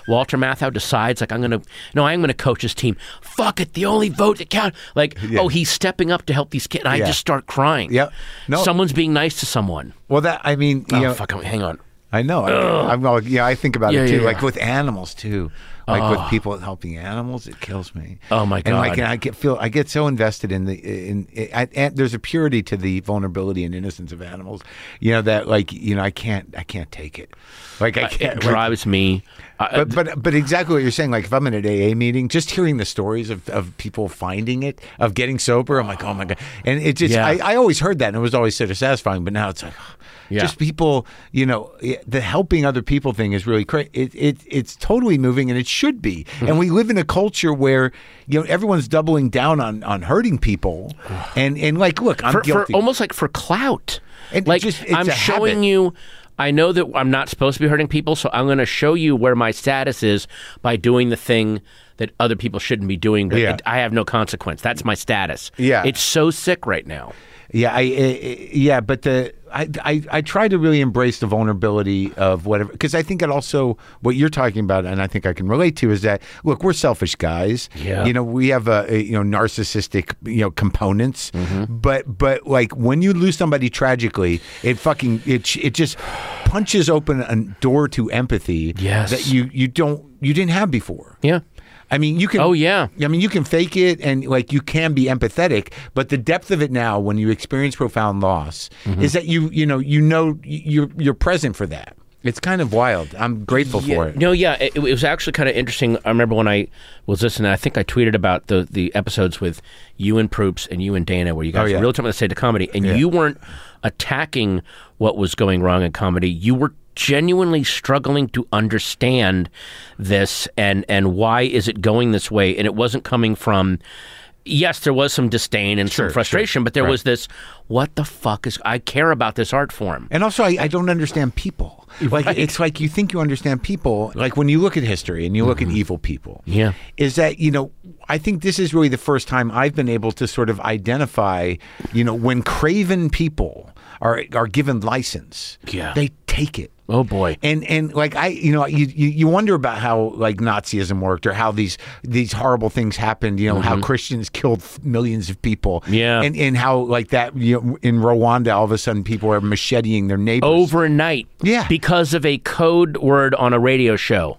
Speaker 2: Walter Matthau decides like I'm gonna no I'm gonna coach his team fuck it the only vote that counts like oh he's stepping up to help these kids and
Speaker 1: Yeah.
Speaker 2: I just start crying
Speaker 1: Yep. No.
Speaker 2: someone's being nice to someone
Speaker 1: Well, that I mean, you
Speaker 2: Oh,
Speaker 1: know,
Speaker 2: fuck, I'm- hang on.
Speaker 1: I know. I, I'm all, yeah, I think about
Speaker 2: Yeah,
Speaker 1: it too.
Speaker 2: yeah, yeah.
Speaker 1: Like with animals too. Like with people helping animals, it kills me.
Speaker 2: Oh, my
Speaker 1: And like
Speaker 2: God.
Speaker 1: and I get feel I get so invested in the in, I, and there's a purity to the vulnerability and innocence of animals. You know that like you know I can't I can't take it. Like I
Speaker 2: Uh, It
Speaker 1: can't. like-
Speaker 2: drives me. I,
Speaker 1: but but but exactly what you're saying. Like if I'm in an AA meeting, just hearing the stories of, of people finding it, of getting sober, I'm like, oh my god. And it just
Speaker 2: Yeah.
Speaker 1: I, I always heard that, and it was always sort of satisfying. But now it's like,
Speaker 2: Yeah.
Speaker 1: just people, you know, i- the helping other people thing is really crazy. It, it it's totally moving, and it should be.
Speaker 2: Hmm.
Speaker 1: and we live in a culture where you know everyone's doubling down on on hurting people, and and like, look, I'm
Speaker 2: for, for
Speaker 1: guilty.
Speaker 2: almost like for clout.
Speaker 1: And
Speaker 2: like
Speaker 1: just- it's
Speaker 2: I'm
Speaker 1: a
Speaker 2: showing
Speaker 1: habit.
Speaker 2: you. I know that I'm not supposed to be hurting people, so I'm going to show you where my status is by doing the thing that other people shouldn't be doing. But
Speaker 1: Yeah.
Speaker 2: it, I have no consequence. That's my status.
Speaker 1: Yeah.
Speaker 2: it's so sick right now.
Speaker 1: Yeah, I, I I- yeah, but the I, I I try to really embrace the vulnerability of whatever because I think it also what you're talking about, and I think I can relate to is that look, we're selfish guys.
Speaker 2: Yeah.
Speaker 1: you know we have a, a, you know narcissistic you know components,
Speaker 2: Mm-hmm.
Speaker 1: but but like when you lose somebody tragically, it fucking it sh- it just punches open a door to empathy.
Speaker 2: Yes.
Speaker 1: that you you don't you didn't have before.
Speaker 2: Yeah,
Speaker 1: I mean, you can.
Speaker 2: Oh, yeah.
Speaker 1: I mean, you can fake it, and like you can be empathetic, but the depth of it now, when you experience profound loss, is that you you know you know you're you're present for that. It's kind of wild. I'm grateful for it.
Speaker 2: No, yeah, it, it was actually kind of interesting. I remember when I was listening, I think I tweeted about the the episodes with you and Proops and you and Dana, where you guys
Speaker 1: Oh, yeah.
Speaker 2: were really talking about the state of comedy, and you weren't attacking what was going wrong in comedy. You were genuinely struggling to understand this and and why is it going this way, and it wasn't coming from. Yes, there was some disdain and
Speaker 1: Sure,
Speaker 2: some frustration, but there was this, what the fuck is, I care about this art form.
Speaker 1: And also, I, I don't understand people. Like it's like you think you understand people. Like when you look at history and you look at evil people.
Speaker 2: Mm-hmm. Yeah.
Speaker 1: Is that you know? I think this is really the first time I've been able to sort of identify, you know, when craven people are are given license,
Speaker 2: Yeah.
Speaker 1: they take it.
Speaker 2: Oh boy.
Speaker 1: And and like I, you know, you, you you wonder about how like Nazism worked or how these these horrible things happened. You know, how Christians killed f- millions of people.
Speaker 2: Mm-hmm. Yeah.
Speaker 1: and and how like that you know, in Rwanda, all of a sudden people are macheting their neighbors.
Speaker 2: overnight
Speaker 1: Yeah.
Speaker 2: because of a code word on a radio show.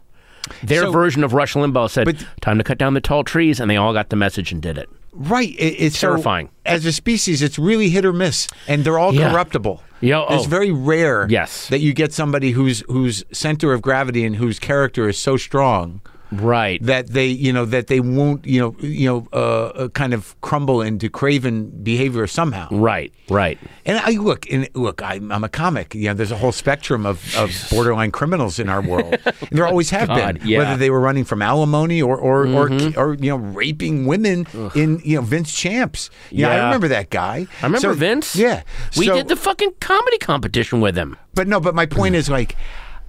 Speaker 2: Their
Speaker 1: So-
Speaker 2: version of Rush Limbaugh said,
Speaker 1: But-
Speaker 2: "Time to cut down the tall trees," and they all got the message and did it.
Speaker 1: Right. It, it's so-
Speaker 2: Terrifying.
Speaker 1: as a species, it's really hit or miss, and they're all
Speaker 2: Yeah.
Speaker 1: corruptible.
Speaker 2: Yeah,
Speaker 1: it's
Speaker 2: oh.
Speaker 1: very rare.
Speaker 2: Yes.
Speaker 1: that you get somebody whose whose center of gravity and whose character is so strong
Speaker 2: Right.
Speaker 1: that they you know that they won't you know you know uh, uh, kind of crumble into craven behavior somehow.
Speaker 2: right. Right.
Speaker 1: And I look, and look, I'm, I'm a comic. You know, there's a whole spectrum of, of borderline criminals in our
Speaker 2: <laughs>
Speaker 1: world. And there always have
Speaker 2: God,
Speaker 1: been,
Speaker 2: yeah. Mm-hmm.
Speaker 1: whether they were running from alimony or or or, or you know raping women in you know Vince Champs. Yeah, I
Speaker 2: Yeah.
Speaker 1: remember that guy.
Speaker 2: I remember Vince.
Speaker 1: Yeah,
Speaker 2: We
Speaker 1: So-
Speaker 2: did the fucking comedy competition with him.
Speaker 1: but no, but my point is like.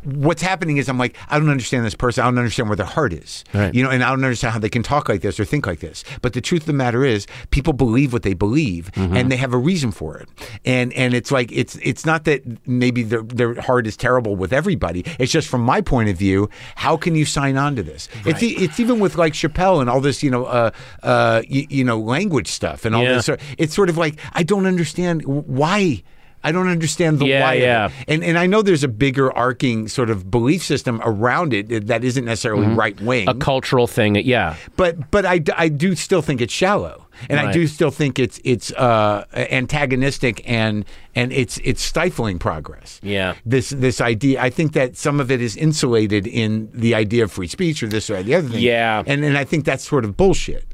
Speaker 1: What's happening is I'm like I don't understand this person. I don't understand where their heart is,
Speaker 2: Right.
Speaker 1: you know, and I don't understand how they can talk like this or think like this. But the truth of the matter is, people believe what they believe,
Speaker 2: Mm-hmm.
Speaker 1: and they have a reason for it. And and it's like it's it's not that maybe their their heart is terrible with everybody. It's just from my point of view, how can you sign on to this? It's e- it's even with like Chappelle and all this, you know, uh, uh, you, you know, language stuff and all
Speaker 2: Yeah.
Speaker 1: this. sort- It's sort of like I don't understand w- why. I don't understand the
Speaker 2: Yeah,
Speaker 1: why. of it.
Speaker 2: yeah.
Speaker 1: And and I know there's a bigger arcing sort of belief system around it that isn't necessarily right wing,
Speaker 2: Mm-hmm. A cultural thing. Yeah.
Speaker 1: but but I, d- I do still think it's shallow, and I
Speaker 2: Right.
Speaker 1: do still think it's it's uh, antagonistic and and it's it's stifling progress.
Speaker 2: Yeah.
Speaker 1: This this idea, I think that some of it is insulated in the idea of free speech or this or the other thing.
Speaker 2: Yeah.
Speaker 1: and and I think that's sort of bullshit.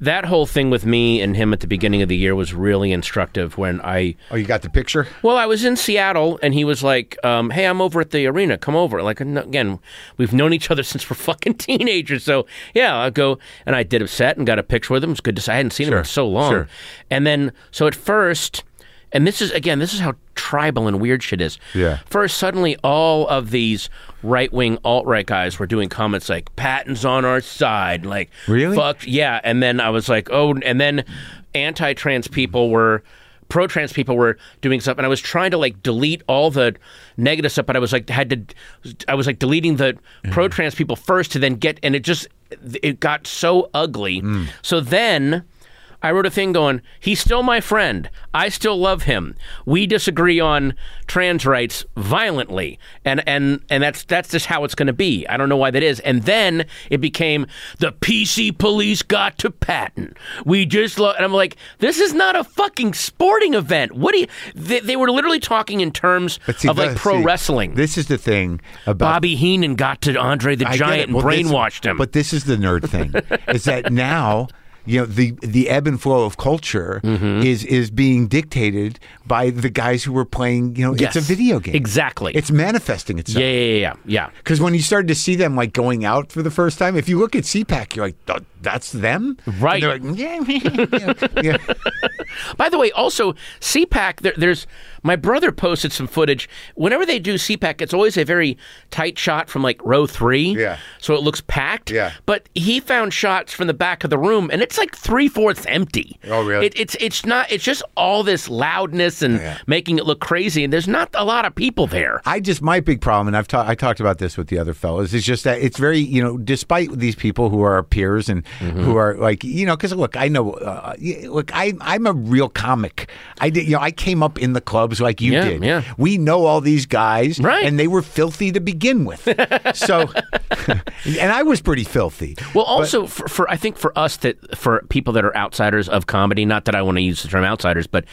Speaker 2: That whole thing with me and him at the beginning of the year was really instructive when I
Speaker 1: Oh, you got the picture?
Speaker 2: Well, I was in Seattle, and he was like, um, "Hey, I'm over at the arena. Come over." Like n- again, we've known each other <laughs> since we're fucking teenagers. So yeah, I'll go. And I did upset and got a picture with him. It's good to see. I hadn't seen him in so long.
Speaker 1: sure.
Speaker 2: And then so at first, and this is again, this is how tribal and weird shit is.
Speaker 1: Yeah.
Speaker 2: First, suddenly, all of these right wing, alt right guys were doing comments like "Patton's on our side," like
Speaker 1: Really?
Speaker 2: fuck fucked- Yeah, and then I was like, oh, and then anti-trans people were, pro-trans people were doing stuff, and I was trying to like delete all the negative stuff, but I was like had to, I was like deleting the pro-trans people first to then get, and it just it got so ugly. So then. I wrote a thing going, he's still my friend. I still love him. We disagree on trans rights violently. And and and that's that's just how it's going to be. I don't know why that is. And then it became the PC police got to Patton. We just love and I'm like, this is not a fucking sporting event. What do you they, they were literally talking in terms
Speaker 1: But see,
Speaker 2: of like
Speaker 1: the-
Speaker 2: pro
Speaker 1: see,
Speaker 2: wrestling.
Speaker 1: This is the thing about
Speaker 2: Bobby Heenan got to Andre the
Speaker 1: I get it.
Speaker 2: Giant and
Speaker 1: Well, this-
Speaker 2: brainwashed him.
Speaker 1: But this is the nerd
Speaker 2: <laughs>
Speaker 1: thing: is that now you know the the ebb and flow of culture
Speaker 2: Mm-hmm.
Speaker 1: is is being dictated by the guys who were playing. You know,
Speaker 2: Yes.
Speaker 1: it's a video game.
Speaker 2: Exactly.
Speaker 1: It's manifesting itself.
Speaker 2: yeah, yeah, yeah, yeah. yeah.
Speaker 1: Because when you started to see them like going out for the first time, if you look at CPAC, you're like, "Th- "That's them," And
Speaker 2: Right.
Speaker 1: they're like, <laughs> "Yeah, yeah, yeah."
Speaker 2: By the way, also CPAC. There, there's my brother posted some footage. Whenever they do CPAC, it's always a very tight shot from like row three.
Speaker 1: Yeah.
Speaker 2: So it looks packed.
Speaker 1: Yeah.
Speaker 2: But he found shots from the back of the room, and it's like three fourths empty.
Speaker 1: Oh, really?
Speaker 2: It, it's it's not. It's just all this loudness and making it look crazy, and there's not a lot of people there.
Speaker 1: I just my big problem, and I've ta- I talked about this with the other fellows. Is just that it's very you know, despite these people who are our peers and
Speaker 2: Mm-hmm.
Speaker 1: who are like you know, because look, I know, uh, y- look, I I'm a real comic. I did you know I came up in the clubs like you
Speaker 2: Yeah,
Speaker 1: did.
Speaker 2: yeah.
Speaker 1: we know all these guys,
Speaker 2: Right.
Speaker 1: And they were filthy to begin
Speaker 2: <laughs>
Speaker 1: with, so <laughs> and I was pretty filthy.
Speaker 2: Well, also for, for I think for us that for people that are outsiders of comedy, not that I want to use the term outsiders, but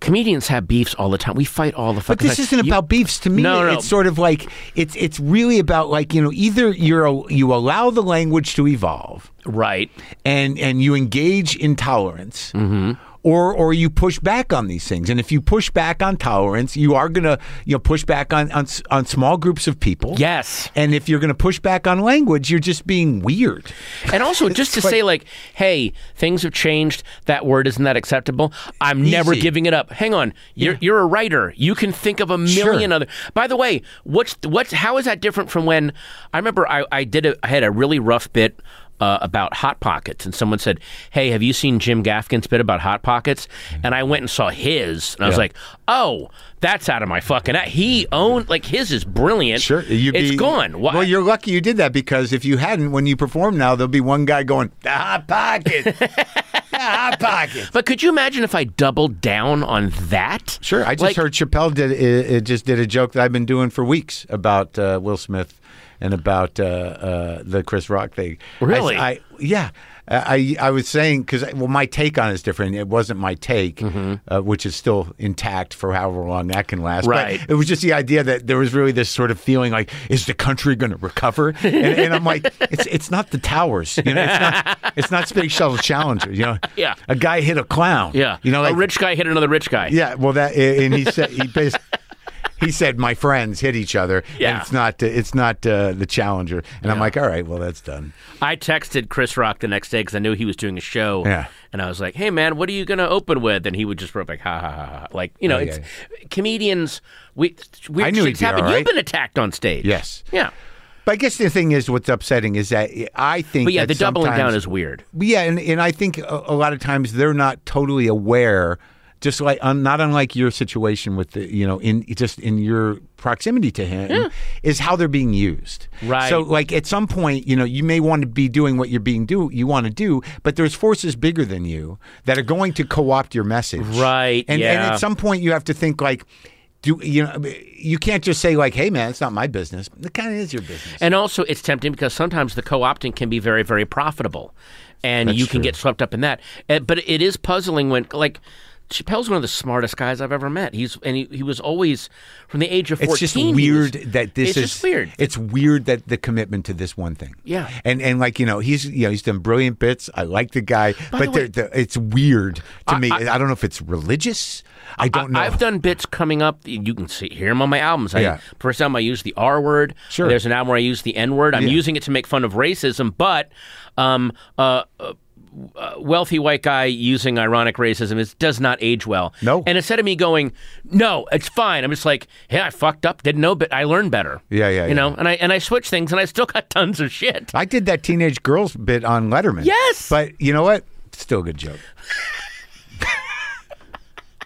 Speaker 2: comedians have beefs all the time. We fight all the fucking.
Speaker 1: But this
Speaker 2: time.
Speaker 1: isn't
Speaker 2: You-
Speaker 1: about beefs to me.
Speaker 2: No, no.
Speaker 1: It's sort of like it's it's really about like you know either you're a- you allow the language to evolve,
Speaker 2: right.
Speaker 1: and and you engage in tolerance or or you push back on these things and if you push back on tolerance you are going to you know push back on, on s- on small groups of people
Speaker 2: Yes.
Speaker 1: and if you're going to push back on language you're just being weird
Speaker 2: And also, just to say, like, hey, things have changed. That word isn't that acceptable. I'm never
Speaker 1: Easy.
Speaker 2: giving it up. Hang on, you're, you're a writer. You can think of a million other. By the way, what's what's how is that different from when I remember I, I did a, I had a really rough bit uh, about Hot Pockets, and someone said, "Hey, have you seen Jim Gaffigan's bit about Hot Pockets?" And I went and saw his, and I
Speaker 1: Mm-hmm.
Speaker 2: was
Speaker 1: Yeah.
Speaker 2: like, "Oh, that's out of my fucking." a- He owned like his is brilliant.
Speaker 1: Sure, you'd
Speaker 2: it's
Speaker 1: be,
Speaker 2: gone. Why-
Speaker 1: Well, you're lucky you did that because if you hadn't, when you perform now, there'll be one guy going, "The hot <laughs> pocket, the hot pocket."
Speaker 2: But could you imagine if I doubled down on that?
Speaker 1: Sure, I just
Speaker 2: Like-
Speaker 1: heard Chappelle did it, it. Just did a joke that I've been doing for weeks about uh, Will Smith and about uh, uh, the Chris Rock thing. I-
Speaker 2: Really?
Speaker 1: I, yeah. I I was saying because well my take on it is different. It wasn't my take,
Speaker 2: Mm-hmm.
Speaker 1: uh, which is still intact for however long that can last. But
Speaker 2: Right.
Speaker 1: it was just the idea that there was really this sort of feeling like, is the country going to
Speaker 2: <laughs>
Speaker 1: recover? And, and I'm like, it's it's not the towers. You know, it's
Speaker 2: <laughs>
Speaker 1: not it's not space shuttle Challenger. You know,
Speaker 2: Yeah.
Speaker 1: a guy hit a clown.
Speaker 2: Yeah,
Speaker 1: you know, like
Speaker 2: a rich guy hit another rich guy.
Speaker 1: yeah, well, that and he said he based, he said my friends hit each other. and
Speaker 2: Yeah.
Speaker 1: it's not it's not uh, the challenger. And I'm like, all right, well, that's done.
Speaker 2: I texted Chris Rock the next day because I knew he was doing a show.
Speaker 1: Yeah.
Speaker 2: And I was like, hey, man, what are you going to open with? And he would just wrote like, ha, ha, ha, ha. Like, you know,
Speaker 1: Oh, Yeah,
Speaker 2: it's comedians, we, weird
Speaker 1: I knew he'd
Speaker 2: shit's
Speaker 1: be all
Speaker 2: happened.
Speaker 1: right.
Speaker 2: You've been attacked on stage.
Speaker 1: Yes,
Speaker 2: Yeah.
Speaker 1: but I guess the thing is, what's upsetting is that I think.
Speaker 2: But yeah,
Speaker 1: that
Speaker 2: the doubling down
Speaker 1: sometimes-
Speaker 2: is weird.
Speaker 1: Yeah, and, and I think a, a lot of times they're not totally aware, just like un, not unlike your situation with the you know in just in your proximity to him is how they're being used.
Speaker 2: Hmm. Right.
Speaker 1: So like at some point, you know, you may want to be doing what you're being do you want to do, but there's forces bigger than you that are going to co-opt your message.
Speaker 2: Right,
Speaker 1: And and
Speaker 2: yeah.
Speaker 1: at some point you have to think like. Do you know? You can't just say like, "Hey, man, it's not my business." It kind of is your business.
Speaker 2: And also, it's tempting because sometimes the co opting can be very, very profitable. And you can get swept up in that. Uh, But it is puzzling when, like, Chappelle's one of the smartest guys I've ever met. He's and he, he was always from the age of fourteen.
Speaker 1: It's just
Speaker 2: he was-
Speaker 1: weird that this
Speaker 2: it's
Speaker 1: is
Speaker 2: just weird.
Speaker 1: It's weird that the commitment to this one thing.
Speaker 2: Yeah.
Speaker 1: and and like you know he's you know he's done brilliant bits. I like the guy, but
Speaker 2: the way-
Speaker 1: they're the, it's weird to me. I, don't know if it's religious. I don't know.
Speaker 2: I've done bits coming up. You can see, hear them on my albums. I,
Speaker 1: Yeah.
Speaker 2: First album, I used the R word.
Speaker 1: Sure.
Speaker 2: There's an album where I use the N word. I'm using it to make fun of racism, but um, uh, uh, wealthy white guy using ironic racism is, does not age well.
Speaker 1: No.
Speaker 2: And instead of me going, no, it's fine. I'm just like, hey, I fucked up, didn't know, but I learned better.
Speaker 1: Yeah, yeah,
Speaker 2: You
Speaker 1: yeah.
Speaker 2: know, and I and I switch things, and I still got <laughs> tons of shit.
Speaker 1: I did that teenage girls bit on Letterman.
Speaker 2: Yes!
Speaker 1: but you know what? Still a good
Speaker 2: <laughs>
Speaker 1: joke.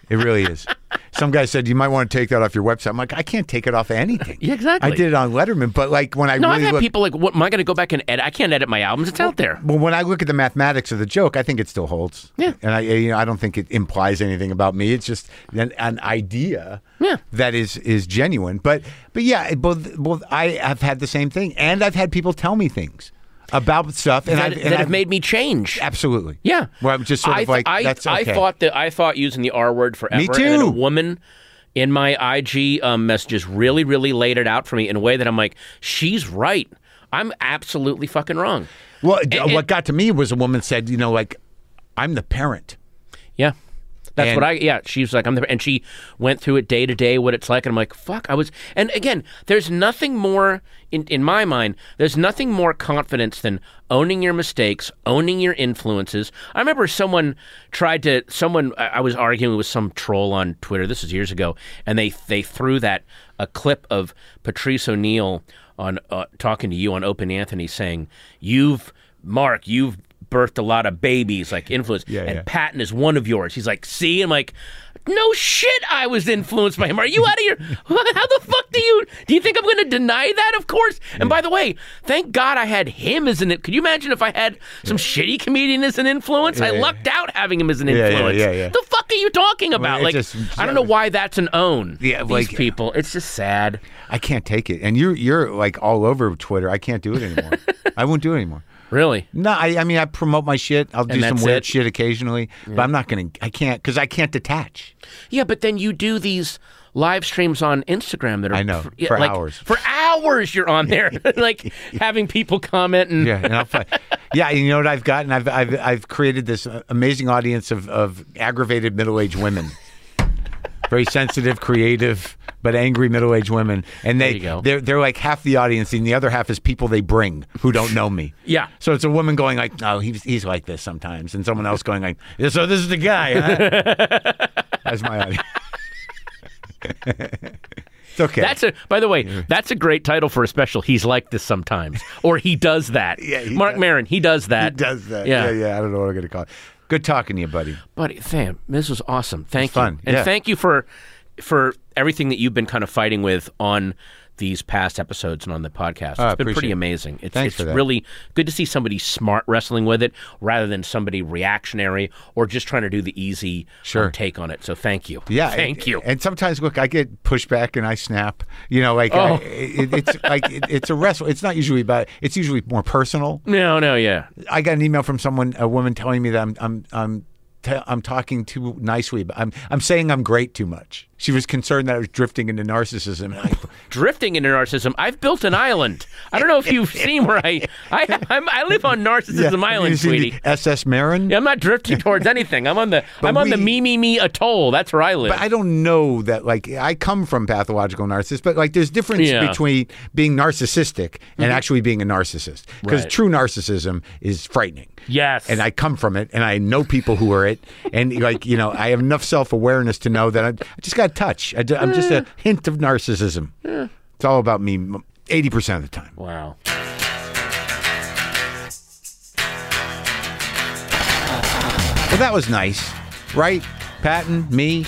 Speaker 1: it really is. Some guy said you might want to take that off your website. I'm like, I can't take it off of anything.
Speaker 2: Yeah, exactly.
Speaker 1: I did it on Letterman, but like when I
Speaker 2: No,
Speaker 1: really
Speaker 2: I've had
Speaker 1: looked,
Speaker 2: people like, what am I going to go back and edit? I can't edit my albums. It's out there.
Speaker 1: Well, when I look at the mathematics of the joke, I think it still holds.
Speaker 2: Yeah.
Speaker 1: and I, you know, I don't think it implies anything about me. It's just an, an idea.
Speaker 2: Yeah.
Speaker 1: that is is genuine. But but yeah, it- both both I have had the same thing, and I've had people tell me things about stuff, and
Speaker 2: That,
Speaker 1: I've, and
Speaker 2: that have
Speaker 1: I've-
Speaker 2: made me change.
Speaker 1: absolutely.
Speaker 2: Yeah.
Speaker 1: where I'm just sort of
Speaker 2: I th-
Speaker 1: like,
Speaker 2: I,
Speaker 1: that's okay.
Speaker 2: I thought that I thought using the R word forever.
Speaker 1: Me
Speaker 2: And then
Speaker 1: too.
Speaker 2: a woman in my IG um, messages really, really laid it out for me in a way that I'm like, she's right. I'm absolutely fucking wrong.
Speaker 1: Well,
Speaker 2: and-
Speaker 1: what got to me was a woman said, you know, like, I'm the parent.
Speaker 2: Yeah. That's
Speaker 1: And-
Speaker 2: what I yeah, she was like I'm the and she went through it day to day what it's like and I'm like fuck I was and again there's nothing more in in my mind there's nothing more confidence than owning your mistakes, owning your influences. I remember someone tried to someone I I was arguing with some troll on Twitter this was years ago and they they threw that a clip of Patrice O'Neill on uh, talking to you on Open Anthony saying you've Mark you've birthed a lot of babies like influence
Speaker 1: Yeah,
Speaker 2: and
Speaker 1: yeah.
Speaker 2: Patton is one of yours. He's like, see? I'm like, no shit, I was influenced by him. Are you out of your? <laughs> How the fuck do you? Do you think I'm going to deny that? Of course. And by the way, thank God I had him as an. Could you imagine if I had some shitty comedian as an influence? I
Speaker 1: Yeah.
Speaker 2: lucked out having him as an
Speaker 1: yeah,
Speaker 2: influence.
Speaker 1: yeah, yeah.
Speaker 2: The fuck are you talking about?
Speaker 1: it
Speaker 2: like,
Speaker 1: just-
Speaker 2: I don't know why that's an own.
Speaker 1: Yeah,
Speaker 2: these
Speaker 1: like-
Speaker 2: people. It's just sad.
Speaker 1: I can't take it, and you're you're like all over Twitter. I can't do it
Speaker 2: <laughs>
Speaker 1: anymore. I won't do it anymore.
Speaker 2: Really.
Speaker 1: No, I, I mean I promote my shit. I'll do some
Speaker 2: that's
Speaker 1: weird
Speaker 2: it?
Speaker 1: shit occasionally, but I'm not gonna. I can't because I can't detach.
Speaker 2: Yeah, but then you do these live streams on Instagram that are
Speaker 1: I know,
Speaker 2: yeah,
Speaker 1: for
Speaker 2: like,
Speaker 1: hours.
Speaker 2: For hours you're
Speaker 1: <laughs>
Speaker 2: on there <laughs> like having people comment and
Speaker 1: Yeah, and I'll find, yeah. You know what I've gotten? I've I've I've created this uh, amazing audience of of aggravated middle aged women, very sensitive, creative, but angry middle aged women, and they
Speaker 2: you go.
Speaker 1: they're they're like half the audience, and the other half is people they bring who don't know me.
Speaker 2: <laughs> Yeah.
Speaker 1: So it's a woman going like, "No, he's he's like this sometimes," and someone else going like, "Yeah, "So this is
Speaker 2: <laughs>
Speaker 1: <laughs> the guy." Huh? That's my audience. okay.
Speaker 2: That's a. By the way, that's a great title for a special. He's like this sometimes, or he does that.
Speaker 1: Yeah, he
Speaker 2: Mark
Speaker 1: does-
Speaker 2: Maron, he does that.
Speaker 1: It does that.
Speaker 2: Yeah.
Speaker 1: yeah, I don't know what I'm going to call it. Good talking to you, buddy.
Speaker 2: Buddy, fam, this was awesome. Thank you,
Speaker 1: fun,
Speaker 2: and
Speaker 1: yeah.
Speaker 2: thank you for for everything that you've been kind of fighting with on these past episodes and on the podcast. It's
Speaker 1: Oh, I
Speaker 2: been
Speaker 1: appreciate
Speaker 2: pretty
Speaker 1: it.
Speaker 2: amazing. It's,
Speaker 1: Thanks
Speaker 2: it's
Speaker 1: for that.
Speaker 2: really good to see somebody smart wrestling with it rather than somebody reactionary or just trying to do the easy um,
Speaker 1: Sure.
Speaker 2: take on it. So thank you.
Speaker 1: Yeah,
Speaker 2: thank
Speaker 1: and,
Speaker 2: you.
Speaker 1: And sometimes, look, I get pushback and I snap. You know, like I,
Speaker 2: Oh.
Speaker 1: it, it's like it, it's a wrestle. It's not usually about. It's usually more personal.
Speaker 2: no, no, yeah.
Speaker 1: I got an email from someone, a woman, telling me that I'm I'm I'm te- I'm talking too nicely. But I'm I'm saying I'm great too much. She was concerned that I was drifting into
Speaker 2: <laughs>
Speaker 1: narcissism. And I,
Speaker 2: Drifting into narcissism. I've built an island. I don't know if you've seen where I I I'm, I live
Speaker 1: <laughs>
Speaker 2: on narcissism
Speaker 1: Have you
Speaker 2: island,
Speaker 1: seen
Speaker 2: sweetie.
Speaker 1: the SS Marin.
Speaker 2: Yeah, I'm not
Speaker 1: <laughs>
Speaker 2: drifting towards anything. I'm on the I'm on the
Speaker 1: we-
Speaker 2: me me me atoll. That's where I live.
Speaker 1: But I don't know that like I come from pathological narcissists, but like there's difference
Speaker 2: Yeah. Mm-hmm.
Speaker 1: between being narcissistic and actually being a narcissist because
Speaker 2: Right.
Speaker 1: true narcissism is frightening.
Speaker 2: Yes.
Speaker 1: and I come from it, and I know people who are it, and like you know, I have enough self awareness to know that I, I just got a touch. I, am just a hint of narcissism. It's all about me, eighty percent of the time.
Speaker 2: wow.
Speaker 1: Well, that was nice, right? Patton, me.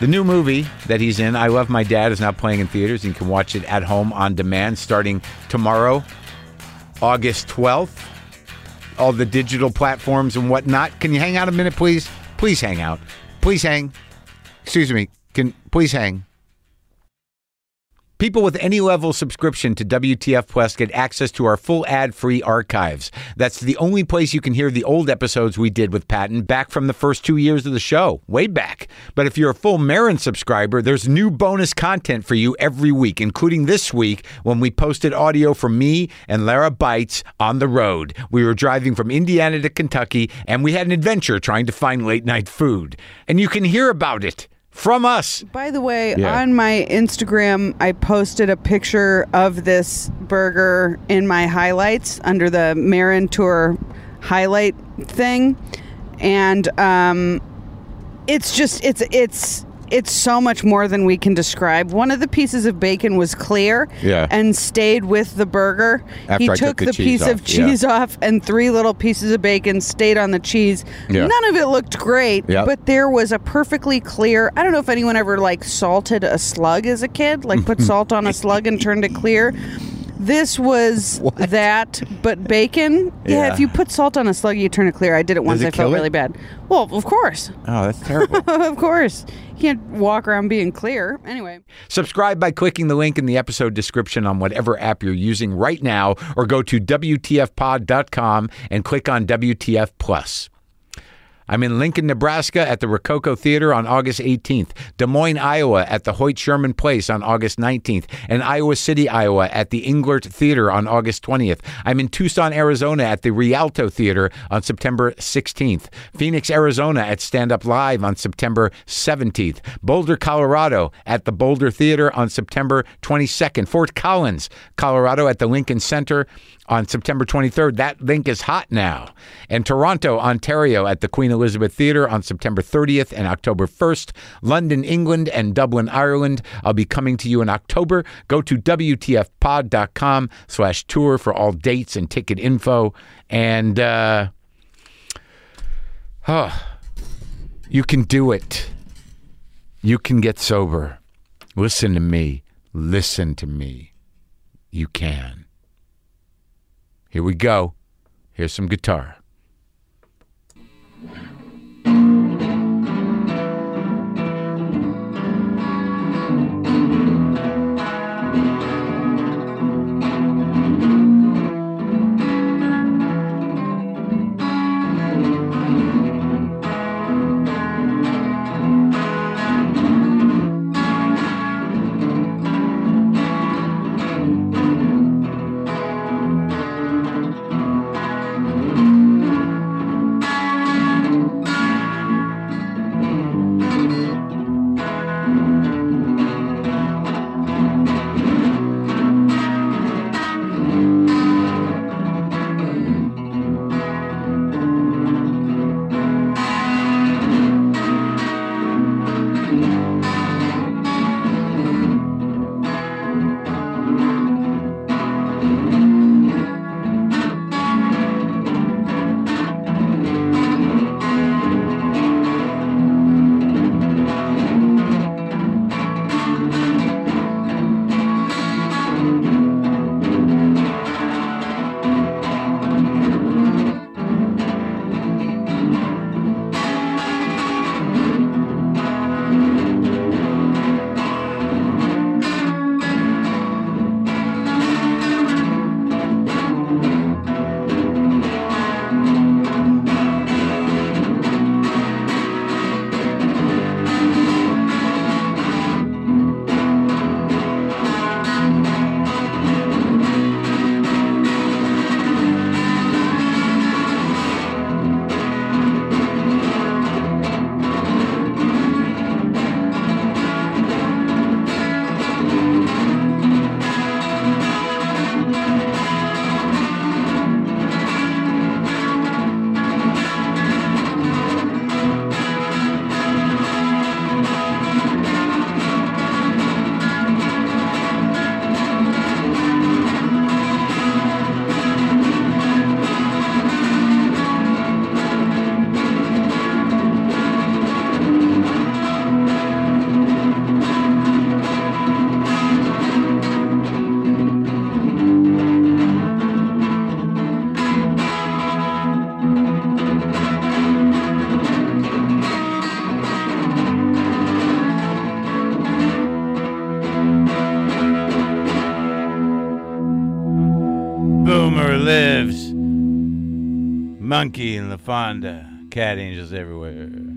Speaker 1: The new movie that he's in, I Love My Dad, is now playing in theaters. You can watch it at home on demand starting tomorrow, August 12th. All the digital platforms and whatnot. Can you hang out a minute, please? Please hang out. Please hang. Excuse me. Can please hang. People with any level subscription to WTF Plus get access to our full ad-free archives. That's the only place you can hear the old episodes we did with Patton back from the first two years of the show, way back. But if you're a full Marin subscriber, there's new bonus content for you every week, including this week when we posted audio from me and Lara Bites on the road. We were driving from Indiana to Kentucky, and we had an adventure trying to find late-night food. And you can hear about it from us.
Speaker 3: By the way,
Speaker 1: Yeah.
Speaker 3: on my Instagram, I posted a picture of this burger in my highlights under the Marin Tour highlight thing, and um, it's just it's it's it's so much more than we can describe. One of the pieces of bacon was clear,
Speaker 1: Yeah.
Speaker 3: and stayed with the burger.
Speaker 1: After
Speaker 3: he
Speaker 1: I
Speaker 3: took,
Speaker 1: took the
Speaker 3: the,
Speaker 1: cheese
Speaker 3: piece
Speaker 1: off,
Speaker 3: of
Speaker 1: yeah.
Speaker 3: cheese off, and three little pieces of bacon stayed on the cheese.
Speaker 1: Yeah.
Speaker 3: None of it looked great,
Speaker 1: Yep.
Speaker 3: but there was a perfectly clear i don't know if anyone ever like salted a slug as a kid like
Speaker 1: <laughs>
Speaker 3: put salt on a slug and turned it clear this was that but bacon yeah.
Speaker 1: Yeah.
Speaker 3: if you put salt on a slug you turn it clear i did it once
Speaker 1: it
Speaker 3: i felt
Speaker 1: kill it?
Speaker 3: really bad well of course
Speaker 1: Oh, that's terrible.
Speaker 3: <laughs> of course you can't walk around being clear anyway
Speaker 1: Subscribe by clicking the link in the episode description on whatever app you're using right now, or go to WTFpod.com and click on WTF Plus. I'm in Lincoln, Nebraska at the Rococo Theater on August 18th, Des Moines, Iowa at the Hoyt Sherman Place on August 19th, and Iowa City, Iowa at the Englert Theater on August 20th. I'm in Tucson, Arizona at the Rialto Theater on September 16th, Phoenix, Arizona at Stand Up Live on September 17th, Boulder, Colorado at the Boulder Theater on September 22nd, Fort Collins, Colorado at the Lincoln Center on September 23rd. That link is hot now. And Toronto, Ontario at the Queen Elizabeth Theatre on September 30th and October 1st. London, England and Dublin, Ireland. I'll be coming to you in October. Go to WTFpod.com slash tour for all dates and ticket info. And uh, oh, you can do it. You can get sober. Listen to me. Listen to me. You can. Here we go. Here's some guitar.
Speaker 4: Homer lives. Monkey in La Fonda. Cat angels everywhere.